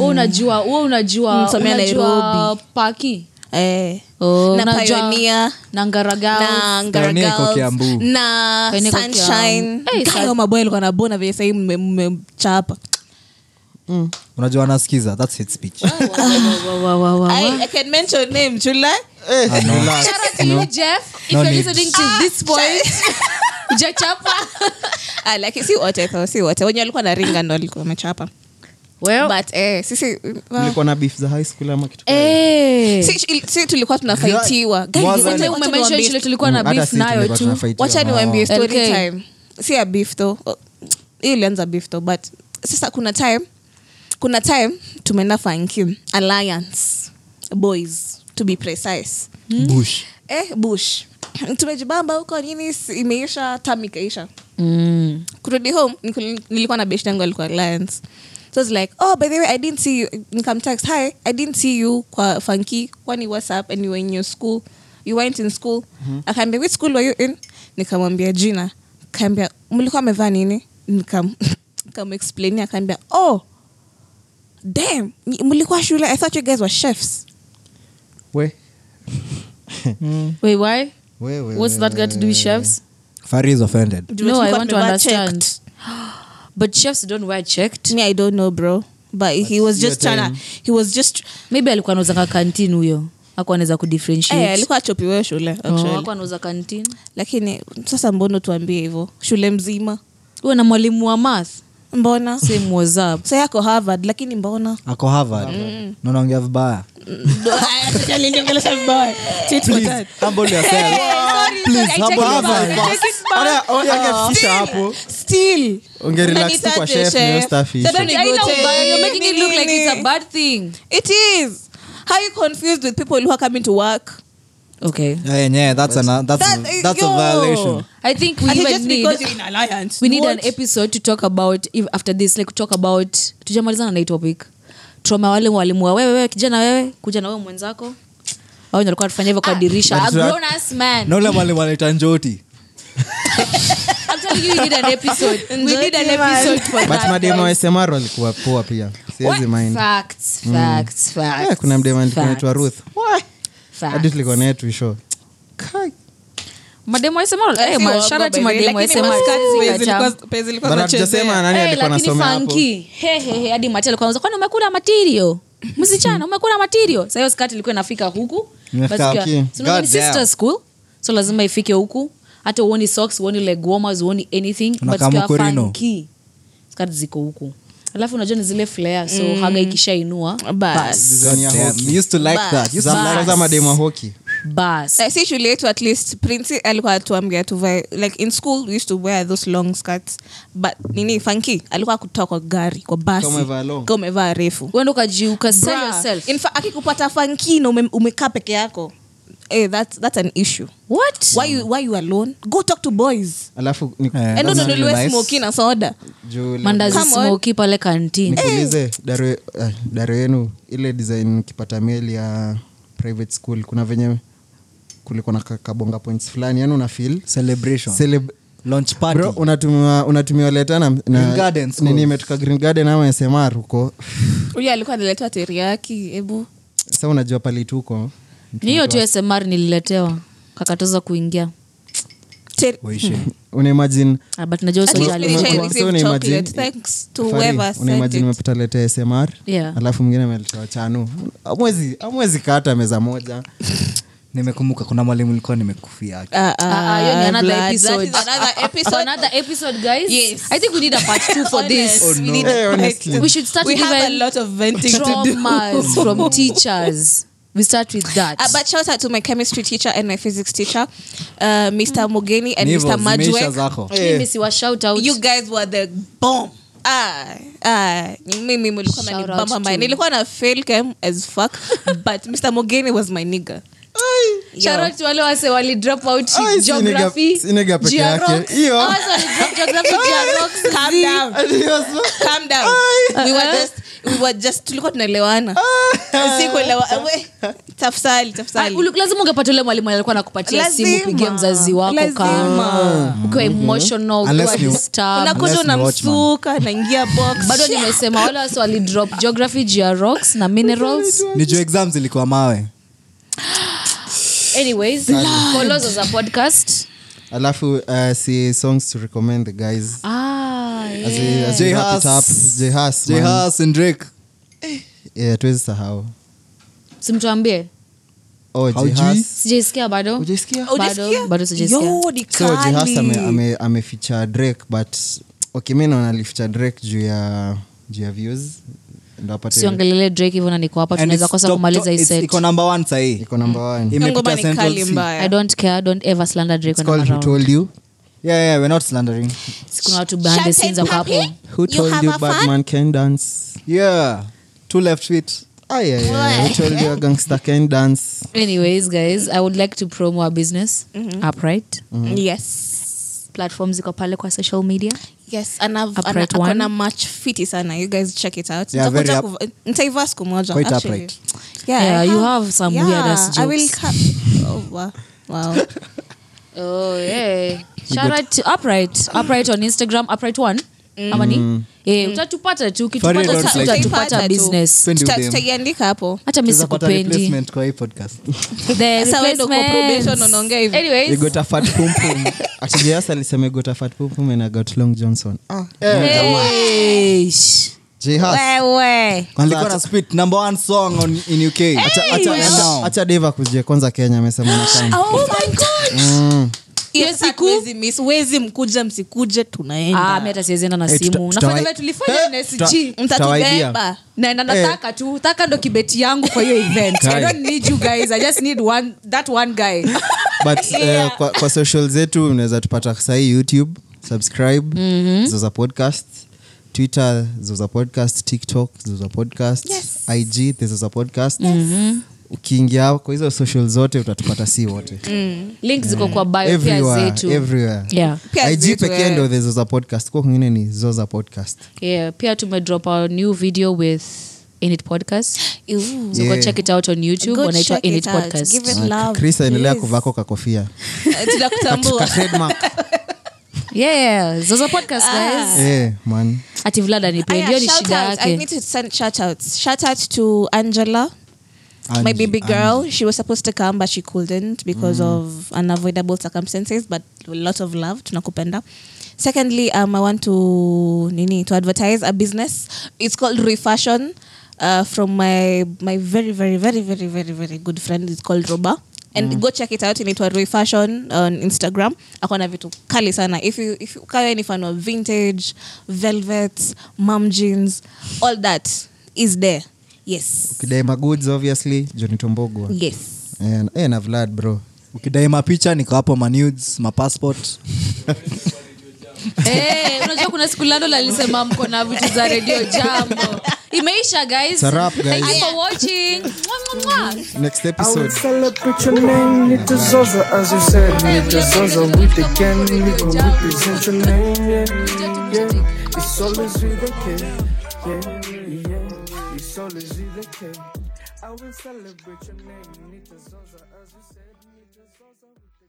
Speaker 2: Oh, unajua oh, unajua
Speaker 4: Msomea
Speaker 2: unajua
Speaker 4: Nairobi.
Speaker 2: paki
Speaker 4: Eh.
Speaker 2: Oh,
Speaker 4: na
Speaker 2: unajua-
Speaker 4: Pioneer,
Speaker 2: na ngaragao
Speaker 4: na Ngara
Speaker 3: Pioneer iko
Speaker 4: Girls,
Speaker 3: Kiambu.
Speaker 4: na
Speaker 2: Pioneer iko
Speaker 4: Sunshine.
Speaker 2: Kiambu. Eh,
Speaker 4: Guy,
Speaker 2: Sun-
Speaker 4: hao maboy alikuwa nabona venye sahii mmechapa
Speaker 3: unajua anasikiza thats hate speech
Speaker 4: I, I can mention name Chula.
Speaker 3: Ah, no. No need.
Speaker 4: Ah, like, si wote though, si wote wenye walikuwa na ringa ndo walikuwa wamechapa
Speaker 2: well,
Speaker 4: but eh, sisi well,
Speaker 6: mlikuwa na beef za high school ama kitu kama hiyo?
Speaker 2: eh,
Speaker 4: si, si- si tulikuwa tunafaitiwa Guys,
Speaker 6: Mwanza
Speaker 4: wacha
Speaker 2: ule
Speaker 6: ni-
Speaker 2: umemention
Speaker 4: niwaambie-
Speaker 2: shule tulikuwa na
Speaker 6: Mm, hata
Speaker 2: beef
Speaker 6: sisi
Speaker 2: nayo
Speaker 6: tulikuwa
Speaker 2: tu
Speaker 6: tunafight
Speaker 4: wacha
Speaker 6: na-
Speaker 4: niwaambie story
Speaker 2: LK.
Speaker 4: time si ya beef though Oh, hiyo ilianza beef though but sasa kuna time kuna time tumeenda fankim alliance boys to be precise
Speaker 2: hmm.
Speaker 3: bush
Speaker 4: eh, bush tumejibamba huko nini si- imeisha tam ikaisha
Speaker 2: mm.
Speaker 4: kurudi home nikul- nilikuwa na beshtangu alikuwa alliance so it's like oh by the way i didn't see you nikamtext hi i didn't see you kwa funky kwani whatsapp and you were in your school you weren't in school akaambia which school were you in nikamwambia jina kaambia mlikuwa amevaa nini nikam nikamexplain akaambia oh damn ni- mlikuwa shule i thought you guys were chefs
Speaker 6: we
Speaker 2: Wait, why?
Speaker 6: we we
Speaker 2: What's that got to do with chefs?
Speaker 3: fari is offended
Speaker 4: Tumekuwa
Speaker 2: No, I want to
Speaker 4: tumevaa
Speaker 2: understand.
Speaker 4: checked.
Speaker 2: But chefs don't wear checked.
Speaker 4: me i don't know bro but he was just trying to he was just
Speaker 2: Maybe alikuwa anauzanga canteen huyo. Hakuwa anaweza
Speaker 4: eh,
Speaker 2: kudifferentiate.
Speaker 4: alikuwa achopiwe shule
Speaker 2: Oh,
Speaker 4: actually.
Speaker 2: hakuwa anauza canteen.
Speaker 4: lakini sasa mbona tuambie hivyo shule mzima
Speaker 2: Huyo na mwalimu wa math.
Speaker 4: mbona
Speaker 2: Same was up.
Speaker 4: sa yako harvard lakini mbona
Speaker 3: ako harvard
Speaker 2: Mm.
Speaker 3: na unaongea vibaya
Speaker 4: niliongelesha vibaya Tit for tat.
Speaker 3: oh,
Speaker 6: oh, angefisha hapo
Speaker 4: Still.
Speaker 6: ungerelax tu
Speaker 4: Unanitaje
Speaker 6: kwa chef na hiyo
Speaker 4: chef?
Speaker 6: stuff
Speaker 4: Sasa
Speaker 6: issue.
Speaker 4: ni
Speaker 2: Haina
Speaker 4: gote.
Speaker 2: ubaya. You're making it look like
Speaker 4: Nini?
Speaker 2: it's a bad thing.
Speaker 4: It is. How you confused with people who are coming to work?
Speaker 2: Okay.
Speaker 3: Yeah, yeah, yeah, that's, an, that's,
Speaker 4: That-
Speaker 3: that's a
Speaker 4: yo.
Speaker 3: violation
Speaker 2: I think we
Speaker 4: And it's
Speaker 2: even
Speaker 4: just
Speaker 2: need
Speaker 4: because you're in alliance.
Speaker 2: we need
Speaker 4: What?
Speaker 2: an episode to talk about if after this like talk about tujamalizana na hii topic trauma wale walimu wa wewe wewe kijana wewe kuja na wewe mwenzako au ndio alikuwa atufanya hivyo kwa dirisha a
Speaker 3: But that-
Speaker 2: grown ass man
Speaker 3: na ule mwalimu anaita njoti
Speaker 2: i'm telling you we need an episode we need an
Speaker 4: Njoti man.
Speaker 2: episode for
Speaker 6: but
Speaker 2: that
Speaker 6: madema
Speaker 2: guys.
Speaker 6: wasemar walikuwa poa pia
Speaker 2: What?
Speaker 6: siwezi mind
Speaker 2: facts facts facts
Speaker 6: Eh, kuna mdema alikuwa anaitwa
Speaker 2: facts,
Speaker 6: ruth
Speaker 2: facts.
Speaker 6: hadi tulikuwa naye tuisho
Speaker 2: mademu wa SMR, eh, ma- shout out to mademu wa
Speaker 4: Lakini
Speaker 2: SMR.
Speaker 4: maskati
Speaker 2: Zika
Speaker 4: pezi
Speaker 2: cham.
Speaker 4: ilikuwa- pezi ilikuwa
Speaker 6: But
Speaker 4: zinachezea.
Speaker 6: hatujasema nani
Speaker 2: Eh,
Speaker 6: alikuwa
Speaker 2: lakini
Speaker 6: anasomea hapo.
Speaker 2: funky. He, he, he, hadi machele kwanza kwani umekula material msichana umekula material sahiyo skati ilikuwa inafika huku
Speaker 3: Imefika
Speaker 2: Basi
Speaker 3: huku.
Speaker 2: ikiwa- si unajua ni
Speaker 3: God damn.
Speaker 2: sister school so lazima ifike huku hata uoni socks uoni leg warmers uoni anything but
Speaker 3: Unakaa
Speaker 2: zikiwa
Speaker 3: mkorino.
Speaker 2: funky skati ziko huku alafu unajua ni zile flare so
Speaker 4: Mm.
Speaker 2: haga ikishainua bas
Speaker 3: Damn, you used to like that You used to like
Speaker 6: za mademu wa hoki
Speaker 2: bas
Speaker 4: Like, si shule yetu at least prince alikuwa atuambia tuvae like in school we used to wear those long skirts but nini funky alikuwa kutoa kwa gari kwa basi
Speaker 6: Kama umevaa long.
Speaker 4: kama umevaa refu
Speaker 2: uenda ukajiuka sell
Speaker 4: Bruh.
Speaker 2: yourself
Speaker 4: In fact, akikupata funky na ume- umekaa peke yako eh, that's, that's an issue
Speaker 2: what
Speaker 4: why you, why you alone go talk to boys
Speaker 6: alafu ni-
Speaker 3: Eh.
Speaker 4: and
Speaker 3: that's
Speaker 4: ununuliwe
Speaker 3: really nice.
Speaker 4: smoky na soda
Speaker 6: juu ile-
Speaker 2: mandazi Eh.
Speaker 4: Come on.
Speaker 2: smoky pale kantini
Speaker 6: nikuulize daro- ah, daro yenu ile design kipata mail ya private school kuna venye kulikuwa na ka- kabonga points fulani yani una feel
Speaker 3: celebration
Speaker 6: celeb-
Speaker 3: launch
Speaker 6: bro
Speaker 3: party
Speaker 6: unatumiwa unatumiwa leta na,
Speaker 3: Green
Speaker 6: na
Speaker 3: Gardens,
Speaker 6: nini
Speaker 3: cool.
Speaker 6: imetoka green garden ama smr huko
Speaker 4: huyo alikuwa analetwa teriaki hebu
Speaker 6: sa unajua palituko
Speaker 2: Ni hiyo tu smr nililetewa kakatoza kuingia
Speaker 4: Ter- uh,
Speaker 3: Waishe.
Speaker 6: unaimajin
Speaker 2: Ah, but najua
Speaker 4: At
Speaker 2: uso
Speaker 4: least
Speaker 2: jali
Speaker 4: nilisha
Speaker 2: mkubwa.
Speaker 4: receive chocolate, thanks to whoever sent it.
Speaker 6: umepata leta smr
Speaker 2: Yeah.
Speaker 6: alafu mwingine ameletewa chanu amwezi amwezi kata meza moja
Speaker 3: nimekumbuka kuna mwalimu ilikuwa nimekufia
Speaker 4: Ah, ah,
Speaker 2: Ah, ah, hiyo ni another
Speaker 4: blood. That is
Speaker 2: episode.
Speaker 4: another
Speaker 2: For
Speaker 4: episode.
Speaker 2: another episode, guys.
Speaker 4: Yes.
Speaker 2: I think we need a part two for this.
Speaker 4: Honest.
Speaker 2: We need
Speaker 6: Eh, honestly.
Speaker 2: we should start
Speaker 4: we
Speaker 2: with
Speaker 4: have a
Speaker 2: even
Speaker 4: lot of venting to do
Speaker 2: traumas from teachers. We start with that.
Speaker 4: Uh, but shout out to my chemistry teacher and my physics teacher, uh, Mr. Mugeni and
Speaker 3: Nivo,
Speaker 4: Mr.
Speaker 3: zimeisha
Speaker 4: Majwe.
Speaker 6: Eh.
Speaker 3: zako
Speaker 2: Mimi siwa shout out.
Speaker 4: You guys were the bomb. Ah, ah, mimi mlikuwa
Speaker 2: Shout out
Speaker 4: mnanibamba mbaya.
Speaker 2: to-
Speaker 4: Nilikuwa na fail chem as fuck, but Mr. Mugeni was my nigga.
Speaker 2: Shout out to wale wase wali drop out
Speaker 6: Ai, si nigga-
Speaker 2: geography,
Speaker 6: si nigga peke
Speaker 2: GR
Speaker 6: yake.
Speaker 2: rocks.
Speaker 6: Hiyo.
Speaker 2: Ah, wase wali drop geography, GR rocks.
Speaker 4: Calm down. Calm down. We
Speaker 2: Uh-huh.
Speaker 4: were just we were just tulikuwa tunaelewana. Sikuelewa. we, Tafsali,
Speaker 2: Uh-huh. Ah,
Speaker 4: tafsali.
Speaker 2: ulu- lazima ungepata ule mwalimu alikuwa anakupatia simu
Speaker 4: Lazima.
Speaker 2: pigia mzazi wako
Speaker 4: Lazima.
Speaker 2: ka
Speaker 6: Mm-hmm.
Speaker 2: ukiwa emotional
Speaker 3: Unless
Speaker 2: ukiwa
Speaker 3: ni-
Speaker 2: disturbed.
Speaker 4: Unakuja
Speaker 3: Unless ni watchman.
Speaker 4: unamsuka naingia box.
Speaker 2: bado nimesema wale wasi walidrop geography GR rocks na minerals
Speaker 3: ni juu exam zilikuwa mawe
Speaker 2: anyways follow us as a podcast
Speaker 6: alafu uh, si songs to recommend the guys
Speaker 2: ah yeah.
Speaker 6: As we- as we
Speaker 3: Jay
Speaker 6: wrap it up,
Speaker 3: Haas.
Speaker 6: Jay Haas, man.
Speaker 3: jehas and drake
Speaker 6: Yeah, tuwezi sahau
Speaker 2: simtuambie
Speaker 6: Oh, Jay
Speaker 3: Haujui?
Speaker 6: Haas.
Speaker 2: sijaisikia bado
Speaker 6: Hujaisikia?
Speaker 2: bado bado sijaisikia
Speaker 4: Yo, ni
Speaker 6: so Jay Haas
Speaker 4: kali.
Speaker 6: ame- ame- ameficha drake but okay mi naona alificha drake juu ya juu ya views ndo apate
Speaker 2: siongelele drake hivyo na niko hapa
Speaker 3: And
Speaker 2: tunaweza
Speaker 3: it's
Speaker 2: kosa
Speaker 3: top-
Speaker 2: kumaliza
Speaker 3: top-
Speaker 2: hii
Speaker 3: it's-
Speaker 2: set
Speaker 3: iko number one sahii
Speaker 6: iko namba one.
Speaker 4: Hiyo ngoma
Speaker 3: imepita
Speaker 4: ni
Speaker 3: Central
Speaker 4: kali
Speaker 3: C.
Speaker 4: mbaya.
Speaker 2: i don't care don't ever slander drake
Speaker 6: It's
Speaker 2: when I'm
Speaker 6: called who
Speaker 2: around.
Speaker 6: told you
Speaker 3: yeah, yeah, we're not slandering
Speaker 2: kuna watu behind the scenes wako hapo
Speaker 6: who told you batman can dance
Speaker 3: yeah two left feet
Speaker 6: ah, yeah, yeah. who told you a gangster can dance
Speaker 2: anyways guys i would like to promo our business upright
Speaker 3: Mm.
Speaker 4: yes
Speaker 2: platforms ziko pale kwa social media
Speaker 4: yes and I've- and
Speaker 2: Upright
Speaker 4: ako
Speaker 2: one.
Speaker 4: na match fiti sana you guys check it out
Speaker 3: They are very
Speaker 4: Nitakuja
Speaker 3: up-
Speaker 4: kuva- nitaivaa siku moja
Speaker 3: Quite
Speaker 4: actually.
Speaker 3: upright.
Speaker 4: yeah, I
Speaker 2: Yeah,
Speaker 4: have-
Speaker 2: you have some
Speaker 4: yeah,
Speaker 2: weird-ass
Speaker 4: I will
Speaker 2: jokes.
Speaker 4: ca- oh, wow. wow
Speaker 2: oh, yeah. Shout out to upright upright on instagram upright one ama ni Eh, utatupata tu
Speaker 3: Funny
Speaker 2: ukitupata
Speaker 3: notes
Speaker 2: sisi
Speaker 3: Mm. like-
Speaker 2: utatupata business
Speaker 3: Send you
Speaker 4: Tuta-
Speaker 3: them.
Speaker 4: tutaiandika hapo
Speaker 2: hata mi
Speaker 3: Tuweza pata
Speaker 2: sikupendi
Speaker 3: replacement kwa hii podcast
Speaker 2: The
Speaker 4: Sasa wewe ndio uko
Speaker 2: replacements.
Speaker 4: probation unaongea hivyo.
Speaker 2: Anyways,
Speaker 6: you got a fat pum pum atijayasa alisema you got a fat pum pum and i got long johnson ah
Speaker 2: hey, shh.
Speaker 6: jihas
Speaker 4: wewe
Speaker 3: Alikuwa na spit number one song on, in uk now
Speaker 6: hacha deva kuzie kwanza kenya amesema na Kenya.
Speaker 4: oh my god
Speaker 6: Mm.
Speaker 4: hiyo siku wezi miss wezi mkuja msikuje
Speaker 2: Ah, mi
Speaker 4: tunaenda
Speaker 2: hata siwezienda na
Speaker 3: Eh, tuta-
Speaker 2: simu
Speaker 3: tutawai-
Speaker 2: nafanya vile tulifanya na SG.
Speaker 6: tutawaidia.
Speaker 4: mtatubeba
Speaker 2: Na- na
Speaker 6: Eh.
Speaker 2: nataka tu taka ndo kibeti yangu kwa hiyo event i don't need you guys i just need one, that one guy
Speaker 6: but eh, kwa, kwa social zetu mnaweza tupata sahii youtube subscribe mm-hmm. zoza podcast twitter zoza podcast tiktok zoza podcast yes. ig the zoza podcast mm-hmm. ukiingia kwa hizo social zote utatupata si wote
Speaker 2: link ziko kwa bio pia
Speaker 6: everywhere,
Speaker 2: zetu
Speaker 6: everywhere.
Speaker 2: yeah.
Speaker 4: Pia
Speaker 6: ig
Speaker 4: zetu,
Speaker 6: pekee
Speaker 4: eh.
Speaker 6: ndo the zoza podcast kwa kwingine ni zoza podcast
Speaker 2: yeah pia tumedrop our new video with init podcast so go
Speaker 6: Yeah. Ah,
Speaker 2: check it out on youtube
Speaker 4: Go
Speaker 2: wanaitwa
Speaker 4: check it
Speaker 2: init
Speaker 4: out.
Speaker 2: podcast
Speaker 4: Give it love,
Speaker 6: chris aendelea
Speaker 4: please.
Speaker 6: kuvako kakofia
Speaker 4: Eh, tutakutambua
Speaker 2: yeah zozo podcast guys
Speaker 6: yeah, Eh, man
Speaker 2: ati vlad
Speaker 4: Aya,
Speaker 2: anipendio ni
Speaker 4: shout
Speaker 2: shida
Speaker 4: out. I
Speaker 2: yake
Speaker 4: need to send shout outs. Shout out to Angela, my
Speaker 6: Angie,
Speaker 4: baby girl. She was supposed to come, but she couldn't because of unavoidable circumstances. But a lot of love to Nakupenda. Secondly, um, I want to Nini to advertise a business. It's called Refashion. Uh, from my my very very very very very very good friend it's called Roba and go check it out inaitwa Roy Fashion on Instagram akona vitu kali sana if you if you kawe ni fan of vintage velvets mom jeans all that is there yes
Speaker 6: ukidai magoods obviously joni tombogwa
Speaker 4: yes
Speaker 6: yeah. yeah, na vlad bro
Speaker 3: ukidai mapicha niko hapo manudes mapassport
Speaker 2: Eh, unajua kuna siku landola alisema mko na vitu za redio jambo imeisha guys
Speaker 6: a wrap, guys.
Speaker 2: thank you for watching Mwah, mwah, mwah.
Speaker 6: next
Speaker 1: I will
Speaker 6: episode
Speaker 1: celebrate your name, Nita Zoza, as you said, Nita Zoza, we began, we gon' represent your name, yeah, yeah. It's always with a K, yeah, yeah. It's always with a K. I will celebrate your name, Nita Zoza, as you said, Nita Zoza, we